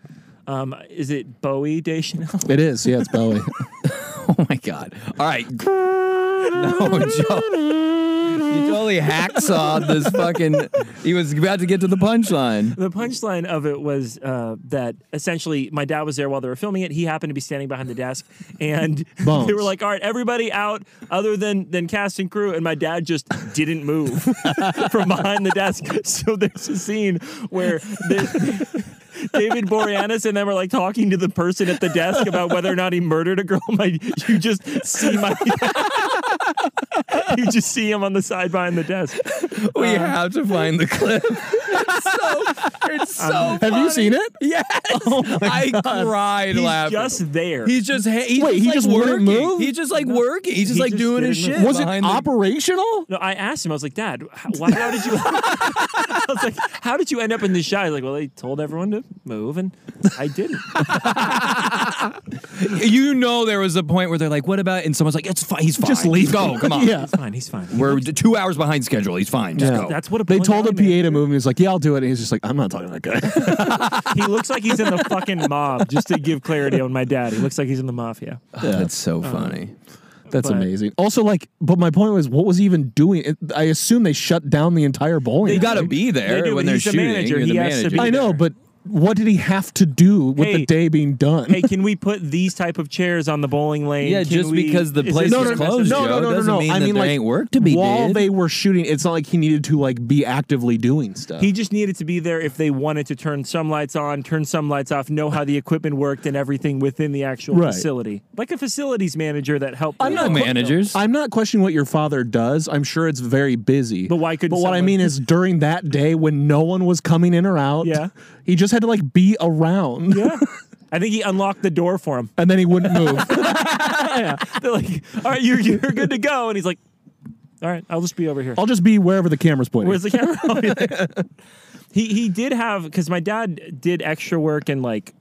[SPEAKER 3] Um, is it Bowie Deschanel?
[SPEAKER 2] It is. Yeah, it's Bowie.
[SPEAKER 1] Oh (laughs) my god. All right. No, Joe. You totally hacksawed this fucking. He was about to get to the punchline.
[SPEAKER 3] The punchline of it was uh, that essentially my dad was there while they were filming it. He happened to be standing behind the desk, and (laughs)
[SPEAKER 2] Bones.
[SPEAKER 3] they were like, "All right, everybody out, other than than cast and crew." And my dad just didn't move (laughs) from behind the desk. So there's a scene where. The, (laughs) David Boreanaz and them are like talking to the person at the desk about whether or not he murdered a girl. (laughs) My, you just see my, (laughs) you just see him on the side behind the desk.
[SPEAKER 1] We have to find the (laughs) clip. It's Uh, so. It's so.
[SPEAKER 2] (laughs) Have you seen it?
[SPEAKER 1] Yes. I cried
[SPEAKER 3] He's
[SPEAKER 1] laughing.
[SPEAKER 3] just there.
[SPEAKER 1] He's just ha- he's
[SPEAKER 2] Wait,
[SPEAKER 1] just
[SPEAKER 2] he
[SPEAKER 1] like
[SPEAKER 2] just wouldn't
[SPEAKER 1] working.
[SPEAKER 2] move?
[SPEAKER 1] He's just like working. He's just
[SPEAKER 3] he
[SPEAKER 1] like
[SPEAKER 3] just
[SPEAKER 1] doing his
[SPEAKER 3] didn't
[SPEAKER 1] shit.
[SPEAKER 3] move.
[SPEAKER 2] Was it
[SPEAKER 1] behind the-
[SPEAKER 2] operational?
[SPEAKER 3] No, I asked him. I was like, Dad, how, why, how did you? (laughs) I was like, how did you end up in this shot? He's like, well, they told everyone to move, and I didn't.
[SPEAKER 1] you know there was a point where they're like, "What about?" And someone's like, "It's fine. He's fine. Just leave. Go. (laughs) Come on.
[SPEAKER 2] Yeah.
[SPEAKER 3] He's fine. He's fine.
[SPEAKER 1] We're d- two hours behind schedule. He's fine. Just
[SPEAKER 2] Yeah.
[SPEAKER 1] go."
[SPEAKER 3] That's what a
[SPEAKER 2] They
[SPEAKER 3] bowling
[SPEAKER 2] told a
[SPEAKER 3] alley
[SPEAKER 2] PA
[SPEAKER 3] man-
[SPEAKER 2] to move, and he's like, "Yeah, I'll do it." And he's just like, "I'm not talking to that guy."
[SPEAKER 3] He looks like he's in the fucking mob. Just to give clarity on my dad, he looks like he's in the mafia.
[SPEAKER 1] That's so
[SPEAKER 3] Uh,
[SPEAKER 1] funny.
[SPEAKER 2] That's
[SPEAKER 3] But-
[SPEAKER 2] amazing. Also, like, but my point was, what was he even doing? It, I assume they shut down the entire bowling.
[SPEAKER 1] You
[SPEAKER 2] alley.
[SPEAKER 1] got to be there
[SPEAKER 3] They do,
[SPEAKER 1] when
[SPEAKER 3] but
[SPEAKER 1] they're
[SPEAKER 3] he's the
[SPEAKER 1] shooting.
[SPEAKER 3] manager.
[SPEAKER 1] You're the
[SPEAKER 3] He has to
[SPEAKER 1] manager.
[SPEAKER 3] be
[SPEAKER 2] I know,
[SPEAKER 3] there.
[SPEAKER 2] but what did he have to do with
[SPEAKER 3] Hey.
[SPEAKER 2] the day being done?
[SPEAKER 3] Hey, can we put these type of chairs on the bowling lane?
[SPEAKER 1] Yeah,
[SPEAKER 3] Can
[SPEAKER 1] just
[SPEAKER 3] we-
[SPEAKER 1] because the
[SPEAKER 3] is
[SPEAKER 1] place
[SPEAKER 3] this
[SPEAKER 1] is
[SPEAKER 3] a
[SPEAKER 1] closed,
[SPEAKER 3] message?
[SPEAKER 1] Joe. doesn't mean that there ain't work to be
[SPEAKER 2] while
[SPEAKER 1] did.
[SPEAKER 2] they were shooting. It's not like he needed to like be actively doing stuff.
[SPEAKER 3] He just needed to be there if they wanted to turn some lights on, turn some lights off, know how the equipment worked and everything within the actual
[SPEAKER 2] Right.
[SPEAKER 3] facility. Like a facilities manager that helped.
[SPEAKER 1] I'm not managers.
[SPEAKER 2] I'm not questioning what your father does. I'm sure it's very busy.
[SPEAKER 3] But why couldn't
[SPEAKER 2] But what I
[SPEAKER 3] someone-
[SPEAKER 2] mean is, during that day when no one was coming in or out,
[SPEAKER 3] Yeah.
[SPEAKER 2] he just had to like be around,
[SPEAKER 3] Yeah. I think he unlocked the door for him. (laughs)
[SPEAKER 2] and then he wouldn't move. (laughs)
[SPEAKER 3] They're like, all right, you're, you're good to go. And he's like, all right, I'll just be over here.
[SPEAKER 2] I'll just be wherever the camera's
[SPEAKER 1] (laughs)
[SPEAKER 2] pointing.
[SPEAKER 3] (laughs) Where's the camera? (laughs) I'll be there. he, he did have, because my dad did extra work and like,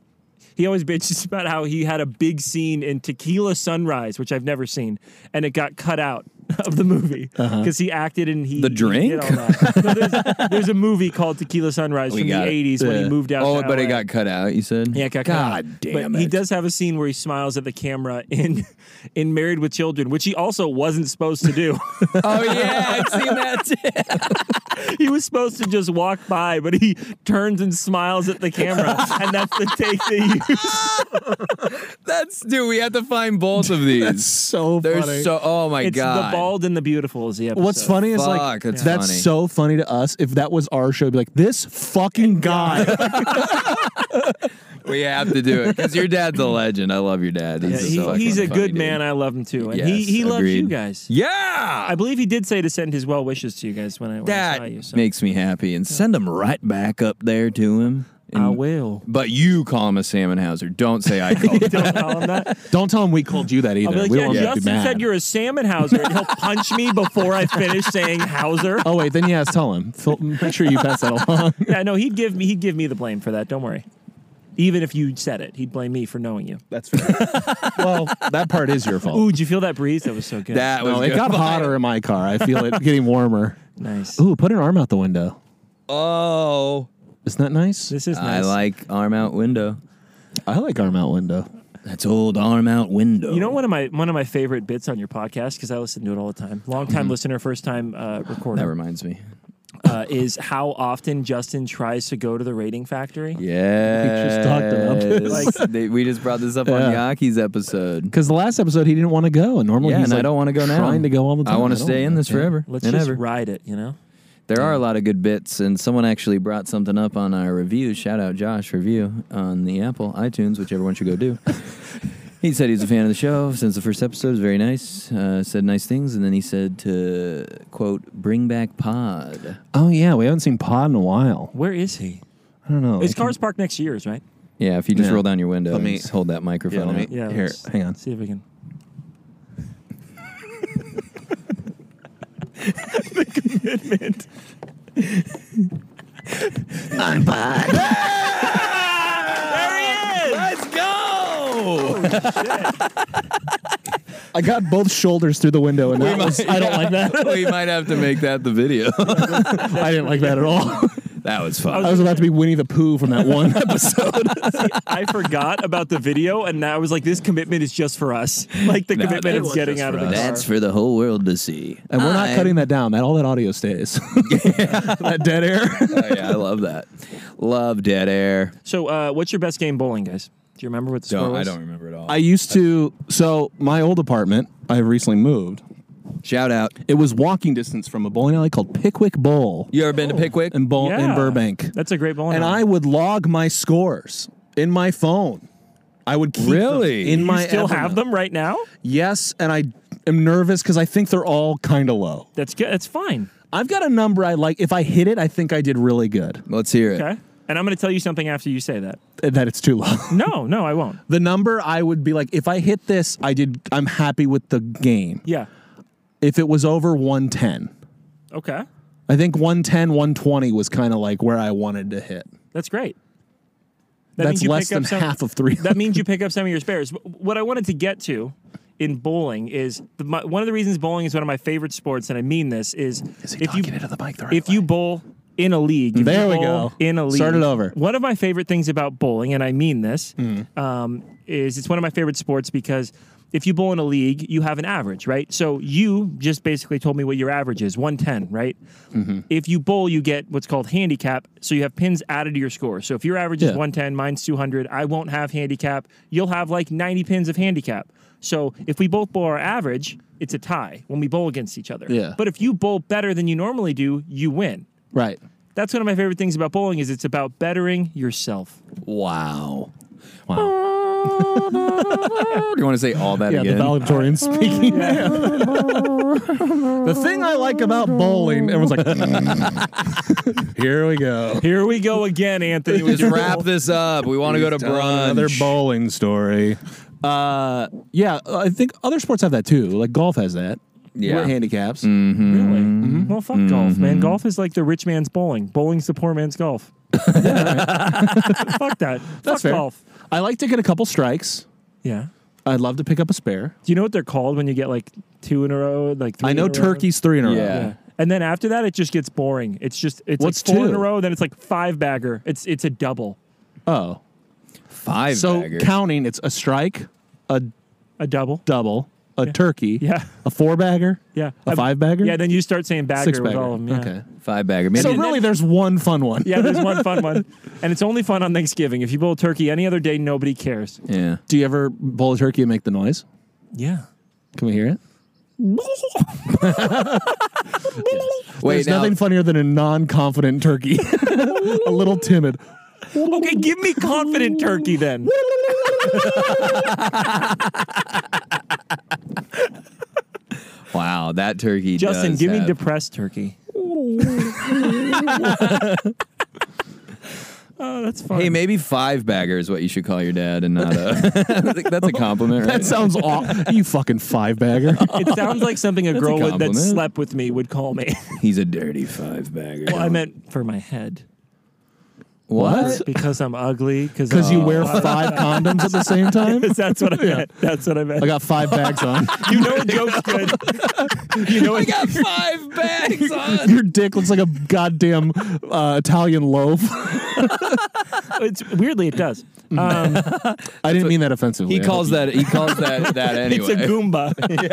[SPEAKER 3] he always bitches (laughs) about how he had a big scene in Tequila Sunrise, which I've never seen, and it got cut out (laughs) of the movie because he acted and he
[SPEAKER 1] Uh-huh. The
[SPEAKER 3] he did
[SPEAKER 1] drink?
[SPEAKER 3] all that. No, there's, there's a movie called Tequila Sunrise
[SPEAKER 1] We
[SPEAKER 3] from the
[SPEAKER 1] got it.
[SPEAKER 3] '80s when he
[SPEAKER 2] Yeah.
[SPEAKER 3] moved out.
[SPEAKER 1] Oh,
[SPEAKER 3] to
[SPEAKER 1] but it
[SPEAKER 3] LA.
[SPEAKER 1] got cut out. You said.
[SPEAKER 3] Yeah, it got cut out.
[SPEAKER 1] God damn
[SPEAKER 3] but
[SPEAKER 1] it.
[SPEAKER 3] He does have a scene where he smiles at the camera in (laughs) in Married with Children, which he also wasn't supposed to do. (laughs)
[SPEAKER 1] Oh yeah, I've seen that. Too.
[SPEAKER 3] he was supposed to just walk by, but he turns and smiles at
[SPEAKER 1] (laughs)
[SPEAKER 3] the camera, and that's the take they use.
[SPEAKER 1] That's dude. We have to find both of these.
[SPEAKER 2] so
[SPEAKER 1] They're
[SPEAKER 2] funny.
[SPEAKER 1] so. Oh my
[SPEAKER 3] It's
[SPEAKER 1] god.
[SPEAKER 3] the bald and the beautiful is the episode.
[SPEAKER 2] What's funny is like
[SPEAKER 1] Fuck, that's funny.
[SPEAKER 2] so funny to us. If that was our show, it'd be like this fucking guy.
[SPEAKER 1] We have to do it because your dad's
[SPEAKER 3] (laughs)
[SPEAKER 1] a legend. I love your dad.
[SPEAKER 3] Yeah,
[SPEAKER 1] He's,
[SPEAKER 3] he-
[SPEAKER 1] a, fucking
[SPEAKER 3] he's a
[SPEAKER 1] funny
[SPEAKER 3] good
[SPEAKER 1] dude.
[SPEAKER 3] man. I love him too, and
[SPEAKER 1] Yes,
[SPEAKER 3] he he loves you
[SPEAKER 1] agreed.
[SPEAKER 3] guys.
[SPEAKER 1] Yeah.
[SPEAKER 3] I believe he did say to send his well wishes to you guys when I, when I
[SPEAKER 1] that
[SPEAKER 3] saw you. So.
[SPEAKER 1] makes me happy. And send him right back up there to him.
[SPEAKER 3] I
[SPEAKER 1] And-
[SPEAKER 3] will.
[SPEAKER 1] But you call him a salmon hauser. Don't say I
[SPEAKER 3] (laughs)
[SPEAKER 1] called him.
[SPEAKER 3] Don't call him that.
[SPEAKER 2] don't tell him we called you that either.
[SPEAKER 3] I'll be like,
[SPEAKER 2] we
[SPEAKER 3] yeah,
[SPEAKER 2] don't want him to be
[SPEAKER 3] Justin
[SPEAKER 2] mad.
[SPEAKER 3] said you're a salmon Hauser. and He'll punch me before I finish
[SPEAKER 1] (laughs)
[SPEAKER 3] saying Hauser.
[SPEAKER 2] oh wait, then yes, tell him. Phil, make sure you pass that along.
[SPEAKER 3] Yeah, no, he'd give me he'd give me the blame for that. Don't worry. Even if you said it, he'd blame me for knowing you.
[SPEAKER 2] (laughs) That's fair. well, that part is your fault.
[SPEAKER 3] Ooh, did you feel that breeze? That was so good.
[SPEAKER 1] Oh. That was
[SPEAKER 2] No, it
[SPEAKER 1] good.
[SPEAKER 2] got hotter in my car. I feel (laughs) it getting warmer.
[SPEAKER 3] nice.
[SPEAKER 2] Ooh, put an arm out the window.
[SPEAKER 1] Oh,
[SPEAKER 2] Isn't that nice?
[SPEAKER 3] This is
[SPEAKER 1] I
[SPEAKER 3] nice.
[SPEAKER 1] like arm out window.
[SPEAKER 2] I like arm out window.
[SPEAKER 1] That's old arm out window.
[SPEAKER 3] you know one of my one of my favorite bits on your podcast because I listen to it all the time. Long
[SPEAKER 1] Mm-hmm.
[SPEAKER 3] time listener, first time uh,
[SPEAKER 1] That
[SPEAKER 3] recorder
[SPEAKER 1] reminds me.
[SPEAKER 3] uh, is how often Justin tries to go to the Rating Factory.
[SPEAKER 1] Yeah,
[SPEAKER 2] just talked about this.
[SPEAKER 1] Like, they, we just brought this up on
[SPEAKER 2] Yeah.
[SPEAKER 1] Yaki's episode.
[SPEAKER 2] Because the last episode he didn't want to go, and normally
[SPEAKER 1] Yeah,
[SPEAKER 2] he's
[SPEAKER 1] and I
[SPEAKER 2] like,
[SPEAKER 1] don't want to go now.
[SPEAKER 2] Trying to go all the time.
[SPEAKER 1] I want to
[SPEAKER 2] don't
[SPEAKER 1] stay in
[SPEAKER 2] wanna-
[SPEAKER 1] this
[SPEAKER 2] yeah.
[SPEAKER 1] forever.
[SPEAKER 3] Let's
[SPEAKER 1] and
[SPEAKER 3] just
[SPEAKER 1] ever.
[SPEAKER 3] ride it. You know.
[SPEAKER 1] There are a lot of good bits, and someone actually brought something up
[SPEAKER 2] (laughs)
[SPEAKER 1] on our review. Shout out Josh review on the Apple iTunes, which everyone should go do. He said he's a fan of the show since the first episode. It was very nice. Uh, said nice things, and then he said to quote, "Bring back Pod."
[SPEAKER 2] Oh yeah, we haven't seen Pod in a while.
[SPEAKER 3] Where is he?
[SPEAKER 2] I don't know.
[SPEAKER 3] It's Cars Park next year's, right?
[SPEAKER 1] Yeah, if you just
[SPEAKER 2] Yeah.
[SPEAKER 1] roll down your window,
[SPEAKER 2] Let
[SPEAKER 1] and
[SPEAKER 2] me-
[SPEAKER 1] just hold that microphone.
[SPEAKER 2] let me-
[SPEAKER 1] out.
[SPEAKER 3] Yeah.
[SPEAKER 2] Here,
[SPEAKER 3] let's
[SPEAKER 2] hang on.
[SPEAKER 3] See if we can.
[SPEAKER 2] I'm Pod.
[SPEAKER 3] There he is! Oh,
[SPEAKER 1] Let's go.
[SPEAKER 2] I got both shoulders through the window, and that was, I don't like
[SPEAKER 1] (laughs)
[SPEAKER 2] that.
[SPEAKER 1] we might have to make that the video. (laughs)
[SPEAKER 2] I didn't like that at all.
[SPEAKER 1] that was fun.
[SPEAKER 2] (laughs) I was about to be Winnie the Pooh from that (laughs) one episode.
[SPEAKER 3] I forgot about the video, and now I was like, this commitment is just
[SPEAKER 1] (laughs)
[SPEAKER 3] for us. Like the
[SPEAKER 1] No, that
[SPEAKER 3] commitment is
[SPEAKER 1] was
[SPEAKER 3] getting
[SPEAKER 1] just
[SPEAKER 3] out
[SPEAKER 1] for
[SPEAKER 3] of
[SPEAKER 1] us.
[SPEAKER 3] the car.
[SPEAKER 1] That's for the whole world to see.
[SPEAKER 2] And we're not
[SPEAKER 1] I'm-
[SPEAKER 2] cutting that down. That all that audio (laughs) stays. that dead air.
[SPEAKER 1] Oh, yeah, I love that. Love dead (laughs) air.
[SPEAKER 3] so, uh, what's your best game bowling, guys? Do you remember what the score was?
[SPEAKER 1] remember at all.
[SPEAKER 2] I used to. So my old apartment, I have recently moved.
[SPEAKER 1] Shout out.
[SPEAKER 2] It was walking distance from a bowling alley called Pickwick Bowl
[SPEAKER 1] You ever been to Pickwick?
[SPEAKER 2] in bowl
[SPEAKER 3] Yeah.
[SPEAKER 2] in Burbank,
[SPEAKER 3] That's a great bowling.
[SPEAKER 2] and I
[SPEAKER 3] alley.
[SPEAKER 2] would log my scores in my phone. I would keep them
[SPEAKER 1] Really?
[SPEAKER 2] in my
[SPEAKER 3] you still
[SPEAKER 2] Evernote.
[SPEAKER 3] have them right now.
[SPEAKER 2] Yes, and I am nervous because I think they're all kind of low.
[SPEAKER 3] That's good. That's fine.
[SPEAKER 2] I've got a number I like. If I hit it, I think I did really good.
[SPEAKER 1] Let's hear it.
[SPEAKER 3] Okay. And I'm going to tell you something after you say that.
[SPEAKER 2] That it's too low. (laughs)
[SPEAKER 3] No, no, I won't.
[SPEAKER 2] the number I would be like, if I hit this, I did. I'm happy with the game.
[SPEAKER 3] Yeah.
[SPEAKER 2] If it was over 110,
[SPEAKER 3] Okay.
[SPEAKER 2] I think 110, 120 was kind of like where I wanted to hit.
[SPEAKER 3] That's great. That means
[SPEAKER 2] That's
[SPEAKER 3] you
[SPEAKER 2] less
[SPEAKER 3] pick
[SPEAKER 2] than
[SPEAKER 3] up some-
[SPEAKER 2] half of three.
[SPEAKER 3] that means you pick up some of your spares. Wh- What I wanted to get to in bowling is the, my, one of the reasons bowling is one of my favorite sports, and I mean this is, if you
[SPEAKER 2] the mic the
[SPEAKER 3] if you bowl in a league, if
[SPEAKER 2] There
[SPEAKER 3] you
[SPEAKER 2] we
[SPEAKER 3] bowl
[SPEAKER 2] go.
[SPEAKER 3] In a league,
[SPEAKER 2] Start it over. Hmm.
[SPEAKER 3] One of my favorite things about bowling, and I mean this, um, is it's one of my favorite sports because. If you bowl in a league, you have an average, right? So you just basically told me what your average is, 110, right? If you bowl, you get what's called handicap. So you have pins added to your score. So if your average is
[SPEAKER 2] Yeah.
[SPEAKER 3] 110, mine's 200, I won't have handicap. You'll have like 90 pins of handicap. So if we both bowl our average, it's a tie when we bowl against each other.
[SPEAKER 2] Yeah.
[SPEAKER 3] But if you bowl better than you normally do, you win.
[SPEAKER 2] right.
[SPEAKER 3] That's one of my favorite things about bowling is it's about bettering yourself.
[SPEAKER 1] Wow.
[SPEAKER 2] Wow.
[SPEAKER 1] (laughs) Do you want to say all that
[SPEAKER 2] Yeah,
[SPEAKER 1] again?
[SPEAKER 2] the valedictorian speaking. (laughs) the thing I like about bowling, everyone's like, (laughs) here we go.
[SPEAKER 3] Here we go again, Anthony. with
[SPEAKER 1] Just
[SPEAKER 3] your
[SPEAKER 1] wrap
[SPEAKER 3] bowl.
[SPEAKER 1] this up. We want to go to brunch.
[SPEAKER 2] Another bowling story. Uh, yeah, I think other sports have that too. Like golf has that.
[SPEAKER 1] Yeah.
[SPEAKER 2] Or handicaps.
[SPEAKER 3] Really? Mm-hmm. Well, fuck golf, man. Golf is like the rich man's bowling. Bowling's the poor man's golf. (laughs) fuck that. fuck
[SPEAKER 2] That's fair.
[SPEAKER 3] golf.
[SPEAKER 2] I like to get a couple strikes.
[SPEAKER 3] Yeah.
[SPEAKER 2] I'd love to pick up a spare.
[SPEAKER 3] Do you know what they're called when you get like two in a row, like three?
[SPEAKER 2] I know
[SPEAKER 3] in a row?
[SPEAKER 2] turkey's three in a row.
[SPEAKER 1] Yeah.
[SPEAKER 3] Yeah. And then after that, it just gets boring. It's just it's
[SPEAKER 2] What's
[SPEAKER 3] like four in
[SPEAKER 2] two?
[SPEAKER 3] a row. Then it's like five bagger. It's it's a double,
[SPEAKER 2] Oh.
[SPEAKER 1] Five
[SPEAKER 2] So
[SPEAKER 1] bagger.
[SPEAKER 2] counting, it's a strike, a
[SPEAKER 3] a double.
[SPEAKER 2] double, a turkey,
[SPEAKER 3] Yeah.
[SPEAKER 2] a four bagger,
[SPEAKER 3] Yeah.
[SPEAKER 2] a
[SPEAKER 3] I-
[SPEAKER 2] five bagger,
[SPEAKER 3] Yeah. Then you start saying bagger
[SPEAKER 2] six
[SPEAKER 3] with
[SPEAKER 2] bagger.
[SPEAKER 3] all of them. Yeah.
[SPEAKER 2] Okay.
[SPEAKER 1] Five bagger. Maybe
[SPEAKER 2] So
[SPEAKER 3] then-
[SPEAKER 2] really, there's one fun one.
[SPEAKER 3] Yeah, there's
[SPEAKER 2] (laughs)
[SPEAKER 3] one fun one, and it's only fun on Thanksgiving. If you bowl turkey any other day, nobody cares.
[SPEAKER 1] yeah.
[SPEAKER 2] Do you ever bowl a turkey and make the noise?
[SPEAKER 3] Yeah.
[SPEAKER 2] Can we hear it?
[SPEAKER 1] Wait,
[SPEAKER 2] there's
[SPEAKER 1] now,
[SPEAKER 2] nothing funnier than a non-confident turkey, a little timid.
[SPEAKER 3] Okay, give me confident
[SPEAKER 2] (laughs)
[SPEAKER 3] turkey then.
[SPEAKER 1] wow, that turkey.
[SPEAKER 3] Justin,
[SPEAKER 1] does
[SPEAKER 3] give me
[SPEAKER 1] have-
[SPEAKER 2] (laughs)
[SPEAKER 3] depressed turkey. (laughs) oh, that's fun.
[SPEAKER 1] Hey, maybe five bagger is what you should call your dad, and not (laughs) a. that's a compliment, right?
[SPEAKER 2] That sounds awful. you fucking five bagger.
[SPEAKER 3] It sounds like something a girl would, that
[SPEAKER 1] compliment.
[SPEAKER 3] slept with me would call me.
[SPEAKER 1] He's a dirty five bagger.
[SPEAKER 3] (laughs) well, I meant for my head.
[SPEAKER 1] what?
[SPEAKER 3] Because I'm ugly. uh,
[SPEAKER 2] Because you wear
[SPEAKER 3] Oh.
[SPEAKER 2] five condoms at the same time.
[SPEAKER 3] (laughs) That's what I meant. That's what I meant.
[SPEAKER 2] I got five bags on.
[SPEAKER 3] you know a joke's good. you know a
[SPEAKER 1] (laughs) got five bags on.
[SPEAKER 2] Your dick looks like a goddamn uh, Italian loaf.
[SPEAKER 3] it's weirdly it does. Um,
[SPEAKER 2] I didn't mean that offensively.
[SPEAKER 1] He
[SPEAKER 2] I
[SPEAKER 1] calls
[SPEAKER 2] hope
[SPEAKER 1] that. He calls (laughs) that that anyway.
[SPEAKER 3] It's a goomba.
[SPEAKER 2] you-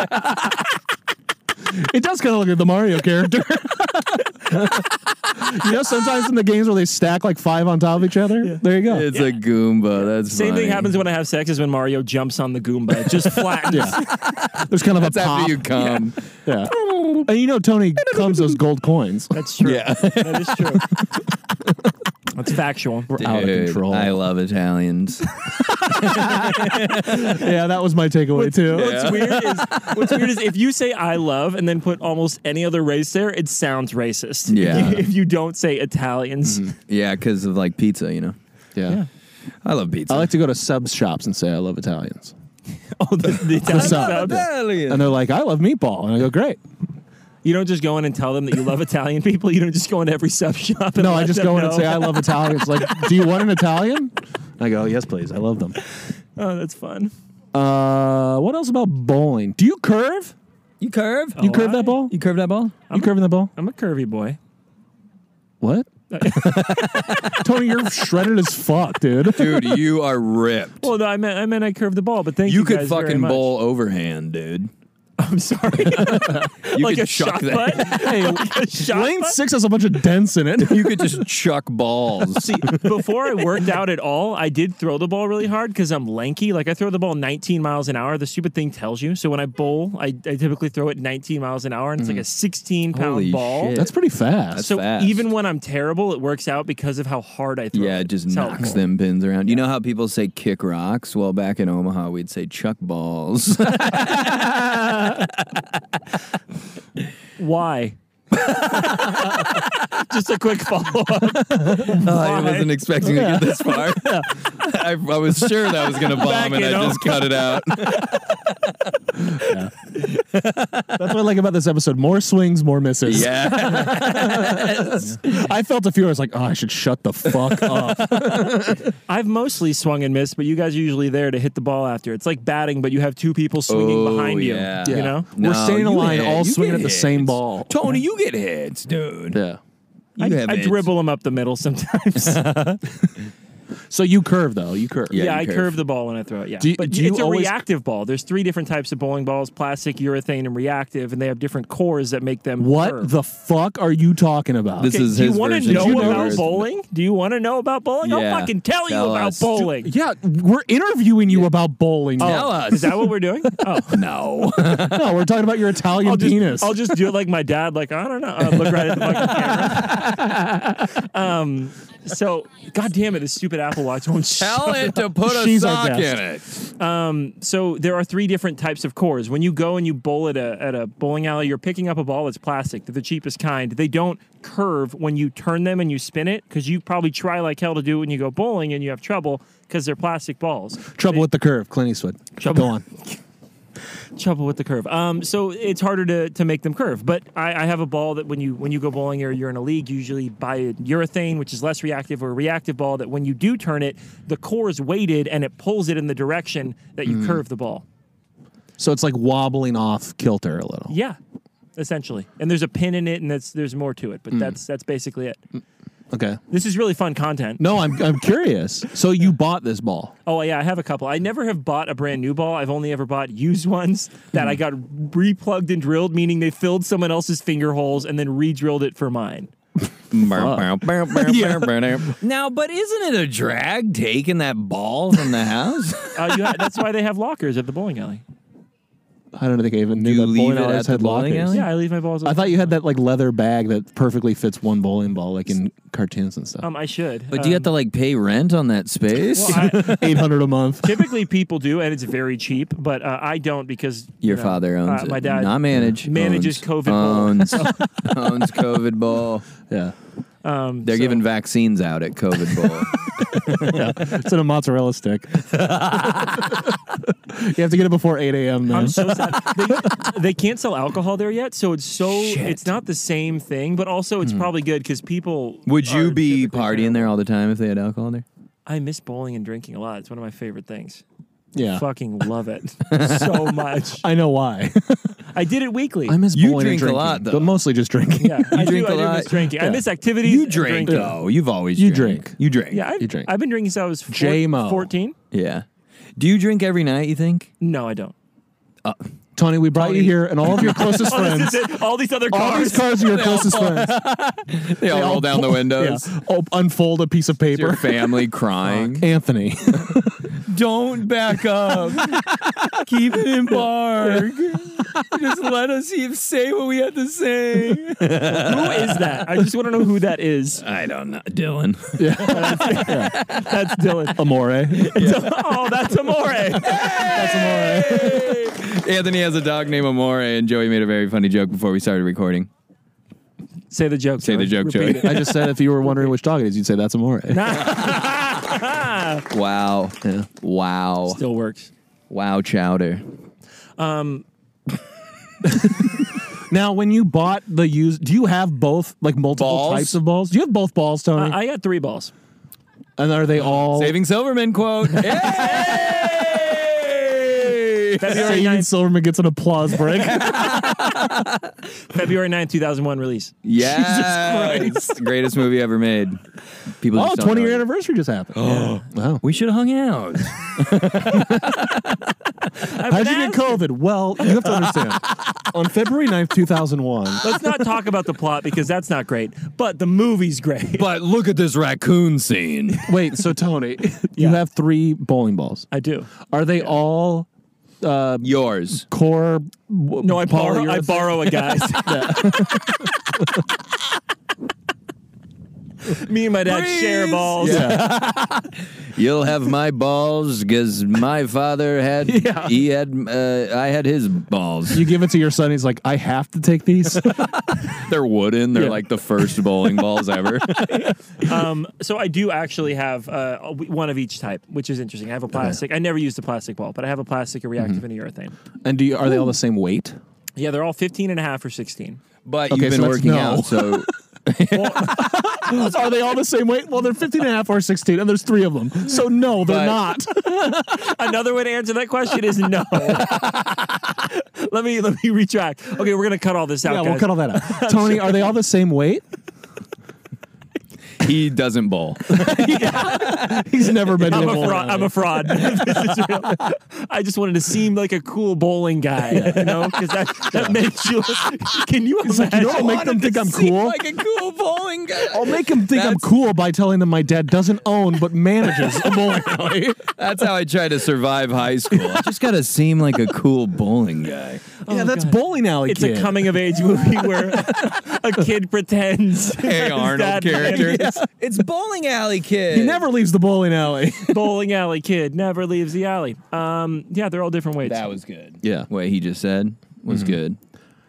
[SPEAKER 2] It does kind of look like the Mario character. (laughs) you know, sometimes in the games where they stack like five on top of each other. There you go.
[SPEAKER 1] It's a Goomba. That's
[SPEAKER 3] Same
[SPEAKER 1] funny.
[SPEAKER 3] thing happens when I have sex is when Mario jumps on the goomba. It just flattens.
[SPEAKER 2] There's kind of
[SPEAKER 1] That's
[SPEAKER 2] a pop.
[SPEAKER 1] after you come.
[SPEAKER 2] yeah.
[SPEAKER 1] (laughs)
[SPEAKER 2] And you know, Tony comes those gold coins.
[SPEAKER 3] That's true.
[SPEAKER 1] Yeah.
[SPEAKER 3] That is true. That's factual.
[SPEAKER 2] out of
[SPEAKER 1] Dude,
[SPEAKER 2] control.
[SPEAKER 1] I love (laughs) Italians.
[SPEAKER 2] (laughs) yeah, that was my takeaway too.
[SPEAKER 3] What's weird is what's weird is if you say I love and then put almost any other race there, it sounds racist.
[SPEAKER 1] Yeah.
[SPEAKER 3] if you don't say Italians. (laughs)
[SPEAKER 1] yeah, because of like pizza, you know.
[SPEAKER 2] Yeah.
[SPEAKER 1] I love pizza.
[SPEAKER 2] I like to go to sub shops and say I love Italians,
[SPEAKER 3] Oh, the, the Italian
[SPEAKER 2] sub.
[SPEAKER 3] sub.
[SPEAKER 1] Italian.
[SPEAKER 2] and they're like, "I love meatball," and I go, "Great."
[SPEAKER 3] You don't just go in and tell them that you love Italian people. You don't just go into every sub shop. And
[SPEAKER 2] No, (laughs) I
[SPEAKER 3] let
[SPEAKER 2] just
[SPEAKER 3] them
[SPEAKER 2] go in and
[SPEAKER 3] know.
[SPEAKER 2] say I love Italians. Like, do you want an Italian? I go, yes, please. I love them.
[SPEAKER 3] Oh, that's fun.
[SPEAKER 2] Uh, what else about bowling? Do you curve?
[SPEAKER 1] You curve?
[SPEAKER 2] You
[SPEAKER 3] Oh,
[SPEAKER 2] curve
[SPEAKER 3] I-
[SPEAKER 2] that ball?
[SPEAKER 1] You curve that ball?
[SPEAKER 2] You curving that ball?
[SPEAKER 3] I'm a curvy boy.
[SPEAKER 2] (laughs) What? Tony, you're shredded as fuck, dude.
[SPEAKER 1] Dude, you are ripped.
[SPEAKER 3] Well, no, I meant I meant I curved the ball, but thank you.
[SPEAKER 1] you could
[SPEAKER 3] guys very
[SPEAKER 1] fucking
[SPEAKER 3] much.
[SPEAKER 1] bowl overhand, dude.
[SPEAKER 3] (laughs) I'm sorry,
[SPEAKER 1] You
[SPEAKER 3] like
[SPEAKER 1] could
[SPEAKER 3] a
[SPEAKER 1] chuck
[SPEAKER 3] shot
[SPEAKER 1] that.
[SPEAKER 3] putt. Hey, like a shot
[SPEAKER 2] Lane
[SPEAKER 3] putt?
[SPEAKER 2] six has a bunch of dents in (laughs)
[SPEAKER 1] (laughs)
[SPEAKER 2] it.
[SPEAKER 1] You could just chuck
[SPEAKER 3] (laughs)
[SPEAKER 1] balls.
[SPEAKER 3] See, before I worked out at all, I did throw the ball really hard because I'm lanky. Like I throw the ball 19 miles an hour. The stupid thing tells you. So when I bowl, I, I typically throw it 19 miles an hour, and it's like a 16 pound
[SPEAKER 1] Mm. Holy
[SPEAKER 3] ball.
[SPEAKER 1] shit.
[SPEAKER 2] That's pretty fast.
[SPEAKER 3] So
[SPEAKER 1] fast.
[SPEAKER 3] even when I'm terrible, it works out because of how hard I throw.
[SPEAKER 1] Yeah, it just
[SPEAKER 3] It's how-
[SPEAKER 1] knocks them pins around. You know how people say kick rocks? Well, back in Omaha, we'd say chuck balls. (laughs) (laughs)
[SPEAKER 3] Why? just a quick follow up.
[SPEAKER 1] I wasn't expecting to get this
[SPEAKER 3] (laughs)
[SPEAKER 1] far. I, I was sure that was going to bomb, and
[SPEAKER 3] in
[SPEAKER 1] I just cut it
[SPEAKER 3] (laughs)
[SPEAKER 1] out.
[SPEAKER 2] That's what I like about this episode. More swings, more misses.
[SPEAKER 1] Yeah.
[SPEAKER 2] I felt a few. I was like, oh, I should shut the fuck
[SPEAKER 1] (laughs)
[SPEAKER 2] up.
[SPEAKER 3] I've mostly swung and missed, but you guys are usually there to hit the ball after. It's like batting, but you have two people swinging
[SPEAKER 1] Oh,
[SPEAKER 3] behind you.
[SPEAKER 1] yeah.
[SPEAKER 3] You
[SPEAKER 1] Yeah.
[SPEAKER 3] know.
[SPEAKER 2] We're
[SPEAKER 1] No,
[SPEAKER 2] staying in a
[SPEAKER 1] you
[SPEAKER 2] line,
[SPEAKER 1] hit-
[SPEAKER 2] all
[SPEAKER 1] you
[SPEAKER 2] swinging at
[SPEAKER 1] get
[SPEAKER 2] the same
[SPEAKER 1] hits.
[SPEAKER 2] ball.
[SPEAKER 4] Tony, you get hits, dude.
[SPEAKER 2] Yeah.
[SPEAKER 1] You
[SPEAKER 3] I,
[SPEAKER 1] have
[SPEAKER 3] I
[SPEAKER 1] it.
[SPEAKER 3] dribble them up the middle sometimes. (laughs)
[SPEAKER 2] So you curve though. You curve.
[SPEAKER 1] Yeah,
[SPEAKER 3] Yeah,
[SPEAKER 1] you
[SPEAKER 3] I
[SPEAKER 1] curve.
[SPEAKER 3] curve. the ball when I throw it. Yeah,
[SPEAKER 2] Do you-
[SPEAKER 3] but
[SPEAKER 2] do you
[SPEAKER 3] it's a
[SPEAKER 2] always-
[SPEAKER 3] reactive ball. There's three different types of bowling balls: plastic, urethane, and reactive, and they have different cores that make them.
[SPEAKER 2] What
[SPEAKER 3] curve.
[SPEAKER 2] the fuck are you talking about?
[SPEAKER 1] This
[SPEAKER 3] Okay,
[SPEAKER 1] is
[SPEAKER 3] do you
[SPEAKER 1] his
[SPEAKER 3] want to
[SPEAKER 1] version.
[SPEAKER 3] know
[SPEAKER 1] You
[SPEAKER 3] about
[SPEAKER 1] know-
[SPEAKER 3] bowling? Do you want to know about bowling?
[SPEAKER 1] Yeah.
[SPEAKER 3] I'll fucking tell,
[SPEAKER 1] Tell
[SPEAKER 3] you about
[SPEAKER 1] us.
[SPEAKER 3] bowling. Oh,
[SPEAKER 2] yeah, we're interviewing you about
[SPEAKER 1] (laughs)
[SPEAKER 2] bowling.
[SPEAKER 1] Tell us.
[SPEAKER 3] Is that what we're
[SPEAKER 1] (laughs)
[SPEAKER 3] doing? Oh,
[SPEAKER 1] no.
[SPEAKER 2] (laughs) No, we're talking about your Italian
[SPEAKER 3] I'll just,
[SPEAKER 2] penis.
[SPEAKER 3] I'll just do it like my dad. Like I don't know. i look right at the fucking camera.
[SPEAKER 1] (laughs)
[SPEAKER 3] Um. So, god damn it, this stupid Apple Watch won't shut
[SPEAKER 1] Tell it to put
[SPEAKER 3] (laughs)
[SPEAKER 1] a
[SPEAKER 2] She's our
[SPEAKER 1] sock
[SPEAKER 2] guest.
[SPEAKER 1] in it.
[SPEAKER 3] so there are three different types of cores. When you go and you bowl at a at a bowling alley, you're picking up a ball that's plastic, they're the cheapest kind. They don't curve when you turn them and you spin it because you probably try like hell to do it when you go bowling and you have trouble because they're plastic balls.
[SPEAKER 2] Trouble with the curve, Clint Eastwood.
[SPEAKER 3] Trouble-
[SPEAKER 2] Go on.
[SPEAKER 3] Trouble with the curve. Um, so it's harder to, to make them curve. But I, I have a ball that when you when you go bowling or you're in a league, you usually buy a urethane, which is less reactive, or a reactive ball that when you do turn it, the core is weighted and it pulls it in the direction that you curve the ball.
[SPEAKER 2] So it's like wobbling off kilter a little.
[SPEAKER 3] Yeah, essentially. And there's a pin in it, and that's there's more to it, but
[SPEAKER 1] Mm.
[SPEAKER 3] that's that's basically it.
[SPEAKER 2] Okay.
[SPEAKER 3] This is really fun content.
[SPEAKER 2] No, I'm I'm curious. So you bought this ball.
[SPEAKER 3] Oh yeah, I have a couple. I never have bought a brand new ball. I've only ever bought used ones that
[SPEAKER 1] Mm.
[SPEAKER 3] I got replugged and drilled, meaning they filled someone else's finger holes and then re-drilled it for mine.
[SPEAKER 1] (laughs) Now, but isn't it a drag taking that ball from the house?
[SPEAKER 3] Uh, you ha- (laughs) that's why they have lockers at the bowling alley.
[SPEAKER 2] I don't think I even knew
[SPEAKER 1] you
[SPEAKER 2] that bowling
[SPEAKER 1] leave it
[SPEAKER 2] alleys
[SPEAKER 1] at the
[SPEAKER 2] had
[SPEAKER 1] bowling
[SPEAKER 2] lockers.
[SPEAKER 1] alley?
[SPEAKER 3] Yeah, I leave my balls.
[SPEAKER 2] I thought you had that like leather bag that perfectly fits one bowling ball, like in cartoons and stuff.
[SPEAKER 3] Um, I
[SPEAKER 1] (laughs)
[SPEAKER 3] should.
[SPEAKER 1] But do you have to like pay rent on that space?
[SPEAKER 3] Well, I,
[SPEAKER 2] Eight hundred a
[SPEAKER 3] (laughs)
[SPEAKER 2] month.
[SPEAKER 3] typically, people do, and it's very cheap. But uh, I don't because you
[SPEAKER 1] (laughs) Your
[SPEAKER 3] know,
[SPEAKER 1] father owns
[SPEAKER 3] uh,
[SPEAKER 1] it.
[SPEAKER 3] My dad
[SPEAKER 1] not manage
[SPEAKER 3] (laughs) manages
[SPEAKER 1] owns-
[SPEAKER 3] COVID bowl. (laughs)
[SPEAKER 1] owns owns COVID bowl.
[SPEAKER 2] Yeah,
[SPEAKER 1] They're giving vaccines out at COVID bowl.
[SPEAKER 2] it's in a mozzarella
[SPEAKER 3] (laughs)
[SPEAKER 2] stick. you have to get it before eight a.m. Then.
[SPEAKER 3] I'm
[SPEAKER 1] Mm-hmm.
[SPEAKER 3] so sad. They, they can't sell alcohol there yet, so it's so it's not the same thing. But also, it's probably good because people.
[SPEAKER 1] (laughs) Hmm. Would you
[SPEAKER 3] are
[SPEAKER 1] be
[SPEAKER 3] typically kind
[SPEAKER 1] partying
[SPEAKER 3] of-
[SPEAKER 1] there all the time if they had alcohol there?
[SPEAKER 3] I miss bowling and drinking a lot. It's one of my favorite
[SPEAKER 1] (laughs)
[SPEAKER 3] things.
[SPEAKER 2] yeah,
[SPEAKER 3] Fucking love it so much.
[SPEAKER 2] I know why.
[SPEAKER 3] I did it weekly.
[SPEAKER 2] I miss
[SPEAKER 1] You
[SPEAKER 2] bowling and
[SPEAKER 1] drink a
[SPEAKER 2] drinking,
[SPEAKER 1] lot, though.
[SPEAKER 2] but mostly just drinking.
[SPEAKER 3] yeah, I
[SPEAKER 1] drink a
[SPEAKER 3] do, I do
[SPEAKER 1] lot.
[SPEAKER 3] miss drinking. I
[SPEAKER 2] Yeah.
[SPEAKER 3] miss activities.
[SPEAKER 1] You
[SPEAKER 3] and
[SPEAKER 1] drink
[SPEAKER 3] drinking.
[SPEAKER 1] though. You've always
[SPEAKER 2] You
[SPEAKER 1] drank.
[SPEAKER 2] drink.
[SPEAKER 1] You drink.
[SPEAKER 3] Yeah, I've,
[SPEAKER 2] You drink.
[SPEAKER 3] I've been drinking since I was four,
[SPEAKER 2] J-Mo.
[SPEAKER 3] 14.
[SPEAKER 1] Yeah. Do you drink every night? You think?
[SPEAKER 3] No, I don't. (laughs)
[SPEAKER 2] Tony, we brought you here and all of your closest
[SPEAKER 3] Oh,
[SPEAKER 2] friends.
[SPEAKER 3] this is it. All these other
[SPEAKER 2] All
[SPEAKER 3] cars.
[SPEAKER 2] these cars are
[SPEAKER 3] (laughs)
[SPEAKER 2] your closest friends.
[SPEAKER 1] They all roll down the windows.
[SPEAKER 2] Yeah. Oh, unfold a piece of
[SPEAKER 1] Your
[SPEAKER 2] paper.
[SPEAKER 1] family
[SPEAKER 3] (laughs)
[SPEAKER 1] crying.
[SPEAKER 2] Anthony.
[SPEAKER 1] Don't back up. Keep it in park. (laughs) Just let us even say what we had to say.
[SPEAKER 3] who is that? I just want to know who that is.
[SPEAKER 1] I don't know, Dylan.
[SPEAKER 3] That's
[SPEAKER 2] (laughs)
[SPEAKER 3] Dylan.
[SPEAKER 2] Amore.
[SPEAKER 3] oh, that's
[SPEAKER 1] (laughs)
[SPEAKER 3] Amore.
[SPEAKER 1] (laughs) Anthony has a dog named Amore, and Joey made a very funny joke before we started recording.
[SPEAKER 3] Say the joke.
[SPEAKER 1] Say the joke, Joey. (laughs)
[SPEAKER 2] I just said if you were wondering which dog it is, you'd say that's (laughs) Amore.
[SPEAKER 3] joke.
[SPEAKER 1] Wow. Wow.
[SPEAKER 3] Still works.
[SPEAKER 1] Wow, chowder.
[SPEAKER 2] Now, when you bought the used, do you have both like multiple
[SPEAKER 1] Balls?
[SPEAKER 2] types of balls? Do you have both balls, Tony?
[SPEAKER 3] I I got three balls.
[SPEAKER 2] and are they all
[SPEAKER 1] Saving Silverman (laughs) quote. Hey!
[SPEAKER 3] February
[SPEAKER 2] Saving
[SPEAKER 3] 9th,
[SPEAKER 2] Silverman gets an (laughs) applause break?
[SPEAKER 3] February 9th, 2001 release.
[SPEAKER 1] Yes. Greatest movie ever made. People
[SPEAKER 2] oh,
[SPEAKER 1] just don't
[SPEAKER 2] 20
[SPEAKER 1] know
[SPEAKER 2] year
[SPEAKER 1] it.
[SPEAKER 2] anniversary just happened. Oh, wow.
[SPEAKER 1] We should have hung out.
[SPEAKER 2] How'd you get COVID? Well, you have to (laughs) understand. On February 9th, 2001,
[SPEAKER 3] Let's not talk about the plot because that's not great, but the movie's great.
[SPEAKER 1] but look at this raccoon scene.
[SPEAKER 2] wait, so Tony, (laughs) you
[SPEAKER 3] Yeah.
[SPEAKER 2] have three bowling balls.
[SPEAKER 3] I do.
[SPEAKER 2] Are they all
[SPEAKER 1] Yours.
[SPEAKER 2] core? w-
[SPEAKER 3] No, I borrow. I
[SPEAKER 2] polyurethane?
[SPEAKER 3] borrow a guy's. Me and my dad share
[SPEAKER 1] Breeze.
[SPEAKER 3] balls.
[SPEAKER 2] Yeah.
[SPEAKER 1] You'll have my balls because my father (laughs) had he had uh, I had his balls.
[SPEAKER 2] You give it to your son. He's like, I have to take these.
[SPEAKER 1] (laughs) They're wooden. They're
[SPEAKER 2] Yeah.
[SPEAKER 1] like the first bowling balls ever.
[SPEAKER 3] Um, so I do actually have uh, a- one of each type, which is interesting. I have a plastic. I never used a plastic ball, but I have a plastic, a reactive, and a urethane.
[SPEAKER 2] (laughs) and do you, are they all the same weight?
[SPEAKER 3] Yeah, they're all 15 and a half or 16.
[SPEAKER 1] (laughs) But
[SPEAKER 2] Okay,
[SPEAKER 1] you've been
[SPEAKER 2] so that's
[SPEAKER 1] working
[SPEAKER 2] no.
[SPEAKER 1] out, so
[SPEAKER 2] (gasps) Are they all the same weight? Well, they're 15 and a half or 16, and there's three of them. So, no, they're
[SPEAKER 1] But-
[SPEAKER 2] not.
[SPEAKER 3] Another way to answer that question
[SPEAKER 2] (laughs)
[SPEAKER 3] is no. let me let me retract. Okay, we're gonna cut all this out.
[SPEAKER 2] yeah,
[SPEAKER 3] guys.
[SPEAKER 2] we'll cut all that (laughs) out. Oh, Tony, are they all the same weight?
[SPEAKER 1] (laughs) he doesn't (laughs) bowl.
[SPEAKER 2] (laughs) He's never been
[SPEAKER 3] I'm
[SPEAKER 2] to
[SPEAKER 3] a
[SPEAKER 2] bowl.
[SPEAKER 3] fraud. I'm a fraud. (laughs) This is real. I just wanted to seem like a cool bowling guy, you know, because that that makes you. Can you
[SPEAKER 2] like, (laughs)
[SPEAKER 3] imagine?
[SPEAKER 2] you know what'll make them think I'm cool?
[SPEAKER 1] a cool bowling guy.
[SPEAKER 2] I'll make him think I'm
[SPEAKER 1] That's-
[SPEAKER 2] cool by telling them my dad doesn't own but manages a
[SPEAKER 3] (laughs)
[SPEAKER 2] bowling
[SPEAKER 3] Oh,
[SPEAKER 2] alley.
[SPEAKER 1] That's how I try to survive high (laughs) school. I just gotta seem like a cool bowling guy.
[SPEAKER 2] yeah, that's bowling alley.
[SPEAKER 3] it's
[SPEAKER 2] kid.
[SPEAKER 3] a coming of age movie where (laughs) a
[SPEAKER 2] (laughs)
[SPEAKER 3] kid pretends.
[SPEAKER 1] (laughs) Hey
[SPEAKER 3] his
[SPEAKER 1] Arnold
[SPEAKER 3] dad
[SPEAKER 1] character.
[SPEAKER 3] manages
[SPEAKER 1] It's bowling alley kid.
[SPEAKER 2] He never leaves the bowling
[SPEAKER 3] (laughs)
[SPEAKER 2] alley.
[SPEAKER 3] (laughs) Bowling alley kid never leaves the alley. Um, yeah, they're all different weights.
[SPEAKER 1] That was good.
[SPEAKER 2] Yeah.
[SPEAKER 1] What he just said was good.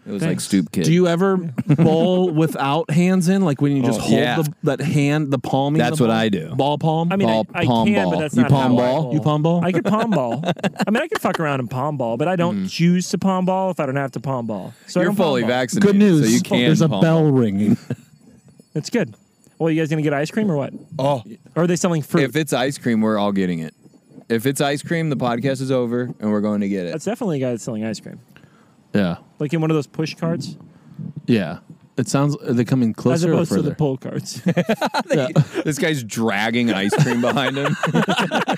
[SPEAKER 1] It was like
[SPEAKER 3] Thanks.
[SPEAKER 1] stoop kid.
[SPEAKER 2] Do you ever bowl without hands in, like when you just
[SPEAKER 1] Oh,
[SPEAKER 2] hold
[SPEAKER 1] yeah.
[SPEAKER 2] the, that hand, the palming?
[SPEAKER 1] That's
[SPEAKER 2] the
[SPEAKER 1] what
[SPEAKER 2] ball?
[SPEAKER 1] I do.
[SPEAKER 2] Ball palm.
[SPEAKER 3] I mean,
[SPEAKER 2] ball,
[SPEAKER 3] I, I
[SPEAKER 1] palm
[SPEAKER 3] can,
[SPEAKER 1] ball.
[SPEAKER 3] but that's
[SPEAKER 1] You
[SPEAKER 3] not
[SPEAKER 1] palm
[SPEAKER 3] how I
[SPEAKER 1] ball?
[SPEAKER 2] You palm ball?
[SPEAKER 3] I could
[SPEAKER 2] (laughs)
[SPEAKER 3] palm ball. I mean, I could fuck around and palm ball, but I don't choose to palm ball if I don't have to palm ball. So
[SPEAKER 1] Mm. You're
[SPEAKER 3] I don't palm
[SPEAKER 1] fully
[SPEAKER 3] ball.
[SPEAKER 1] vaccinated,
[SPEAKER 2] Good news.
[SPEAKER 1] so you can.
[SPEAKER 2] There's a
[SPEAKER 1] palm
[SPEAKER 2] bell
[SPEAKER 1] (laughs)
[SPEAKER 2] ringing.
[SPEAKER 3] That's good. Well, you guys gonna get ice cream or what?
[SPEAKER 1] Oh,
[SPEAKER 3] Or are they selling fruit?
[SPEAKER 1] (laughs) if it's ice cream, we're all getting it. If it's ice cream, the podcast is over, and we're going to get it.
[SPEAKER 3] that's definitely a guy that's selling ice cream,
[SPEAKER 2] yeah.
[SPEAKER 3] like in one of those push
[SPEAKER 2] Mm.
[SPEAKER 3] carts,
[SPEAKER 2] Yeah. It sounds. Are they coming
[SPEAKER 3] as
[SPEAKER 2] closer or
[SPEAKER 3] opposed to the
[SPEAKER 2] further?
[SPEAKER 3] pull carts.
[SPEAKER 1] this guy's dragging ice cream behind (laughs) him.
[SPEAKER 2] (laughs)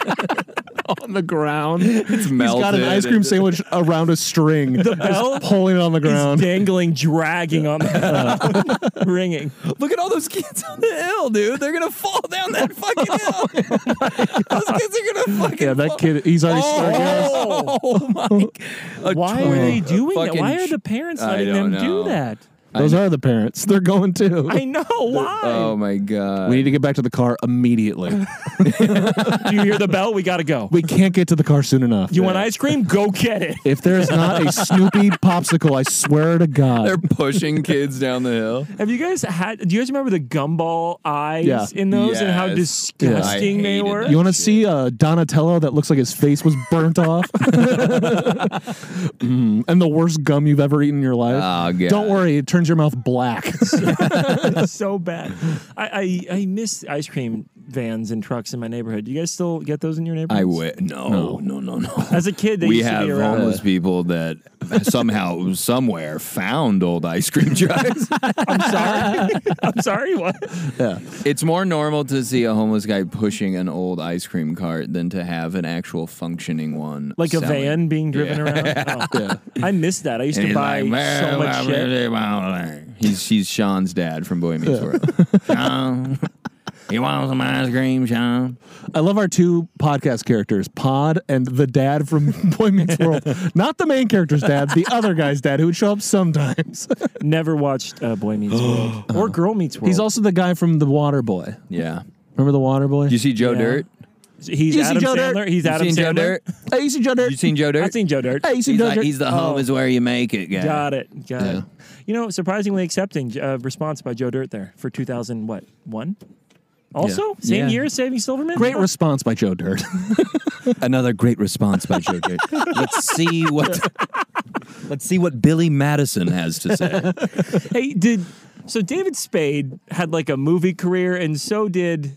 [SPEAKER 2] on the
[SPEAKER 3] (laughs)
[SPEAKER 2] ground.
[SPEAKER 1] It's melted.
[SPEAKER 2] He's got an ice cream sandwich around a string. The
[SPEAKER 3] bell
[SPEAKER 2] pulling it on the
[SPEAKER 3] He's
[SPEAKER 2] ground.
[SPEAKER 3] dangling, dragging
[SPEAKER 2] (laughs)
[SPEAKER 3] on the
[SPEAKER 2] Uh.
[SPEAKER 3] ground, (laughs) ringing.
[SPEAKER 1] Look at all those kids on the hill, dude. They're gonna fall down that fucking hill. (laughs) those kids are gonna fucking.
[SPEAKER 2] Yeah, that kid. He's already started.
[SPEAKER 1] Oh, oh my! (laughs) A
[SPEAKER 3] Why
[SPEAKER 1] twin-
[SPEAKER 3] are they doing that?
[SPEAKER 1] fucking
[SPEAKER 3] Why are
[SPEAKER 1] ch-
[SPEAKER 3] the parents
[SPEAKER 1] I
[SPEAKER 3] letting them
[SPEAKER 1] don't
[SPEAKER 3] do
[SPEAKER 1] know.
[SPEAKER 3] that?
[SPEAKER 2] Those are the parents. They're going too.
[SPEAKER 3] I know why.
[SPEAKER 1] Oh my god!
[SPEAKER 2] We need to get back to the car immediately.
[SPEAKER 3] do you hear the bell? We gotta go.
[SPEAKER 2] (laughs) we can't get to the car soon enough.
[SPEAKER 3] You want ice cream? Go get it.
[SPEAKER 2] if there is not a (laughs) Snoopy popsicle, I swear to God.
[SPEAKER 1] They're pushing kids down the hill.
[SPEAKER 3] Have you guys had? Do you guys remember the gumball eyes
[SPEAKER 2] Yeah.
[SPEAKER 3] in those and how
[SPEAKER 1] Yes. Yeah.
[SPEAKER 3] disgusting
[SPEAKER 1] I
[SPEAKER 3] they
[SPEAKER 1] hated
[SPEAKER 3] were?
[SPEAKER 1] that.
[SPEAKER 2] you want to see uh, Donatello that looks like his face was burnt (laughs) off? Mm, and the worst gum you've ever eaten in your life?
[SPEAKER 1] Oh, God.
[SPEAKER 2] Don't worry, it turns your mouth black. (laughs)
[SPEAKER 3] It's (laughs) so bad. I, I I miss ice cream vans and trucks in my neighborhood. Do you guys still get those in your
[SPEAKER 1] (laughs)
[SPEAKER 3] neighborhood?
[SPEAKER 1] I went. No, no, no, no.
[SPEAKER 3] As a kid, they
[SPEAKER 1] we
[SPEAKER 3] used to
[SPEAKER 1] have
[SPEAKER 3] be around.
[SPEAKER 1] homeless people that somehow, somewhere, found old ice (laughs) cream trucks.
[SPEAKER 3] I'm sorry. I'm
[SPEAKER 1] (laughs)
[SPEAKER 3] sorry. What?
[SPEAKER 1] it's more normal to see a homeless guy pushing an old ice cream cart than to have an actual functioning one,
[SPEAKER 3] Like a
[SPEAKER 1] selling.
[SPEAKER 3] van being
[SPEAKER 1] (laughs)
[SPEAKER 3] driven around. Oh. I miss that. I used
[SPEAKER 1] And
[SPEAKER 3] to
[SPEAKER 1] he's
[SPEAKER 3] buy
[SPEAKER 1] like,
[SPEAKER 3] so
[SPEAKER 1] "Man,
[SPEAKER 3] much
[SPEAKER 1] I'm
[SPEAKER 3] shit. (laughs)
[SPEAKER 1] really- He's he's Sean's dad from Boy Meets World. Sean, You want some ice cream, Sean?
[SPEAKER 2] I love our two podcast characters, Pod and the dad from (laughs) Boy Meets World. Not the main character's dad, the other guy's dad who would show up (laughs) sometimes.
[SPEAKER 3] Never watched uh, Boy
[SPEAKER 1] (gasps)
[SPEAKER 3] Meets World or Girl Meets World.
[SPEAKER 2] He's also the guy from The Water Boy.
[SPEAKER 1] Yeah.
[SPEAKER 2] Remember The Water Boy?
[SPEAKER 1] You see Joe
[SPEAKER 3] Yeah.
[SPEAKER 1] Dirt?
[SPEAKER 3] he's
[SPEAKER 2] You see
[SPEAKER 3] Adam
[SPEAKER 2] Joe
[SPEAKER 3] Sandler.
[SPEAKER 2] Dirt?
[SPEAKER 3] He's
[SPEAKER 1] You
[SPEAKER 3] Adam
[SPEAKER 1] seen Joe
[SPEAKER 3] Sandler.
[SPEAKER 1] Dirt?
[SPEAKER 2] hey, you see Joe Dirt?
[SPEAKER 1] You seen Joe Dirt?
[SPEAKER 3] I've seen Joe Dirt. Oh.
[SPEAKER 2] hey, you see
[SPEAKER 1] he's
[SPEAKER 2] Joe
[SPEAKER 1] like
[SPEAKER 2] Dirt?
[SPEAKER 1] he's the home is where you make it guy.
[SPEAKER 3] Got it. Got it. You know, surprisingly accepting uh, response by Joe Dirt there for 2000 what one. Also, same
[SPEAKER 1] Yeah.
[SPEAKER 3] year, as Saving Silverman.
[SPEAKER 2] Great
[SPEAKER 3] Huh.
[SPEAKER 2] response by Joe (laughs) Dirt.
[SPEAKER 1] Another great response by Joe
[SPEAKER 3] (laughs)
[SPEAKER 1] Dirt. Let's see what Let's see what Billy Madison has to say.
[SPEAKER 3] hey, did so? David Spade had like a movie career, and so did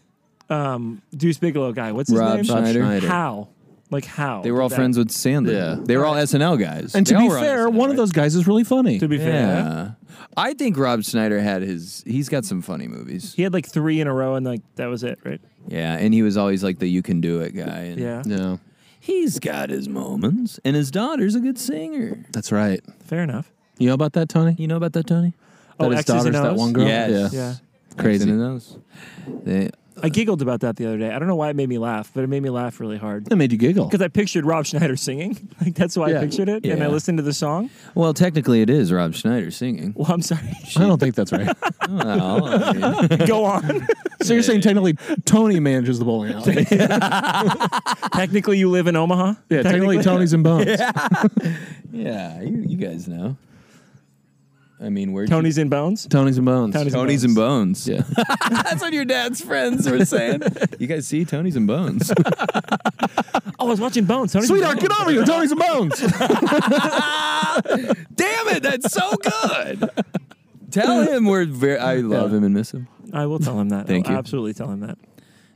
[SPEAKER 3] um, Deuce Bigelow guy. What's his
[SPEAKER 1] Rob
[SPEAKER 3] name?
[SPEAKER 1] Schneider. Rob Schneider.
[SPEAKER 3] How? Like how?
[SPEAKER 1] They were all
[SPEAKER 3] did that-
[SPEAKER 1] friends with Sandler.
[SPEAKER 5] Yeah.
[SPEAKER 1] They were all SNL guys.
[SPEAKER 2] and
[SPEAKER 1] They
[SPEAKER 2] to
[SPEAKER 1] all
[SPEAKER 2] be
[SPEAKER 1] were on
[SPEAKER 2] fair,
[SPEAKER 1] SNL,
[SPEAKER 2] one of
[SPEAKER 1] right?
[SPEAKER 2] those guys is really funny.
[SPEAKER 3] To be fair,
[SPEAKER 1] Yeah. I think Rob Schneider had his he's got some funny movies.
[SPEAKER 3] he had like three in a row, and like that was it, right?
[SPEAKER 1] Yeah, and he was always like the you can do it guy. And
[SPEAKER 3] Yeah.
[SPEAKER 2] no,
[SPEAKER 1] He's got his moments, and his daughter's a good singer.
[SPEAKER 2] that's right.
[SPEAKER 3] Fair enough.
[SPEAKER 2] You know about that, Tony?
[SPEAKER 1] You know about that, Tony?
[SPEAKER 3] Oh,
[SPEAKER 2] that his
[SPEAKER 3] X's and
[SPEAKER 2] daughter's that
[SPEAKER 3] O's?
[SPEAKER 2] one girl?
[SPEAKER 1] Yes.
[SPEAKER 2] Yeah.
[SPEAKER 3] Yeah.
[SPEAKER 2] Crazy.
[SPEAKER 1] X's and O's. They-
[SPEAKER 3] I giggled about that the other day. I don't know why it made me laugh, but it made me laugh really hard.
[SPEAKER 2] That made you giggle.
[SPEAKER 3] Because I pictured Rob Schneider singing. (laughs) Like that's why
[SPEAKER 2] Yeah.
[SPEAKER 3] I pictured it. And I
[SPEAKER 1] Yeah.
[SPEAKER 3] listened to the song.
[SPEAKER 1] well, technically, it is Rob Schneider singing.
[SPEAKER 3] Well, I'm sorry.
[SPEAKER 2] I don't think that's
[SPEAKER 3] (laughs)
[SPEAKER 2] right.
[SPEAKER 1] Well, (laughs) I mean,
[SPEAKER 3] Go on. (laughs)
[SPEAKER 2] so you're saying technically Tony manages the bowling alley?
[SPEAKER 3] technically, you live in Omaha.
[SPEAKER 2] yeah, technically Tony's in bones.
[SPEAKER 1] yeah, you, you guys know. I mean, where
[SPEAKER 3] Tony's in Bones.
[SPEAKER 2] Tony's in bones.
[SPEAKER 3] Tony's in
[SPEAKER 1] Tony's and Bones.
[SPEAKER 2] Yeah.
[SPEAKER 1] (laughs) that's what your dad's friends were saying. (laughs) you guys see Tony's and Bones.
[SPEAKER 3] Oh, I was watching Bones. Tony's in
[SPEAKER 2] Sweetheart,
[SPEAKER 3] Bones.
[SPEAKER 2] get over here. Tony's in bones.
[SPEAKER 1] Damn it, that's so good. (laughs) Tell him we're very. I love him and miss him.
[SPEAKER 3] I will tell him that.
[SPEAKER 1] Thank
[SPEAKER 3] I'll
[SPEAKER 1] you.
[SPEAKER 3] Absolutely tell him that.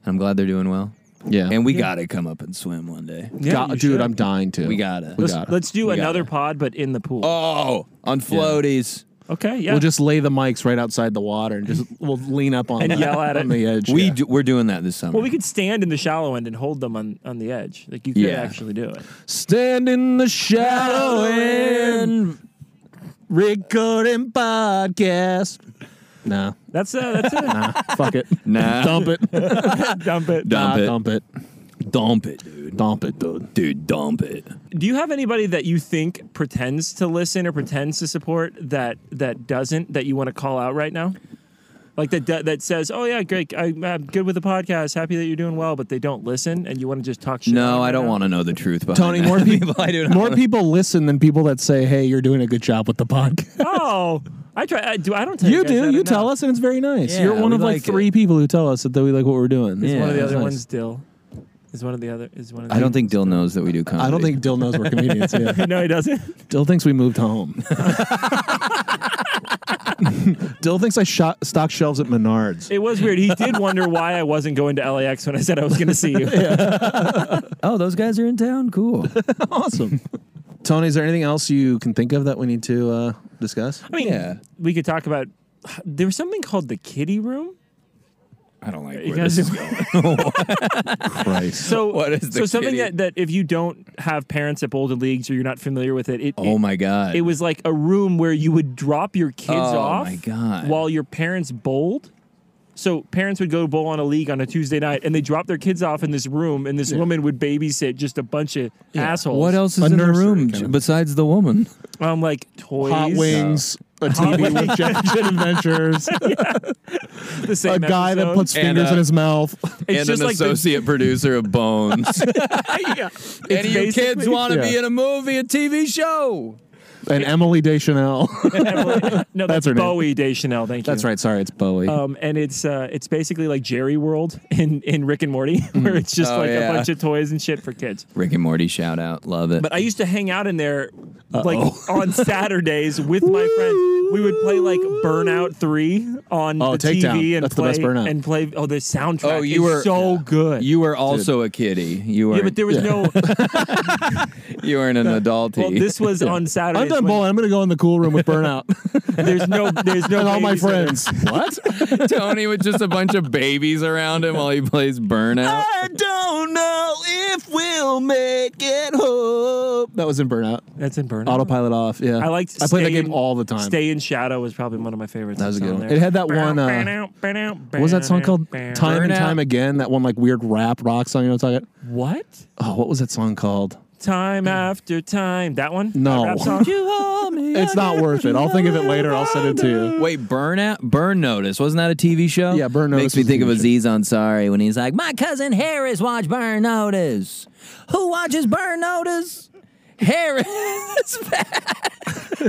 [SPEAKER 1] I'm glad they're doing well.
[SPEAKER 2] yeah.
[SPEAKER 1] And we gotta come up and swim one day.
[SPEAKER 3] Yeah,
[SPEAKER 2] God,
[SPEAKER 3] you
[SPEAKER 2] dude,
[SPEAKER 3] should.
[SPEAKER 2] I'm dying to.
[SPEAKER 1] We gotta.
[SPEAKER 3] Let's,
[SPEAKER 2] got it.
[SPEAKER 3] let's do
[SPEAKER 1] We got
[SPEAKER 3] another
[SPEAKER 1] it.
[SPEAKER 3] pod, but in the pool.
[SPEAKER 1] Oh, on floaties.
[SPEAKER 3] okay. Yeah.
[SPEAKER 2] We'll just lay the mics right outside the water and
[SPEAKER 3] (laughs)
[SPEAKER 2] just we'll lean up on
[SPEAKER 3] And
[SPEAKER 2] the,
[SPEAKER 3] yell at
[SPEAKER 2] on
[SPEAKER 3] it.
[SPEAKER 2] the edge.
[SPEAKER 1] We
[SPEAKER 2] yeah.
[SPEAKER 1] do, we're doing that this summer.
[SPEAKER 3] well, we could stand in the shallow end and hold them on, on the edge. Like you could
[SPEAKER 1] Yeah.
[SPEAKER 3] actually do it.
[SPEAKER 2] stand in the shallow end, recording podcast. No,
[SPEAKER 3] That's uh, that's it.
[SPEAKER 2] nah, fuck it.
[SPEAKER 1] (laughs) Nah.
[SPEAKER 2] dump it.
[SPEAKER 3] (laughs) Dump it.
[SPEAKER 2] Nah,
[SPEAKER 1] Dump it.
[SPEAKER 2] Dump it.
[SPEAKER 1] dump it, dude.
[SPEAKER 2] Dump it, dude.
[SPEAKER 1] Dude, dump it.
[SPEAKER 3] Do you have anybody that you think pretends to listen or pretends to support that that doesn't that you want to call out right now? Like that that that says, "Oh yeah, great, I, I'm good with the podcast. Happy that you're doing well," but they don't listen, and you want to just talk shit.
[SPEAKER 1] No, I don't want to know the truth behind (laughs)
[SPEAKER 2] Tony,
[SPEAKER 1] that.
[SPEAKER 2] more
[SPEAKER 3] (laughs)
[SPEAKER 2] people.
[SPEAKER 1] I do not
[SPEAKER 2] More people listen than people that say, "Hey, you're doing a good job with the podcast."
[SPEAKER 3] to. Oh, I try. I, do I don't tell
[SPEAKER 2] You
[SPEAKER 3] guys that
[SPEAKER 2] do. You
[SPEAKER 3] enough.
[SPEAKER 2] tell us, and it's very nice.
[SPEAKER 1] Yeah,
[SPEAKER 2] you're one
[SPEAKER 1] we
[SPEAKER 2] of like,
[SPEAKER 1] like it.
[SPEAKER 2] three people who tell us that we like what we're doing.
[SPEAKER 1] Yeah.
[SPEAKER 3] One of the
[SPEAKER 1] it's
[SPEAKER 3] other
[SPEAKER 1] nice.
[SPEAKER 3] ones, Dill, is one of the other is one of. The
[SPEAKER 1] I don't think Dill knows that we do comedy.
[SPEAKER 2] I don't think Dill knows we're comedians. Yeah.
[SPEAKER 3] (laughs) No, he doesn't.
[SPEAKER 2] Dill thinks we moved
[SPEAKER 3] (laughs)
[SPEAKER 2] home. Dill thinks I shot stock shelves at Menards.
[SPEAKER 3] It was weird. He did wonder why I wasn't going to LAX when I said I was going
[SPEAKER 1] (laughs)
[SPEAKER 3] to see you.
[SPEAKER 1] Oh, those guys are in town. Cool.
[SPEAKER 2] Awesome. Tony, is there anything else you can think of that we need to uh, discuss?
[SPEAKER 3] I mean,
[SPEAKER 1] Yeah.
[SPEAKER 3] we could talk about. There was something called the kitty room.
[SPEAKER 1] I don't like
[SPEAKER 3] You
[SPEAKER 1] where
[SPEAKER 3] guys
[SPEAKER 1] this is
[SPEAKER 3] do-
[SPEAKER 1] going.
[SPEAKER 2] Christ.
[SPEAKER 3] So
[SPEAKER 1] (laughs) What is the
[SPEAKER 3] so something
[SPEAKER 1] kitty?
[SPEAKER 3] that, that if you don't have parents at Boulder Leagues or you're not familiar with it, it
[SPEAKER 1] Oh
[SPEAKER 3] it,
[SPEAKER 1] my god.
[SPEAKER 3] it was like a room where you would drop your kids
[SPEAKER 1] Oh
[SPEAKER 3] off
[SPEAKER 1] my God.
[SPEAKER 3] while your parents bowled. So parents would go bowl on a league on a Tuesday night and they drop their kids off in this room and this woman would babysit just a bunch of assholes.
[SPEAKER 1] what else
[SPEAKER 2] A
[SPEAKER 1] is in the
[SPEAKER 2] nursery,
[SPEAKER 1] room
[SPEAKER 2] kind
[SPEAKER 1] j-
[SPEAKER 2] of.
[SPEAKER 1] besides the woman?
[SPEAKER 3] Um like toys.
[SPEAKER 2] Hot wings, a TV with
[SPEAKER 3] (laughs)
[SPEAKER 2] Jet, Jet Adventures,
[SPEAKER 3] The
[SPEAKER 2] a
[SPEAKER 3] same
[SPEAKER 2] guy that
[SPEAKER 3] episode.
[SPEAKER 2] puts
[SPEAKER 1] And,
[SPEAKER 2] fingers
[SPEAKER 1] uh,
[SPEAKER 2] in his mouth.
[SPEAKER 3] it's just like the,
[SPEAKER 1] producer of Bones.
[SPEAKER 3] (laughs) yeah.
[SPEAKER 1] Any of your kids
[SPEAKER 3] basically- (laughs)
[SPEAKER 1] want to
[SPEAKER 2] yeah.
[SPEAKER 1] be in a movie, a TV show?
[SPEAKER 2] and Emily
[SPEAKER 3] (laughs)
[SPEAKER 2] Deschanel.
[SPEAKER 1] (laughs)
[SPEAKER 3] No,
[SPEAKER 2] That's
[SPEAKER 3] that's,
[SPEAKER 2] her name.
[SPEAKER 3] Bowie Deschanel, thank you.
[SPEAKER 2] That's right. Sorry, it's Bowie.
[SPEAKER 3] Um, and it's uh, it's basically like Jerry World (laughs) in, in Rick and Morty, (laughs) where it's just
[SPEAKER 2] Mm.
[SPEAKER 1] Oh,
[SPEAKER 3] like
[SPEAKER 1] yeah.
[SPEAKER 3] a bunch of toys and shit for kids.
[SPEAKER 1] Rick and Morty shout out, love it.
[SPEAKER 3] But I used to hang out in there like
[SPEAKER 2] (laughs)
[SPEAKER 3] on Saturdays with my friends. We would play like Burnout Three on
[SPEAKER 2] Oh,
[SPEAKER 3] the
[SPEAKER 2] Takedown.
[SPEAKER 3] TV and
[SPEAKER 2] That's the
[SPEAKER 3] play
[SPEAKER 2] best Burnout.
[SPEAKER 3] and play. Oh, the soundtrack.
[SPEAKER 1] Oh, you
[SPEAKER 3] is
[SPEAKER 1] were-
[SPEAKER 3] so good.
[SPEAKER 1] you were also a kitty. You were
[SPEAKER 3] yeah, but there was
[SPEAKER 2] (laughs)
[SPEAKER 3] no.
[SPEAKER 1] you were an adulty. (laughs)
[SPEAKER 3] Well, this was on Saturdays.
[SPEAKER 2] I'm done
[SPEAKER 3] when
[SPEAKER 2] bowling. I'm going to go in the cool room with
[SPEAKER 3] (laughs)
[SPEAKER 2] Burnout
[SPEAKER 3] There's no. There's
[SPEAKER 2] (laughs)
[SPEAKER 3] no.
[SPEAKER 2] and all my
[SPEAKER 3] babysitter.
[SPEAKER 2] friends.
[SPEAKER 3] (laughs)
[SPEAKER 2] what?
[SPEAKER 1] Tony with just a bunch of babies around him while he plays Burnout.
[SPEAKER 2] I don't know if will make it hope. That was in Burnout.
[SPEAKER 3] That's in Burnout.
[SPEAKER 2] Autopilot off. Yeah.
[SPEAKER 3] I liked.
[SPEAKER 2] I played that
[SPEAKER 3] Stay
[SPEAKER 2] game
[SPEAKER 3] in-
[SPEAKER 2] all the time.
[SPEAKER 3] Stay in Shadow was probably one of my favorites.
[SPEAKER 1] That was a
[SPEAKER 3] that's
[SPEAKER 1] good
[SPEAKER 3] on
[SPEAKER 1] one.
[SPEAKER 3] there.
[SPEAKER 2] It had that one. Uh, what was that song called? Time and
[SPEAKER 1] Burnout.
[SPEAKER 2] time again. That one like weird rap rock song. You know what I'm talking?
[SPEAKER 3] What?
[SPEAKER 2] Oh, what was that song called?
[SPEAKER 3] Time after time. That one?
[SPEAKER 2] No.
[SPEAKER 3] That rap song?
[SPEAKER 2] It's not worth it. I'll think of it later. I'll send it to you.
[SPEAKER 1] Wait, burn out, burn notice. Wasn't that a TV show?
[SPEAKER 2] Yeah, Burn
[SPEAKER 1] Makes
[SPEAKER 2] Notice
[SPEAKER 1] me
[SPEAKER 2] was a
[SPEAKER 1] think of
[SPEAKER 2] TV show.
[SPEAKER 1] Aziz Ansari when he's like, "My cousin Harris watched Burn Notice. Who watches Burn Notice? Harris. (laughs) It's bad.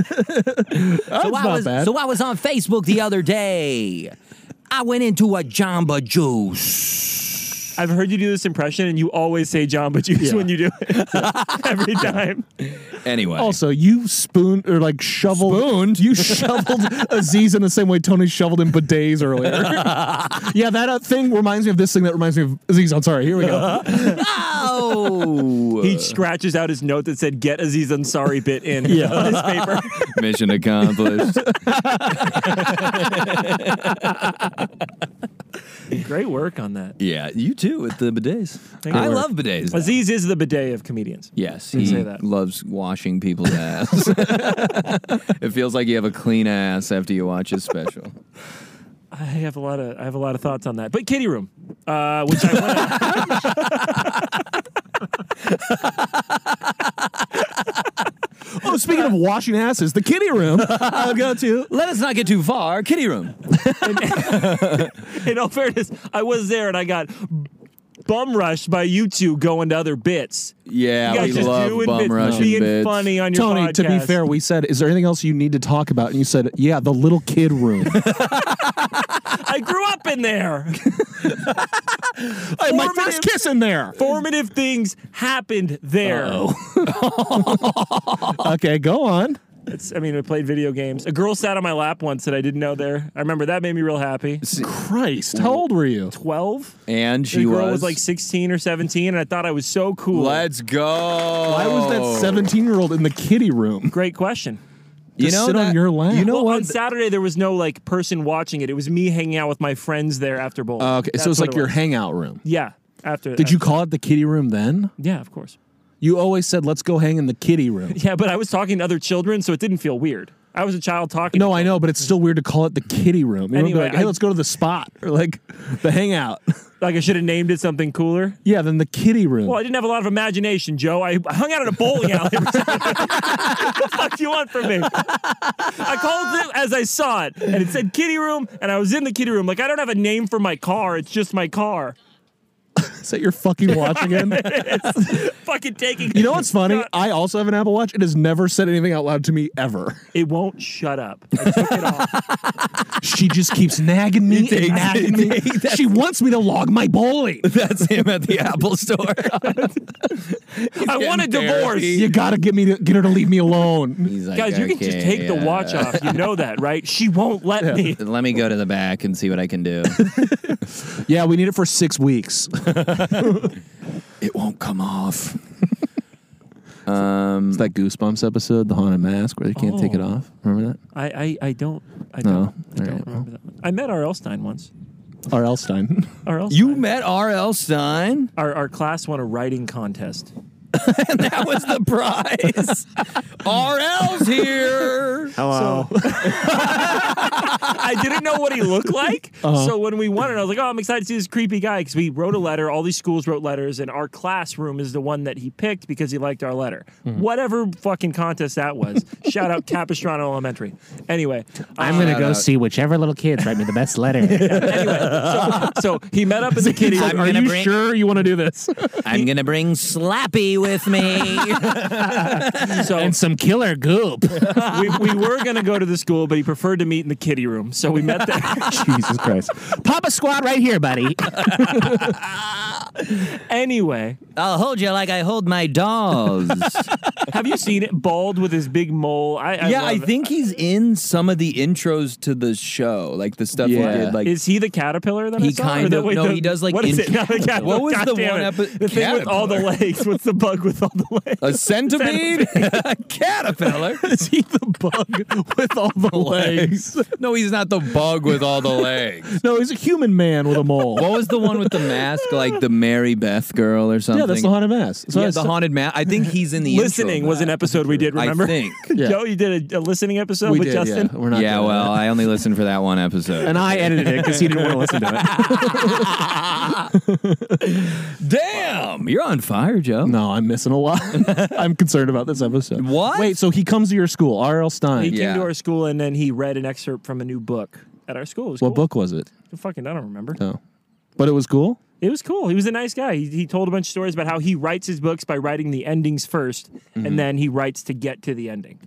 [SPEAKER 1] so I
[SPEAKER 2] not
[SPEAKER 1] was
[SPEAKER 2] bad.
[SPEAKER 1] so I was on Facebook the other day. I went into a Jamba Juice.
[SPEAKER 3] I've heard you do this impression, and you always say Jamba Juice
[SPEAKER 2] Yeah.
[SPEAKER 3] when you do it (laughs) every time.
[SPEAKER 1] Anyway,
[SPEAKER 6] Oh.
[SPEAKER 2] Also, you spooned or like shoveled. Spooned? You shoveled Aziz in the same way Tony shoveled in bidets earlier. yeah, that uh, thing reminds me of this thing that reminds me of Aziz. I'm sorry. Here we go.
[SPEAKER 1] oh,
[SPEAKER 3] He scratches out his note that said "Get Aziz Ansari bit (laughs) in" on his paper.
[SPEAKER 1] mission accomplished.
[SPEAKER 3] Great work on that.
[SPEAKER 1] yeah, you too with the bidets.
[SPEAKER 3] Thank
[SPEAKER 1] I
[SPEAKER 3] you.
[SPEAKER 1] love bidets. though.
[SPEAKER 3] Aziz is the bidet of comedians.
[SPEAKER 1] Yes,
[SPEAKER 3] Didn't
[SPEAKER 1] he
[SPEAKER 3] say that.
[SPEAKER 1] loves washing people's (laughs) ass. it feels like you have a clean ass after you watch his special.
[SPEAKER 3] I have a lot of I have a lot of thoughts on that. But Kitty Room, uh, which I (laughs) want to
[SPEAKER 2] Oh, speaking of washing asses, the kitty room. I'll go to.
[SPEAKER 1] Let us not get too far. Kitty room.
[SPEAKER 3] in all fairness, I was there and I got bum rushed by you two going to other bits. You
[SPEAKER 1] Yeah,
[SPEAKER 3] guys
[SPEAKER 1] we
[SPEAKER 3] just
[SPEAKER 1] love
[SPEAKER 3] doing
[SPEAKER 1] bum
[SPEAKER 3] bits,
[SPEAKER 1] rushing
[SPEAKER 3] being
[SPEAKER 1] bits.
[SPEAKER 3] funny on your
[SPEAKER 2] Tony,
[SPEAKER 3] podcast.
[SPEAKER 2] to be fair, we said, "Is there anything else you need to talk about?" And you said, "Yeah, the little kid (laughs) room."
[SPEAKER 3] I grew up in there.
[SPEAKER 2] I had my
[SPEAKER 3] Formative-
[SPEAKER 2] first kiss in there.
[SPEAKER 3] Formative things happened there.
[SPEAKER 2] Okay, go on.
[SPEAKER 3] It's, I mean, we played video games. A girl sat on my lap once that I didn't know there. I remember that made me real happy.
[SPEAKER 2] Christ, how old were you?
[SPEAKER 3] 12?
[SPEAKER 1] And she
[SPEAKER 3] The girl
[SPEAKER 1] was,
[SPEAKER 3] was like 16 or 17, and I thought I was so cool.
[SPEAKER 1] "Let's go."
[SPEAKER 2] I was
[SPEAKER 1] (laughs)
[SPEAKER 3] Oh.
[SPEAKER 2] that seventeen-year-old in the kitty room.
[SPEAKER 3] Great question.
[SPEAKER 1] You
[SPEAKER 2] Just
[SPEAKER 1] know
[SPEAKER 2] sit on
[SPEAKER 1] that-
[SPEAKER 2] your lap.
[SPEAKER 1] you know
[SPEAKER 3] well,
[SPEAKER 1] what?
[SPEAKER 3] on Saturday there was no like person watching it. It was me hanging out with my friends there after bowl.
[SPEAKER 2] Oh, Okay, so it's
[SPEAKER 3] That's what
[SPEAKER 2] like your
[SPEAKER 3] was.
[SPEAKER 2] hangout room.
[SPEAKER 3] yeah. After
[SPEAKER 2] Did you call it the kitty room then?
[SPEAKER 3] Yeah, of course.
[SPEAKER 2] You always said, let's go hang in the kitty room.
[SPEAKER 3] Yeah, but I was talking to other children, so it didn't feel weird. I was a child talking.
[SPEAKER 2] No, I know, but it's still weird to call it the kitty room. You anyway,
[SPEAKER 3] Anyway,
[SPEAKER 2] like, hey,
[SPEAKER 3] I-
[SPEAKER 2] let's go to the spot or like the hangout.
[SPEAKER 3] like I should have named it something cooler.
[SPEAKER 2] yeah, then the kitty room.
[SPEAKER 3] Well, I didn't have a lot of imagination, Joe. I I hung out at a bowling alley. what (laughs) the fuck do you want from me? I called it as I saw it, and it said kitty room, and I was in the kitty room. Like I don't have a name for my car; it's just my car. (laughs)
[SPEAKER 2] Is that your fucking watch (laughs) again?
[SPEAKER 3] Fucking taking.
[SPEAKER 2] you know what's funny? I also have an Apple Watch. It has never said anything out loud to me ever.
[SPEAKER 3] It won't shut up. I took it off.
[SPEAKER 2] She just keeps nagging (laughs) me and nagging me. She wants me to log my bowling.
[SPEAKER 1] That's him at the Apple Store.
[SPEAKER 3] I want a
[SPEAKER 1] Getting
[SPEAKER 3] divorce.
[SPEAKER 1] therapy.
[SPEAKER 2] You gotta get me to get her to leave me alone.
[SPEAKER 1] He's like,
[SPEAKER 3] (laughs) Guys, you can just
[SPEAKER 1] "Okay,
[SPEAKER 3] take the
[SPEAKER 1] yeah.
[SPEAKER 3] watch off. You know that, right? She won't let me.
[SPEAKER 1] Let me go to the back and see what I can do.
[SPEAKER 2] Yeah, we need it for six weeks. (laughs)
[SPEAKER 1] it won't come (laughs) off. Um,
[SPEAKER 2] It's that Goosebumps episode, the haunted mask, where they can't take it
[SPEAKER 3] Oh.
[SPEAKER 2] off. Remember
[SPEAKER 3] I, I, I don't. I
[SPEAKER 2] No.
[SPEAKER 3] don't. I
[SPEAKER 2] All right,
[SPEAKER 3] don't
[SPEAKER 2] well.
[SPEAKER 3] remember that one. I met R.L. Stein once.
[SPEAKER 2] that? R.L. Stein.
[SPEAKER 3] R.L.
[SPEAKER 1] You
[SPEAKER 3] Stein.
[SPEAKER 1] met R.L. Stein.
[SPEAKER 3] Our, our class won a writing contest.
[SPEAKER 1] That was the (laughs) prize. RL's here.
[SPEAKER 2] Hello.
[SPEAKER 3] I didn't know what
[SPEAKER 1] (laughs)
[SPEAKER 3] he looked like.
[SPEAKER 1] Uh-huh.
[SPEAKER 3] So when we won it, I was like, oh, I'm excited to see this creepy guy because we wrote a letter. All these schools wrote letters, and our classroom is the one that he picked because he liked our letter.
[SPEAKER 1] Mm-hmm.
[SPEAKER 3] Whatever fucking contest that was. Shout out Capistrano Elementary. Anyway,
[SPEAKER 6] I'm
[SPEAKER 1] gonna
[SPEAKER 6] gonna
[SPEAKER 1] Shout go
[SPEAKER 6] go
[SPEAKER 1] out. see
[SPEAKER 6] see whichever little kids write me the best
[SPEAKER 2] (laughs)
[SPEAKER 6] letter.
[SPEAKER 3] anyway so, so he met
[SPEAKER 1] (laughs)
[SPEAKER 3] up in the kitty room.
[SPEAKER 1] I'm gonna bring-
[SPEAKER 2] sure you want to do this?
[SPEAKER 1] I'm gonna bring Slappy with (laughs) me.
[SPEAKER 3] So
[SPEAKER 6] Some killer goop.
[SPEAKER 3] we, we were going to go to the school, but he preferred to meet in the kitty room. So we met
[SPEAKER 1] (laughs)
[SPEAKER 3] there.
[SPEAKER 6] (laughs) Jesus Christ. Papa Squad right here, buddy.
[SPEAKER 3] anyway,
[SPEAKER 1] I'll hold you like I hold my (laughs) dolls.
[SPEAKER 3] have you seen it? Bald with his big mole. I, I
[SPEAKER 1] yeah,
[SPEAKER 3] love
[SPEAKER 1] I
[SPEAKER 3] it.
[SPEAKER 1] think he's in some the intros to the show, like the stuff
[SPEAKER 2] Yeah.
[SPEAKER 1] he did. Like
[SPEAKER 3] Is he the caterpillar that I
[SPEAKER 1] He
[SPEAKER 3] saw?
[SPEAKER 1] kind
[SPEAKER 3] Or the-
[SPEAKER 1] of-
[SPEAKER 3] wait,
[SPEAKER 1] no,
[SPEAKER 3] the-
[SPEAKER 1] he does, like,
[SPEAKER 3] What is
[SPEAKER 1] in-
[SPEAKER 3] it? (laughs) Not the caterpillar.
[SPEAKER 1] What was
[SPEAKER 3] God
[SPEAKER 1] the
[SPEAKER 3] damn
[SPEAKER 1] one
[SPEAKER 3] it.
[SPEAKER 1] epi-
[SPEAKER 3] The thing with all the
[SPEAKER 1] Caterpillar.
[SPEAKER 3] legs. What's the bug with all the legs?
[SPEAKER 1] a (laughs) centipede, a caterpillar.
[SPEAKER 3] (laughs)
[SPEAKER 2] Is he the bug (laughs) with all the (laughs) legs?
[SPEAKER 1] (laughs) No, he's not the bug with all the legs.
[SPEAKER 2] No, he's a human man with a mole.
[SPEAKER 1] What was the one with the mask, like the Mary Beth girl or something?
[SPEAKER 2] yeah, that's the haunted mass. So
[SPEAKER 4] yeah,
[SPEAKER 2] I
[SPEAKER 4] the
[SPEAKER 2] said-
[SPEAKER 4] haunted man. I think he's in the intro of
[SPEAKER 3] listening was an
[SPEAKER 4] that.
[SPEAKER 3] episode we did. Remember? (laughs)
[SPEAKER 4] I think.
[SPEAKER 2] Yeah.
[SPEAKER 3] Joe, you did a, a listening episode
[SPEAKER 2] we
[SPEAKER 3] with
[SPEAKER 2] did,
[SPEAKER 3] Justin.
[SPEAKER 2] yeah. We're not
[SPEAKER 4] yeah,
[SPEAKER 2] doing
[SPEAKER 4] well, I only listened for that one episode.
[SPEAKER 7] And I edited it because he didn't want to listen to it.
[SPEAKER 4] Damn, you're on fire, Joe.
[SPEAKER 2] that. (laughs) no, I'm missing a lot. (laughs) I'm concerned about this episode.
[SPEAKER 4] What?
[SPEAKER 2] Wait, so he comes to your school, R.L. Stein.
[SPEAKER 3] He
[SPEAKER 4] Yeah.
[SPEAKER 3] came to our school and then he read an excerpt from a new book at our school. It was
[SPEAKER 2] what
[SPEAKER 3] cool.
[SPEAKER 2] book was it?
[SPEAKER 3] Fucking, I don't remember.
[SPEAKER 2] No, but it was cool.
[SPEAKER 3] It was cool. He was a nice guy. He, he told a bunch of stories about how he writes his books by writing the endings 1st and then he writes to get to the ending,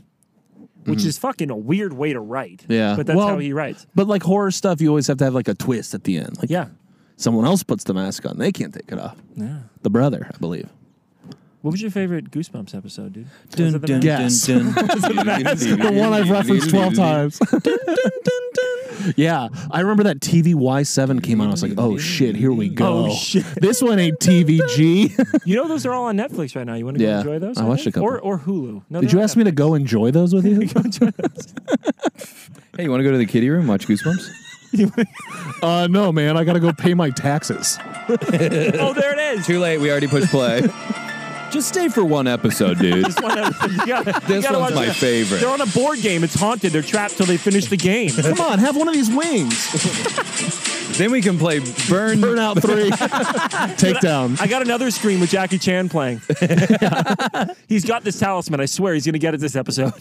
[SPEAKER 3] which is fucking a weird way to write.
[SPEAKER 2] Yeah.
[SPEAKER 3] But that's
[SPEAKER 2] Well-
[SPEAKER 3] how he writes.
[SPEAKER 2] But like horror stuff, you always have to have like a twist at the end. Like
[SPEAKER 3] Yeah.
[SPEAKER 2] someone else puts the mask on, they can't take it off.
[SPEAKER 3] Yeah.
[SPEAKER 2] The brother, I believe.
[SPEAKER 3] What was your favorite Goosebumps episode, dude? Was it the
[SPEAKER 2] Yes.
[SPEAKER 3] mask?
[SPEAKER 2] the one I've referenced (laughs) 12 times. (laughs) yeah, I remember that TVY7 came on. I was like, oh shit, here we go.
[SPEAKER 3] Oh, shit.
[SPEAKER 2] This one
[SPEAKER 7] (laughs)
[SPEAKER 2] ain't TVG.
[SPEAKER 3] You know, those are all on Netflix right now. You want to
[SPEAKER 2] Yeah.
[SPEAKER 3] go enjoy those?
[SPEAKER 2] I watched a
[SPEAKER 3] think? Or,
[SPEAKER 2] couple.
[SPEAKER 3] or Hulu. No,
[SPEAKER 2] Did
[SPEAKER 3] they're
[SPEAKER 2] you
[SPEAKER 3] on
[SPEAKER 2] ask me to
[SPEAKER 3] Netflix.
[SPEAKER 2] go enjoy those
[SPEAKER 7] (laughs)
[SPEAKER 2] with you?
[SPEAKER 4] Hey, you want to go to the kiddie room, watch Goosebumps?
[SPEAKER 2] uh, no, man. I got to go pay my taxes.
[SPEAKER 3] Oh, there
[SPEAKER 2] (laughs)
[SPEAKER 3] it is.
[SPEAKER 4] Too late. We already pushed (laughs) play. Just stay for one episode, dude.
[SPEAKER 3] This one episode. You gotta, you
[SPEAKER 4] This
[SPEAKER 3] gotta
[SPEAKER 4] one's
[SPEAKER 3] watch
[SPEAKER 4] my
[SPEAKER 3] it.
[SPEAKER 4] favorite.
[SPEAKER 3] They're on a board game. It's haunted. They're trapped till they finish the game.
[SPEAKER 2] Come on, have one of these wings.
[SPEAKER 4] Then we can play burn.
[SPEAKER 2] Burnout (laughs) 3. Takedown.
[SPEAKER 3] I got another screen with Jackie
[SPEAKER 2] (laughs)
[SPEAKER 3] Chan playing. he's got this talisman. I swear he's going to get it this episode.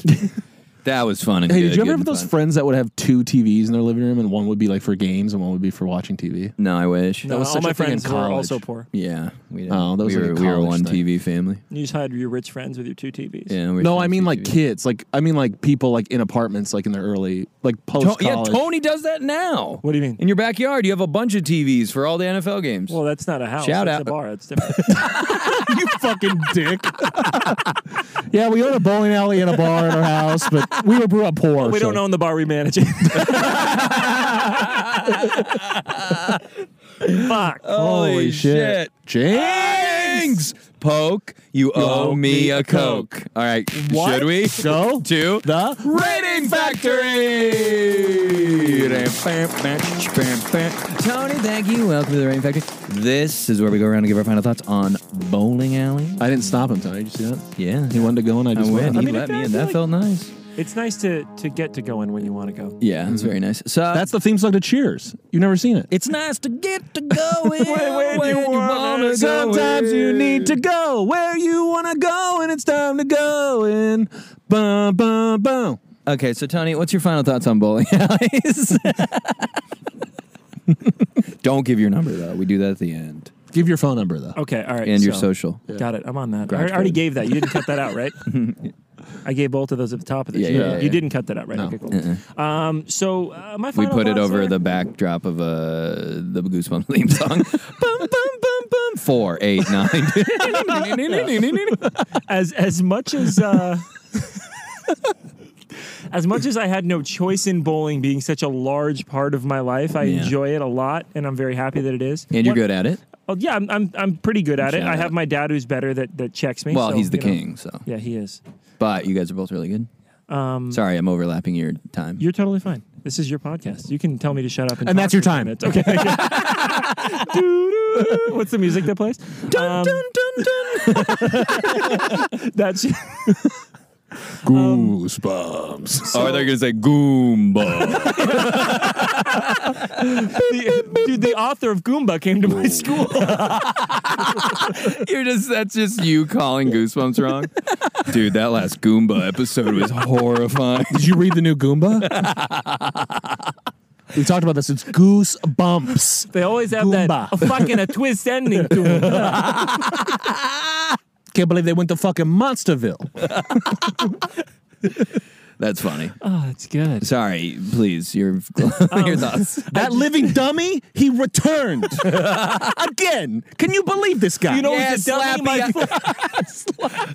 [SPEAKER 4] That was fun. And
[SPEAKER 2] Hey,
[SPEAKER 4] good,
[SPEAKER 2] did you ever
[SPEAKER 4] good
[SPEAKER 2] have
[SPEAKER 4] and
[SPEAKER 2] those
[SPEAKER 4] fun.
[SPEAKER 2] friends that would have two TVs in their living room and one would be like for games and one would be for watching TV?
[SPEAKER 4] No, I wish.
[SPEAKER 3] No,
[SPEAKER 2] was
[SPEAKER 3] all
[SPEAKER 2] such
[SPEAKER 3] my
[SPEAKER 2] a thing in
[SPEAKER 3] friends were
[SPEAKER 2] college.
[SPEAKER 3] also poor.
[SPEAKER 4] Yeah, we did.
[SPEAKER 2] Oh, that was
[SPEAKER 4] we,
[SPEAKER 2] like a
[SPEAKER 4] were, we were
[SPEAKER 2] college
[SPEAKER 4] one
[SPEAKER 2] thing.
[SPEAKER 4] TV family.
[SPEAKER 3] You just hired your rich friends with your two TVs.
[SPEAKER 4] Yeah. we were
[SPEAKER 2] No, I
[SPEAKER 4] friends
[SPEAKER 2] mean
[SPEAKER 4] with
[SPEAKER 2] like
[SPEAKER 4] TV.
[SPEAKER 2] kids. Like I mean like people like in apartments, like in their early like
[SPEAKER 4] To-
[SPEAKER 2] post
[SPEAKER 4] yeah,
[SPEAKER 2] college.
[SPEAKER 4] Tony does that now.
[SPEAKER 3] What do you mean?
[SPEAKER 4] In your backyard, you have a bunch of TVs for all the NFL games.
[SPEAKER 3] Well, that's not a house.
[SPEAKER 4] Shout
[SPEAKER 3] that's
[SPEAKER 4] out.
[SPEAKER 3] a bar. It's different.
[SPEAKER 2] you (laughs) fucking dick. yeah, we own a bowling alley and a bar in our house, but we were brought up poor.
[SPEAKER 3] we
[SPEAKER 2] so-
[SPEAKER 3] don't own the bar. We manage (laughs) it. Fuck.
[SPEAKER 4] Holy,
[SPEAKER 2] Holy shit. Jinx.
[SPEAKER 4] Thanks, Poke. You, owe me a Coke. All right.
[SPEAKER 2] What?
[SPEAKER 4] Should we?
[SPEAKER 2] Go
[SPEAKER 4] to
[SPEAKER 2] the
[SPEAKER 4] Rating Factory. Tony, thank you. Welcome to the Rating Factory. This is where we go around and give our final thoughts on bowling alley.
[SPEAKER 2] I didn't stop him, Tony. Did you see that?
[SPEAKER 4] Yeah,
[SPEAKER 2] He wanted to go and I
[SPEAKER 4] I
[SPEAKER 2] just
[SPEAKER 4] went.
[SPEAKER 2] went.
[SPEAKER 4] He
[SPEAKER 3] mean, it
[SPEAKER 4] let me
[SPEAKER 3] does
[SPEAKER 4] in. That
[SPEAKER 3] feel
[SPEAKER 4] felt nice.
[SPEAKER 3] It's nice to to get to go in when you want to go.
[SPEAKER 4] Yeah, it's very nice. So
[SPEAKER 2] That's the theme song to Cheers. You've never seen it.
[SPEAKER 4] it's nice to get to (laughs) go in
[SPEAKER 3] when you wanna
[SPEAKER 4] wanna go
[SPEAKER 2] Sometimes you
[SPEAKER 4] in.
[SPEAKER 2] need to go where you want to go, and it's time to go in. Bum, bum, bum.
[SPEAKER 4] Okay, so Tony, what's your final thoughts on bowling alleys? (laughs) Don't give your number though. We do that at the end.
[SPEAKER 2] Give your phone number, though.
[SPEAKER 3] Okay. All right.
[SPEAKER 4] And your
[SPEAKER 3] so-
[SPEAKER 4] social.
[SPEAKER 3] Got it. I'm on that. I
[SPEAKER 4] Garage
[SPEAKER 3] already
[SPEAKER 4] band.
[SPEAKER 3] gave that. You didn't cut that out,
[SPEAKER 4] (laughs)
[SPEAKER 3] right? I gave both of those at the top of this.
[SPEAKER 4] Yeah,
[SPEAKER 3] you
[SPEAKER 4] yeah,
[SPEAKER 3] didn't-
[SPEAKER 4] yeah,
[SPEAKER 3] you
[SPEAKER 4] yeah.
[SPEAKER 3] didn't cut that out, right?
[SPEAKER 2] No.
[SPEAKER 3] Okay, cool. Um, so uh, my
[SPEAKER 4] We
[SPEAKER 3] final
[SPEAKER 4] put it
[SPEAKER 3] thoughts
[SPEAKER 4] over
[SPEAKER 3] are-
[SPEAKER 4] the backdrop of uh, the Goosebumps theme song. (laughs) bum, bum, bum, bum. Four, eight, nine.
[SPEAKER 3] (laughs)
[SPEAKER 4] (laughs)
[SPEAKER 3] as as much as uh, (laughs) as much as I had no choice in bowling being such a large part of my life. I
[SPEAKER 4] Yeah.
[SPEAKER 3] enjoy it a lot, and I'm very happy that it is.
[SPEAKER 4] and you're
[SPEAKER 3] One-
[SPEAKER 4] good at it.
[SPEAKER 3] Oh, yeah, I'm, I'm I'm pretty good at it.
[SPEAKER 4] Shout
[SPEAKER 3] I have
[SPEAKER 4] out.
[SPEAKER 3] my dad who's better that that checks me.
[SPEAKER 4] Well,
[SPEAKER 3] so,
[SPEAKER 4] he's the
[SPEAKER 3] you know.
[SPEAKER 4] king, so.
[SPEAKER 3] Yeah, he is.
[SPEAKER 4] But you guys are both really good. Sorry, I'm overlapping your time.
[SPEAKER 3] You're totally fine. This is your podcast. You can tell me to shut up. And,
[SPEAKER 2] And
[SPEAKER 3] talk
[SPEAKER 2] that's your
[SPEAKER 3] for
[SPEAKER 2] time.
[SPEAKER 3] minutes. Okay.
[SPEAKER 2] (laughs)
[SPEAKER 3] Doo-doo. What's the music that plays? Dun,
[SPEAKER 4] um,
[SPEAKER 3] dun,
[SPEAKER 4] (laughs)
[SPEAKER 3] dun, dun. Uh, that's (laughs)
[SPEAKER 2] Goosebumps.
[SPEAKER 4] oh, they're gonna say Goomba. (laughs)
[SPEAKER 3] the, dude. The author of Goomba came to my school.
[SPEAKER 4] You're just that's just you calling Goosebumps wrong, dude. That last Goomba episode was horrifying. (laughs)
[SPEAKER 2] Did you read the new
[SPEAKER 3] (laughs)
[SPEAKER 2] Goomba? we talked about this. It's Goosebumps.
[SPEAKER 3] They always have
[SPEAKER 2] Goomba.
[SPEAKER 3] that a fucking a twist ending
[SPEAKER 2] (laughs)
[SPEAKER 3] to them.
[SPEAKER 2] Can't believe they went to fucking Monsterville.
[SPEAKER 4] That's funny.
[SPEAKER 3] Oh, it's good.
[SPEAKER 4] Sorry, please. Your (laughs) your thoughts.
[SPEAKER 2] That living dummy, he
[SPEAKER 3] (laughs)
[SPEAKER 2] returned. Again. Can you believe this guy?
[SPEAKER 3] You know,
[SPEAKER 4] Yeah,
[SPEAKER 3] he's a dummy in my
[SPEAKER 4] (laughs)
[SPEAKER 2] (laughs)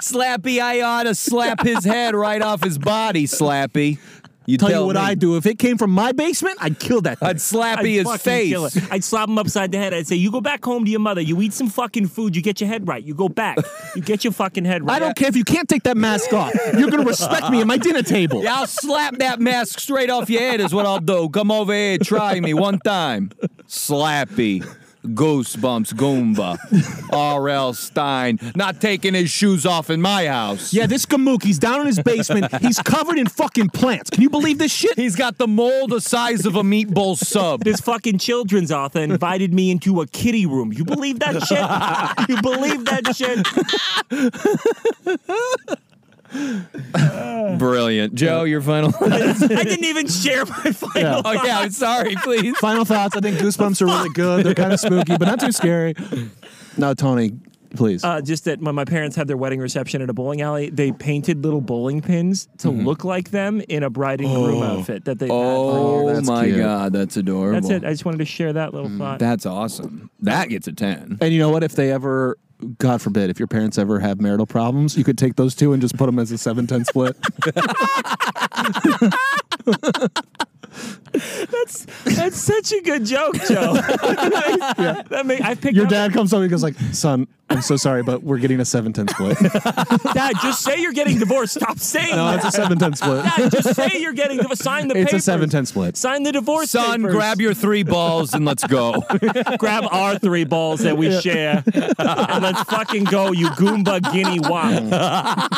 [SPEAKER 4] Slappy, I ought to slap his head right off his body, Slappy. You
[SPEAKER 2] tell,
[SPEAKER 4] tell
[SPEAKER 2] you what
[SPEAKER 4] me.
[SPEAKER 2] I'd do. If it came from my basement, I'd kill that thing.
[SPEAKER 4] I'd slappy
[SPEAKER 3] I'd
[SPEAKER 4] his
[SPEAKER 3] fucking
[SPEAKER 4] face.
[SPEAKER 3] kill it. I'd slap him upside the head. I'd say, "You go back home to your mother. You eat some fucking food. You get your head right. You go back. You get your fucking head right."
[SPEAKER 2] I don't care if you can't take that mask off. You're going to respect me at my dinner
[SPEAKER 3] (laughs)
[SPEAKER 2] table.
[SPEAKER 4] I'll slap that mask straight off your head is what I'll do. Come over here, try me one time. Slappy. Goosebumps Goomba, R.L. Stein, not taking his shoes off in my house.
[SPEAKER 8] Yeah, this Gamook, he's down in his basement. He's covered in fucking plants. Can you believe this shit?
[SPEAKER 4] He's got the mole the size of a meatball sub.
[SPEAKER 3] This fucking children's author invited me into a kitty room. You believe that shit? You believe that shit?
[SPEAKER 4] Brilliant. Joe, your final.
[SPEAKER 3] I didn't even share my final.
[SPEAKER 4] (laughs) oh, yeah, I'm sorry, please.
[SPEAKER 2] Final thoughts. I think goosebumps are really good. They're kind of spooky, but not too scary. No, Tony, please.
[SPEAKER 3] Uh, just that when my parents had their wedding reception at a bowling alley, they painted little bowling pins to look like them in a bride and groom outfit that they had.
[SPEAKER 4] Oh,
[SPEAKER 2] that's
[SPEAKER 4] my
[SPEAKER 2] cute.
[SPEAKER 4] God. That's adorable.
[SPEAKER 3] That's it. I just wanted to share that little thought.
[SPEAKER 4] That's awesome. That gets a 10.
[SPEAKER 2] and you know what? If they ever, God forbid, if your parents ever have marital problems, you could take those two and just put them as a 7 10 split.
[SPEAKER 3] That's that's such a good joke, Joe. that make, I picked
[SPEAKER 2] Your
[SPEAKER 3] up-
[SPEAKER 2] dad comes up and he goes, like, Son, I'm so sorry, but we're getting a 7 10 split. (laughs)
[SPEAKER 3] Dad, just say you're getting divorced. Stop saying
[SPEAKER 2] No,
[SPEAKER 3] that.
[SPEAKER 2] it's a 7 10 split.
[SPEAKER 3] Dad, just say you're getting divorced. Sign the
[SPEAKER 2] It's a
[SPEAKER 3] papers.
[SPEAKER 2] 7 10 split.
[SPEAKER 3] Sign the divorce.
[SPEAKER 4] Son,
[SPEAKER 3] papers.
[SPEAKER 4] grab your three balls and let's (laughs) go.
[SPEAKER 3] grab our three balls that we share, and let's fucking go, you Goomba Guinea Wop.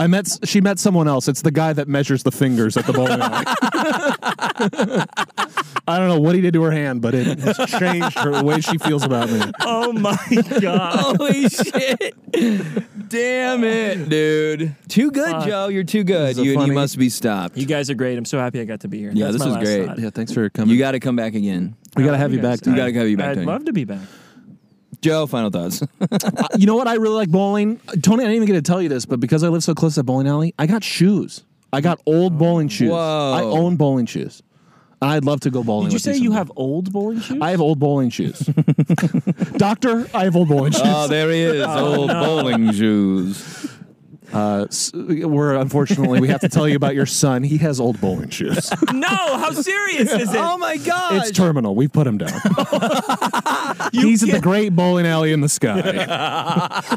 [SPEAKER 2] I met, s- she met someone else. It's the guy that measures the fingers at the bowling alley. (laughs) I don't know what he did to her hand, but it has changed her the way she feels about me.
[SPEAKER 3] Oh my god.
[SPEAKER 4] Holy shit. Damn it, dude. Too good, Joe. You're too good.
[SPEAKER 2] is a
[SPEAKER 4] You, you
[SPEAKER 2] funny-
[SPEAKER 4] must be stopped.
[SPEAKER 3] You guys are great. I'm so happy I got to be here.
[SPEAKER 4] Yeah,
[SPEAKER 3] That's
[SPEAKER 4] this
[SPEAKER 3] my
[SPEAKER 4] was
[SPEAKER 3] last
[SPEAKER 4] great.
[SPEAKER 3] thought.
[SPEAKER 2] Yeah, thanks for coming.
[SPEAKER 4] you got to come back again.
[SPEAKER 2] we got to have you
[SPEAKER 3] guys-
[SPEAKER 2] back. Tony.
[SPEAKER 4] You gotta have you back,
[SPEAKER 3] I'd
[SPEAKER 4] Tony.
[SPEAKER 3] love to be back.
[SPEAKER 4] Joe, final (laughs) thoughts.
[SPEAKER 2] You know what? I really like bowling. Tony, I didn't even get to tell you this, but because I live so close to that bowling alley, I got shoes. I got old bowling shoes.
[SPEAKER 4] Whoa.
[SPEAKER 2] I own bowling shoes. And I'd love to go bowling.
[SPEAKER 3] Did you
[SPEAKER 2] with
[SPEAKER 3] say you
[SPEAKER 2] someday.
[SPEAKER 3] have old bowling shoes?
[SPEAKER 2] I have old bowling
[SPEAKER 3] (laughs)
[SPEAKER 2] shoes. Doctor, I have old bowling shoes.
[SPEAKER 4] oh, there he is. old bowling shoes.
[SPEAKER 2] S- We're unfortunately we have to tell you about your son. He has old bowling (laughs) shoes.
[SPEAKER 3] no. How serious is it? (laughs)
[SPEAKER 4] Oh my god.
[SPEAKER 2] it's terminal. We've put him (laughs) down. He's at the great bowling alley in the sky.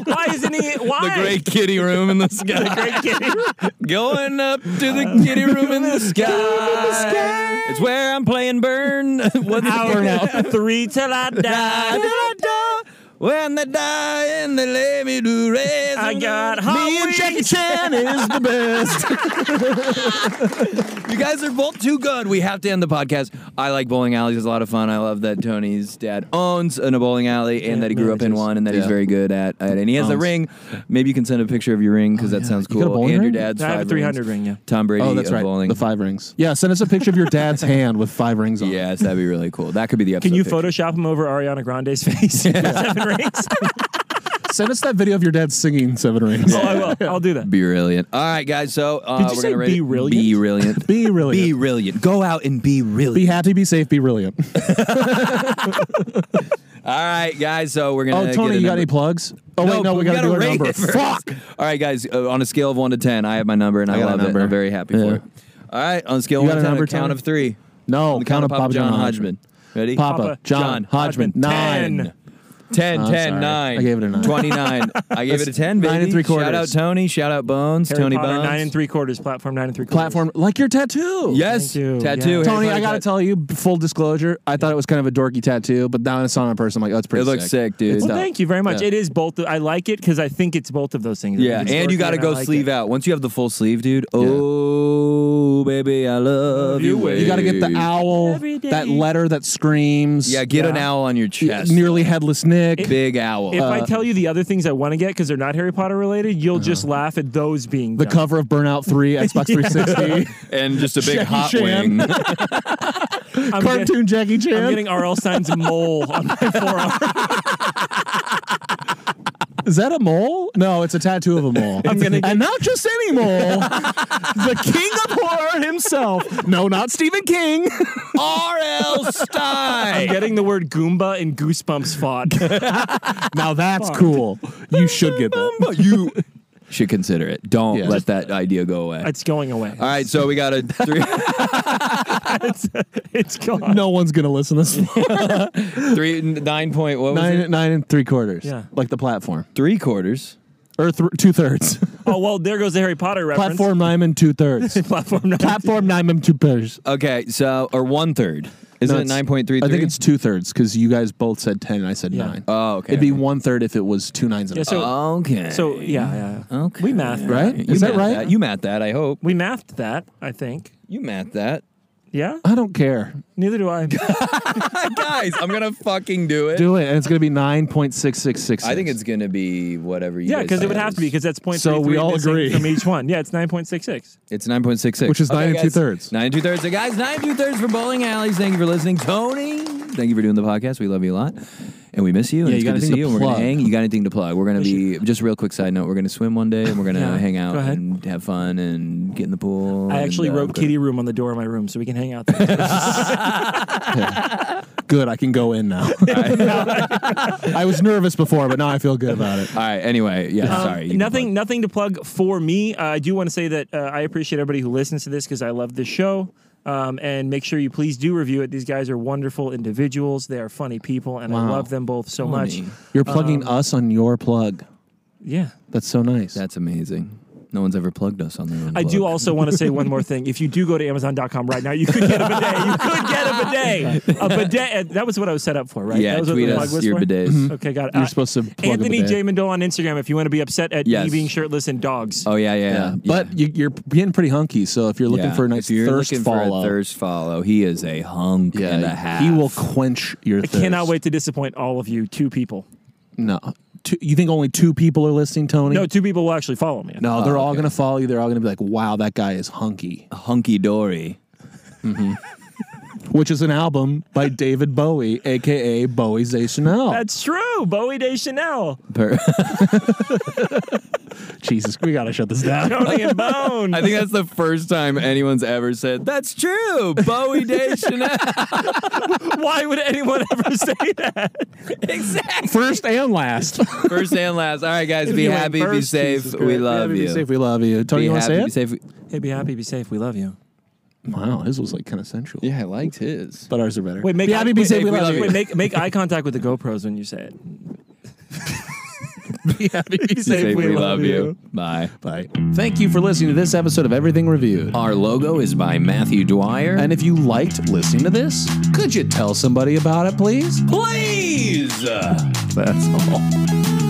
[SPEAKER 3] Why isn't he? Why?
[SPEAKER 4] the great kitty room in (laughs) the sky.
[SPEAKER 3] Great kid.
[SPEAKER 4] Going up to the (laughs) kitty room in the sky. It's where I'm playing burn. (laughs) What's
[SPEAKER 3] Hour (laughs) three till I
[SPEAKER 4] Da,
[SPEAKER 3] die.
[SPEAKER 4] da, da. When they die and they let me do rest.
[SPEAKER 3] I got
[SPEAKER 4] Me and
[SPEAKER 3] hot
[SPEAKER 4] Jackie
[SPEAKER 3] wings.
[SPEAKER 4] Chan is the
[SPEAKER 2] Best.
[SPEAKER 4] You guys are both too good. We have to end the podcast. I like bowling alleys. It's a lot of fun. I love that Tony's dad owns an- a bowling alley and that he grew up in
[SPEAKER 3] manages.
[SPEAKER 4] one and that he's
[SPEAKER 2] Yeah.
[SPEAKER 4] very good at it. And he has a
[SPEAKER 2] Owns. Oh,
[SPEAKER 4] ring. Maybe you can send a picture of your ring because that sounds
[SPEAKER 2] You got a
[SPEAKER 4] cool.
[SPEAKER 2] bowling
[SPEAKER 4] and
[SPEAKER 2] ring?
[SPEAKER 4] your dad's
[SPEAKER 3] I have a
[SPEAKER 4] five
[SPEAKER 3] 300
[SPEAKER 4] rings.
[SPEAKER 3] ring, yeah.
[SPEAKER 4] Tom Brady
[SPEAKER 2] Oh, that's
[SPEAKER 4] of
[SPEAKER 2] right.
[SPEAKER 4] bowling.
[SPEAKER 2] The five rings. Yeah, send us a picture of your (laughs) dad's hand with five rings on. it.
[SPEAKER 4] yes, that'd be really cool. That could be the episode.
[SPEAKER 3] Can you
[SPEAKER 4] picture.
[SPEAKER 3] Photoshop him over Ariana Grande's face? (laughs) Seven rings.
[SPEAKER 2] Send us that video of your dad singing Seven Rings.
[SPEAKER 3] Oh, I will. I'll do that.
[SPEAKER 4] Be brilliant. All right, guys. So uh,
[SPEAKER 3] Did you
[SPEAKER 4] we're
[SPEAKER 3] say
[SPEAKER 4] gonna rate
[SPEAKER 3] be
[SPEAKER 4] it-
[SPEAKER 3] brilliant?
[SPEAKER 4] Be
[SPEAKER 2] (laughs)
[SPEAKER 4] brilliant.
[SPEAKER 2] Be really.
[SPEAKER 4] be brilliant. Go out and be brilliant.
[SPEAKER 2] Be happy, be safe, be
[SPEAKER 4] (laughs)
[SPEAKER 2] brilliant.
[SPEAKER 4] All right, guys. So we're
[SPEAKER 2] Oh,
[SPEAKER 4] gonna.
[SPEAKER 2] Tony,
[SPEAKER 4] get a
[SPEAKER 2] you got any
[SPEAKER 4] number-
[SPEAKER 2] plugs? Oh, wait, no,
[SPEAKER 4] but
[SPEAKER 2] we gotta, do our
[SPEAKER 4] rate
[SPEAKER 2] number.
[SPEAKER 4] it first.
[SPEAKER 2] Fuck!
[SPEAKER 4] All right, guys. Uh, on a scale of one to ten, I have my number, and I,
[SPEAKER 2] got a
[SPEAKER 4] love
[SPEAKER 2] number.
[SPEAKER 4] it. I'm very happy
[SPEAKER 2] Yeah.
[SPEAKER 4] for it. All right, on a scale
[SPEAKER 2] You
[SPEAKER 4] of one
[SPEAKER 2] got
[SPEAKER 4] to
[SPEAKER 2] a
[SPEAKER 4] ten,
[SPEAKER 2] number,
[SPEAKER 4] a count
[SPEAKER 2] Tony?
[SPEAKER 4] of three.
[SPEAKER 2] No,
[SPEAKER 4] On the count of Papa John Hodgman. Ready?
[SPEAKER 2] Papa,
[SPEAKER 3] Papa
[SPEAKER 2] John,
[SPEAKER 4] John
[SPEAKER 2] Hodgman.
[SPEAKER 4] Hodgman.
[SPEAKER 2] Nine.
[SPEAKER 3] Ten.
[SPEAKER 4] 10,
[SPEAKER 2] I'm
[SPEAKER 4] 10,
[SPEAKER 2] sorry.
[SPEAKER 4] 9.
[SPEAKER 2] I gave it a nine.
[SPEAKER 4] 29. I gave it a 10, baby.
[SPEAKER 2] Nine and three
[SPEAKER 4] Shout out
[SPEAKER 2] quarters.
[SPEAKER 4] Tony. Shout out Bones.
[SPEAKER 3] Harry
[SPEAKER 4] Tony
[SPEAKER 3] Potter,
[SPEAKER 4] Bones.
[SPEAKER 3] nine and three quarters. Platform nine and three quarters.
[SPEAKER 2] Platform, like your tattoo.
[SPEAKER 4] Yes.
[SPEAKER 3] Thank you.
[SPEAKER 4] Tattoo.
[SPEAKER 3] Yeah.
[SPEAKER 4] Harry
[SPEAKER 2] Tony,
[SPEAKER 4] Potter
[SPEAKER 2] I gotta
[SPEAKER 4] tat-
[SPEAKER 2] tell you, full disclosure, I thought it was kind of a dorky tattoo, but now I saw it in person. I'm like, oh, it's pretty
[SPEAKER 4] It looks sick, dude.
[SPEAKER 2] It's
[SPEAKER 4] Well,
[SPEAKER 3] Well,
[SPEAKER 2] dope.
[SPEAKER 3] thank you very much.
[SPEAKER 2] Yeah.
[SPEAKER 3] It is both. I like it because I think it's both of those things. I
[SPEAKER 4] Yeah,
[SPEAKER 3] think it's
[SPEAKER 4] and you
[SPEAKER 3] dorky
[SPEAKER 4] got to
[SPEAKER 3] I
[SPEAKER 4] go
[SPEAKER 3] like
[SPEAKER 4] sleeve
[SPEAKER 3] it.
[SPEAKER 4] out. Once you have the full sleeve, dude. Oh, baby, I love you.
[SPEAKER 3] You
[SPEAKER 2] You gotta get the
[SPEAKER 4] babe.
[SPEAKER 2] owl,
[SPEAKER 3] Every day.
[SPEAKER 2] that letter that screams.
[SPEAKER 4] Yeah, get an
[SPEAKER 3] Yeah.
[SPEAKER 4] owl on your chest.
[SPEAKER 2] Nearly headless Nick.
[SPEAKER 4] Big owl.
[SPEAKER 3] If I tell you the other things I want to get because they're not Harry Potter related, you'll
[SPEAKER 4] Uh-huh.
[SPEAKER 3] just laugh at those being
[SPEAKER 2] the
[SPEAKER 3] done.
[SPEAKER 2] cover of Burnout 3, Xbox
[SPEAKER 4] (laughs)
[SPEAKER 2] 360.
[SPEAKER 4] and just a big
[SPEAKER 2] Jackie (laughs)
[SPEAKER 4] hot
[SPEAKER 2] Chan.
[SPEAKER 4] wing.
[SPEAKER 3] I'm
[SPEAKER 2] (laughs)
[SPEAKER 3] Getting,
[SPEAKER 2] Cartoon Jackie Chan.
[SPEAKER 3] I'm getting R.L.
[SPEAKER 4] (laughs)
[SPEAKER 3] Stein's mole on my forearm.
[SPEAKER 2] Is that a mole? No, it's a tattoo of a
[SPEAKER 4] (laughs)
[SPEAKER 2] mole. and not just any mole. the king of horror himself. No, not Stephen
[SPEAKER 4] (laughs)
[SPEAKER 2] King.
[SPEAKER 4] R.L.
[SPEAKER 3] I'm
[SPEAKER 4] Stein.
[SPEAKER 3] getting the word Goomba and Goosebumps fought.
[SPEAKER 4] (laughs)
[SPEAKER 2] now that's cool. You should get that.
[SPEAKER 4] But you should consider it. Don't
[SPEAKER 2] Yeah.
[SPEAKER 4] let that idea go away.
[SPEAKER 3] it's going away.
[SPEAKER 4] All right, so we got
[SPEAKER 2] (laughs)
[SPEAKER 4] a three,
[SPEAKER 3] It's, (laughs) it's gone.
[SPEAKER 2] No one's gonna listen to this.
[SPEAKER 4] three, nine point. What was it?
[SPEAKER 2] nine, nine and three quarters.
[SPEAKER 3] Yeah.
[SPEAKER 2] like the platform
[SPEAKER 4] Three quarters.
[SPEAKER 2] or th- two
[SPEAKER 4] (laughs)
[SPEAKER 2] thirds.
[SPEAKER 3] Oh, well, there goes the Harry Potter reference.
[SPEAKER 4] (laughs)
[SPEAKER 2] platform nine and two thirds.
[SPEAKER 3] (laughs) Platform. nine.
[SPEAKER 2] platform nine and two thirds.
[SPEAKER 4] Okay, so or one third. Isn't
[SPEAKER 2] No,
[SPEAKER 4] it
[SPEAKER 2] it's-
[SPEAKER 4] nine point three
[SPEAKER 2] I
[SPEAKER 4] three?
[SPEAKER 2] think it's two thirds because you guys both said ten and I said
[SPEAKER 3] Yeah.
[SPEAKER 2] nine.
[SPEAKER 4] Oh, okay.
[SPEAKER 2] It'd be one third if it was two nines and
[SPEAKER 3] Yeah,
[SPEAKER 2] a
[SPEAKER 3] so
[SPEAKER 4] okay.
[SPEAKER 3] so yeah, yeah, yeah.
[SPEAKER 4] Okay.
[SPEAKER 3] We math
[SPEAKER 2] Right?
[SPEAKER 4] You
[SPEAKER 2] Is that
[SPEAKER 4] math
[SPEAKER 2] right?
[SPEAKER 4] You math that. I hope
[SPEAKER 3] We mathed that, I think.
[SPEAKER 4] you math (laughs) that,
[SPEAKER 3] Yeah?
[SPEAKER 4] Uh,
[SPEAKER 2] I don't care.
[SPEAKER 3] Neither do
[SPEAKER 4] (laughs)
[SPEAKER 3] I.
[SPEAKER 4] guys. I'm gonna fucking do it.
[SPEAKER 2] Do it, and it's going to be nine point six six six.
[SPEAKER 4] I think it's gonna be whatever you.
[SPEAKER 3] yeah,
[SPEAKER 4] guys
[SPEAKER 3] because
[SPEAKER 4] say
[SPEAKER 3] it would have to be
[SPEAKER 4] is.
[SPEAKER 3] because that's point
[SPEAKER 2] So we all agree.
[SPEAKER 3] from (laughs) each one. Yeah, it's nine point six six.
[SPEAKER 4] It's nine point six six,
[SPEAKER 2] Which is nine and two-thirds.
[SPEAKER 4] Nine and two thirds, guys. Nine and two thirds for bowling alleys. Thank you for listening, Tony. Thank you for doing the podcast. We love you a lot, and we miss you. and
[SPEAKER 2] Yeah,
[SPEAKER 4] it's
[SPEAKER 2] you got
[SPEAKER 4] good to see
[SPEAKER 2] anything
[SPEAKER 4] you.
[SPEAKER 2] to
[SPEAKER 4] And we're gonna
[SPEAKER 2] plug?
[SPEAKER 4] hang. You got anything to plug? We're gonna be just real quick side note. We're gonna swim one day, and we're gonna
[SPEAKER 3] Yeah,
[SPEAKER 4] hang out
[SPEAKER 3] go ahead.
[SPEAKER 4] and have fun and get in the pool.
[SPEAKER 3] I
[SPEAKER 4] and,
[SPEAKER 3] actually
[SPEAKER 4] uh,
[SPEAKER 3] wrote
[SPEAKER 4] go-
[SPEAKER 3] kitty room on the door of my room so we can hang out there.
[SPEAKER 2] good. I can go in
[SPEAKER 4] (laughs)
[SPEAKER 2] now. I was nervous before, but now I feel good about it.
[SPEAKER 4] All right. Anyway, yeah.
[SPEAKER 3] Um,
[SPEAKER 4] (laughs) sorry. you can
[SPEAKER 3] nothing.
[SPEAKER 4] plug.
[SPEAKER 3] Nothing to plug for me. Uh, I do want to say that uh, I appreciate everybody who listens to this because I love this show. Um, and make sure you please do review it. These guys are wonderful individuals. They are funny people, and I
[SPEAKER 2] Wow.
[SPEAKER 3] love them both so much.
[SPEAKER 2] You're plugging
[SPEAKER 4] Um,
[SPEAKER 2] us on your plug.
[SPEAKER 3] Yeah.
[SPEAKER 2] That's so nice.
[SPEAKER 4] That's amazing. No one's ever plugged us on their own.
[SPEAKER 3] I
[SPEAKER 4] plug.
[SPEAKER 3] do also want to say one more thing. If you do go to Amazon.com right now, you could get a bidet. You could get a bidet. A bidet. and That was what I was set up for, right?
[SPEAKER 4] Yeah,
[SPEAKER 3] that was
[SPEAKER 4] tweet
[SPEAKER 3] what the
[SPEAKER 4] us
[SPEAKER 3] plug was
[SPEAKER 4] your
[SPEAKER 3] for?
[SPEAKER 4] bidets.
[SPEAKER 3] Okay, got it.
[SPEAKER 2] You're
[SPEAKER 3] Uh,
[SPEAKER 2] supposed to plug a
[SPEAKER 3] Anthony
[SPEAKER 2] bidet.
[SPEAKER 3] J. Mendel on Instagram if you want to be upset at
[SPEAKER 4] Yes.
[SPEAKER 3] me being shirtless and dogs.
[SPEAKER 4] Oh yeah, yeah. yeah.
[SPEAKER 2] But you, you're getting pretty hunky, so if you're looking
[SPEAKER 4] Yeah.
[SPEAKER 2] for a nice
[SPEAKER 4] If you're
[SPEAKER 2] thirst
[SPEAKER 4] looking for a
[SPEAKER 2] follow,
[SPEAKER 4] thirst follow. He is a hunk and a half.
[SPEAKER 2] he will quench your.
[SPEAKER 3] I
[SPEAKER 2] thirst.
[SPEAKER 3] cannot wait to disappoint all of you, two people.
[SPEAKER 2] No, two, you think only two people are listening, Tony?
[SPEAKER 3] No, two people will actually follow me.
[SPEAKER 2] no, they're
[SPEAKER 4] Oh,
[SPEAKER 2] all
[SPEAKER 4] okay. Oh.
[SPEAKER 2] gonna follow you. They're all gonna be like, "Wow, that guy is hunky,"
[SPEAKER 4] hunky dory.
[SPEAKER 2] which is an album by David Bowie, aka Bowie Zational.
[SPEAKER 3] That's true. Bowie
[SPEAKER 2] (laughs)
[SPEAKER 3] Day Chanel.
[SPEAKER 4] Per- (laughs)
[SPEAKER 2] Jesus, we gotta shut this down.
[SPEAKER 3] Tony and
[SPEAKER 2] (laughs)
[SPEAKER 3] Bone.
[SPEAKER 4] I think that's the first time anyone's ever said that's true.
[SPEAKER 2] (laughs)
[SPEAKER 4] Bowie Day Chanel.
[SPEAKER 3] Why would anyone ever (laughs) say that?
[SPEAKER 4] exactly.
[SPEAKER 2] First and last.
[SPEAKER 4] First and last. All right, guys.
[SPEAKER 2] (laughs)
[SPEAKER 4] Be
[SPEAKER 3] went
[SPEAKER 4] happy. Be
[SPEAKER 3] first,
[SPEAKER 4] safe.
[SPEAKER 3] Jesus
[SPEAKER 4] We
[SPEAKER 3] Christ.
[SPEAKER 4] love
[SPEAKER 2] Be
[SPEAKER 4] you.
[SPEAKER 2] safe. We love you, Tony.
[SPEAKER 4] Be
[SPEAKER 2] you want to
[SPEAKER 4] happy.
[SPEAKER 2] say
[SPEAKER 4] Be
[SPEAKER 2] it?
[SPEAKER 4] safe.
[SPEAKER 3] Hey, be happy, be safe. We love you.
[SPEAKER 2] Wow, his was like kind of sensual.
[SPEAKER 4] Yeah, I liked his.
[SPEAKER 2] but ours are better.
[SPEAKER 3] Wait, make
[SPEAKER 2] be happy. Be
[SPEAKER 3] wait,
[SPEAKER 2] safe. We
[SPEAKER 3] wait,
[SPEAKER 2] love
[SPEAKER 3] wait,
[SPEAKER 2] you.
[SPEAKER 3] make make eye contact with the GoPros when you say it.
[SPEAKER 2] Be happy. (laughs) Be
[SPEAKER 4] Be
[SPEAKER 2] safe. We love you.
[SPEAKER 4] Bye.
[SPEAKER 2] Bye. Thank you for listening to this episode of Everything Reviewed.
[SPEAKER 4] Our logo is by Matthew Dwyer.
[SPEAKER 2] And if you liked listening to this, could you tell somebody about it, please?
[SPEAKER 4] please.
[SPEAKER 2] That's all.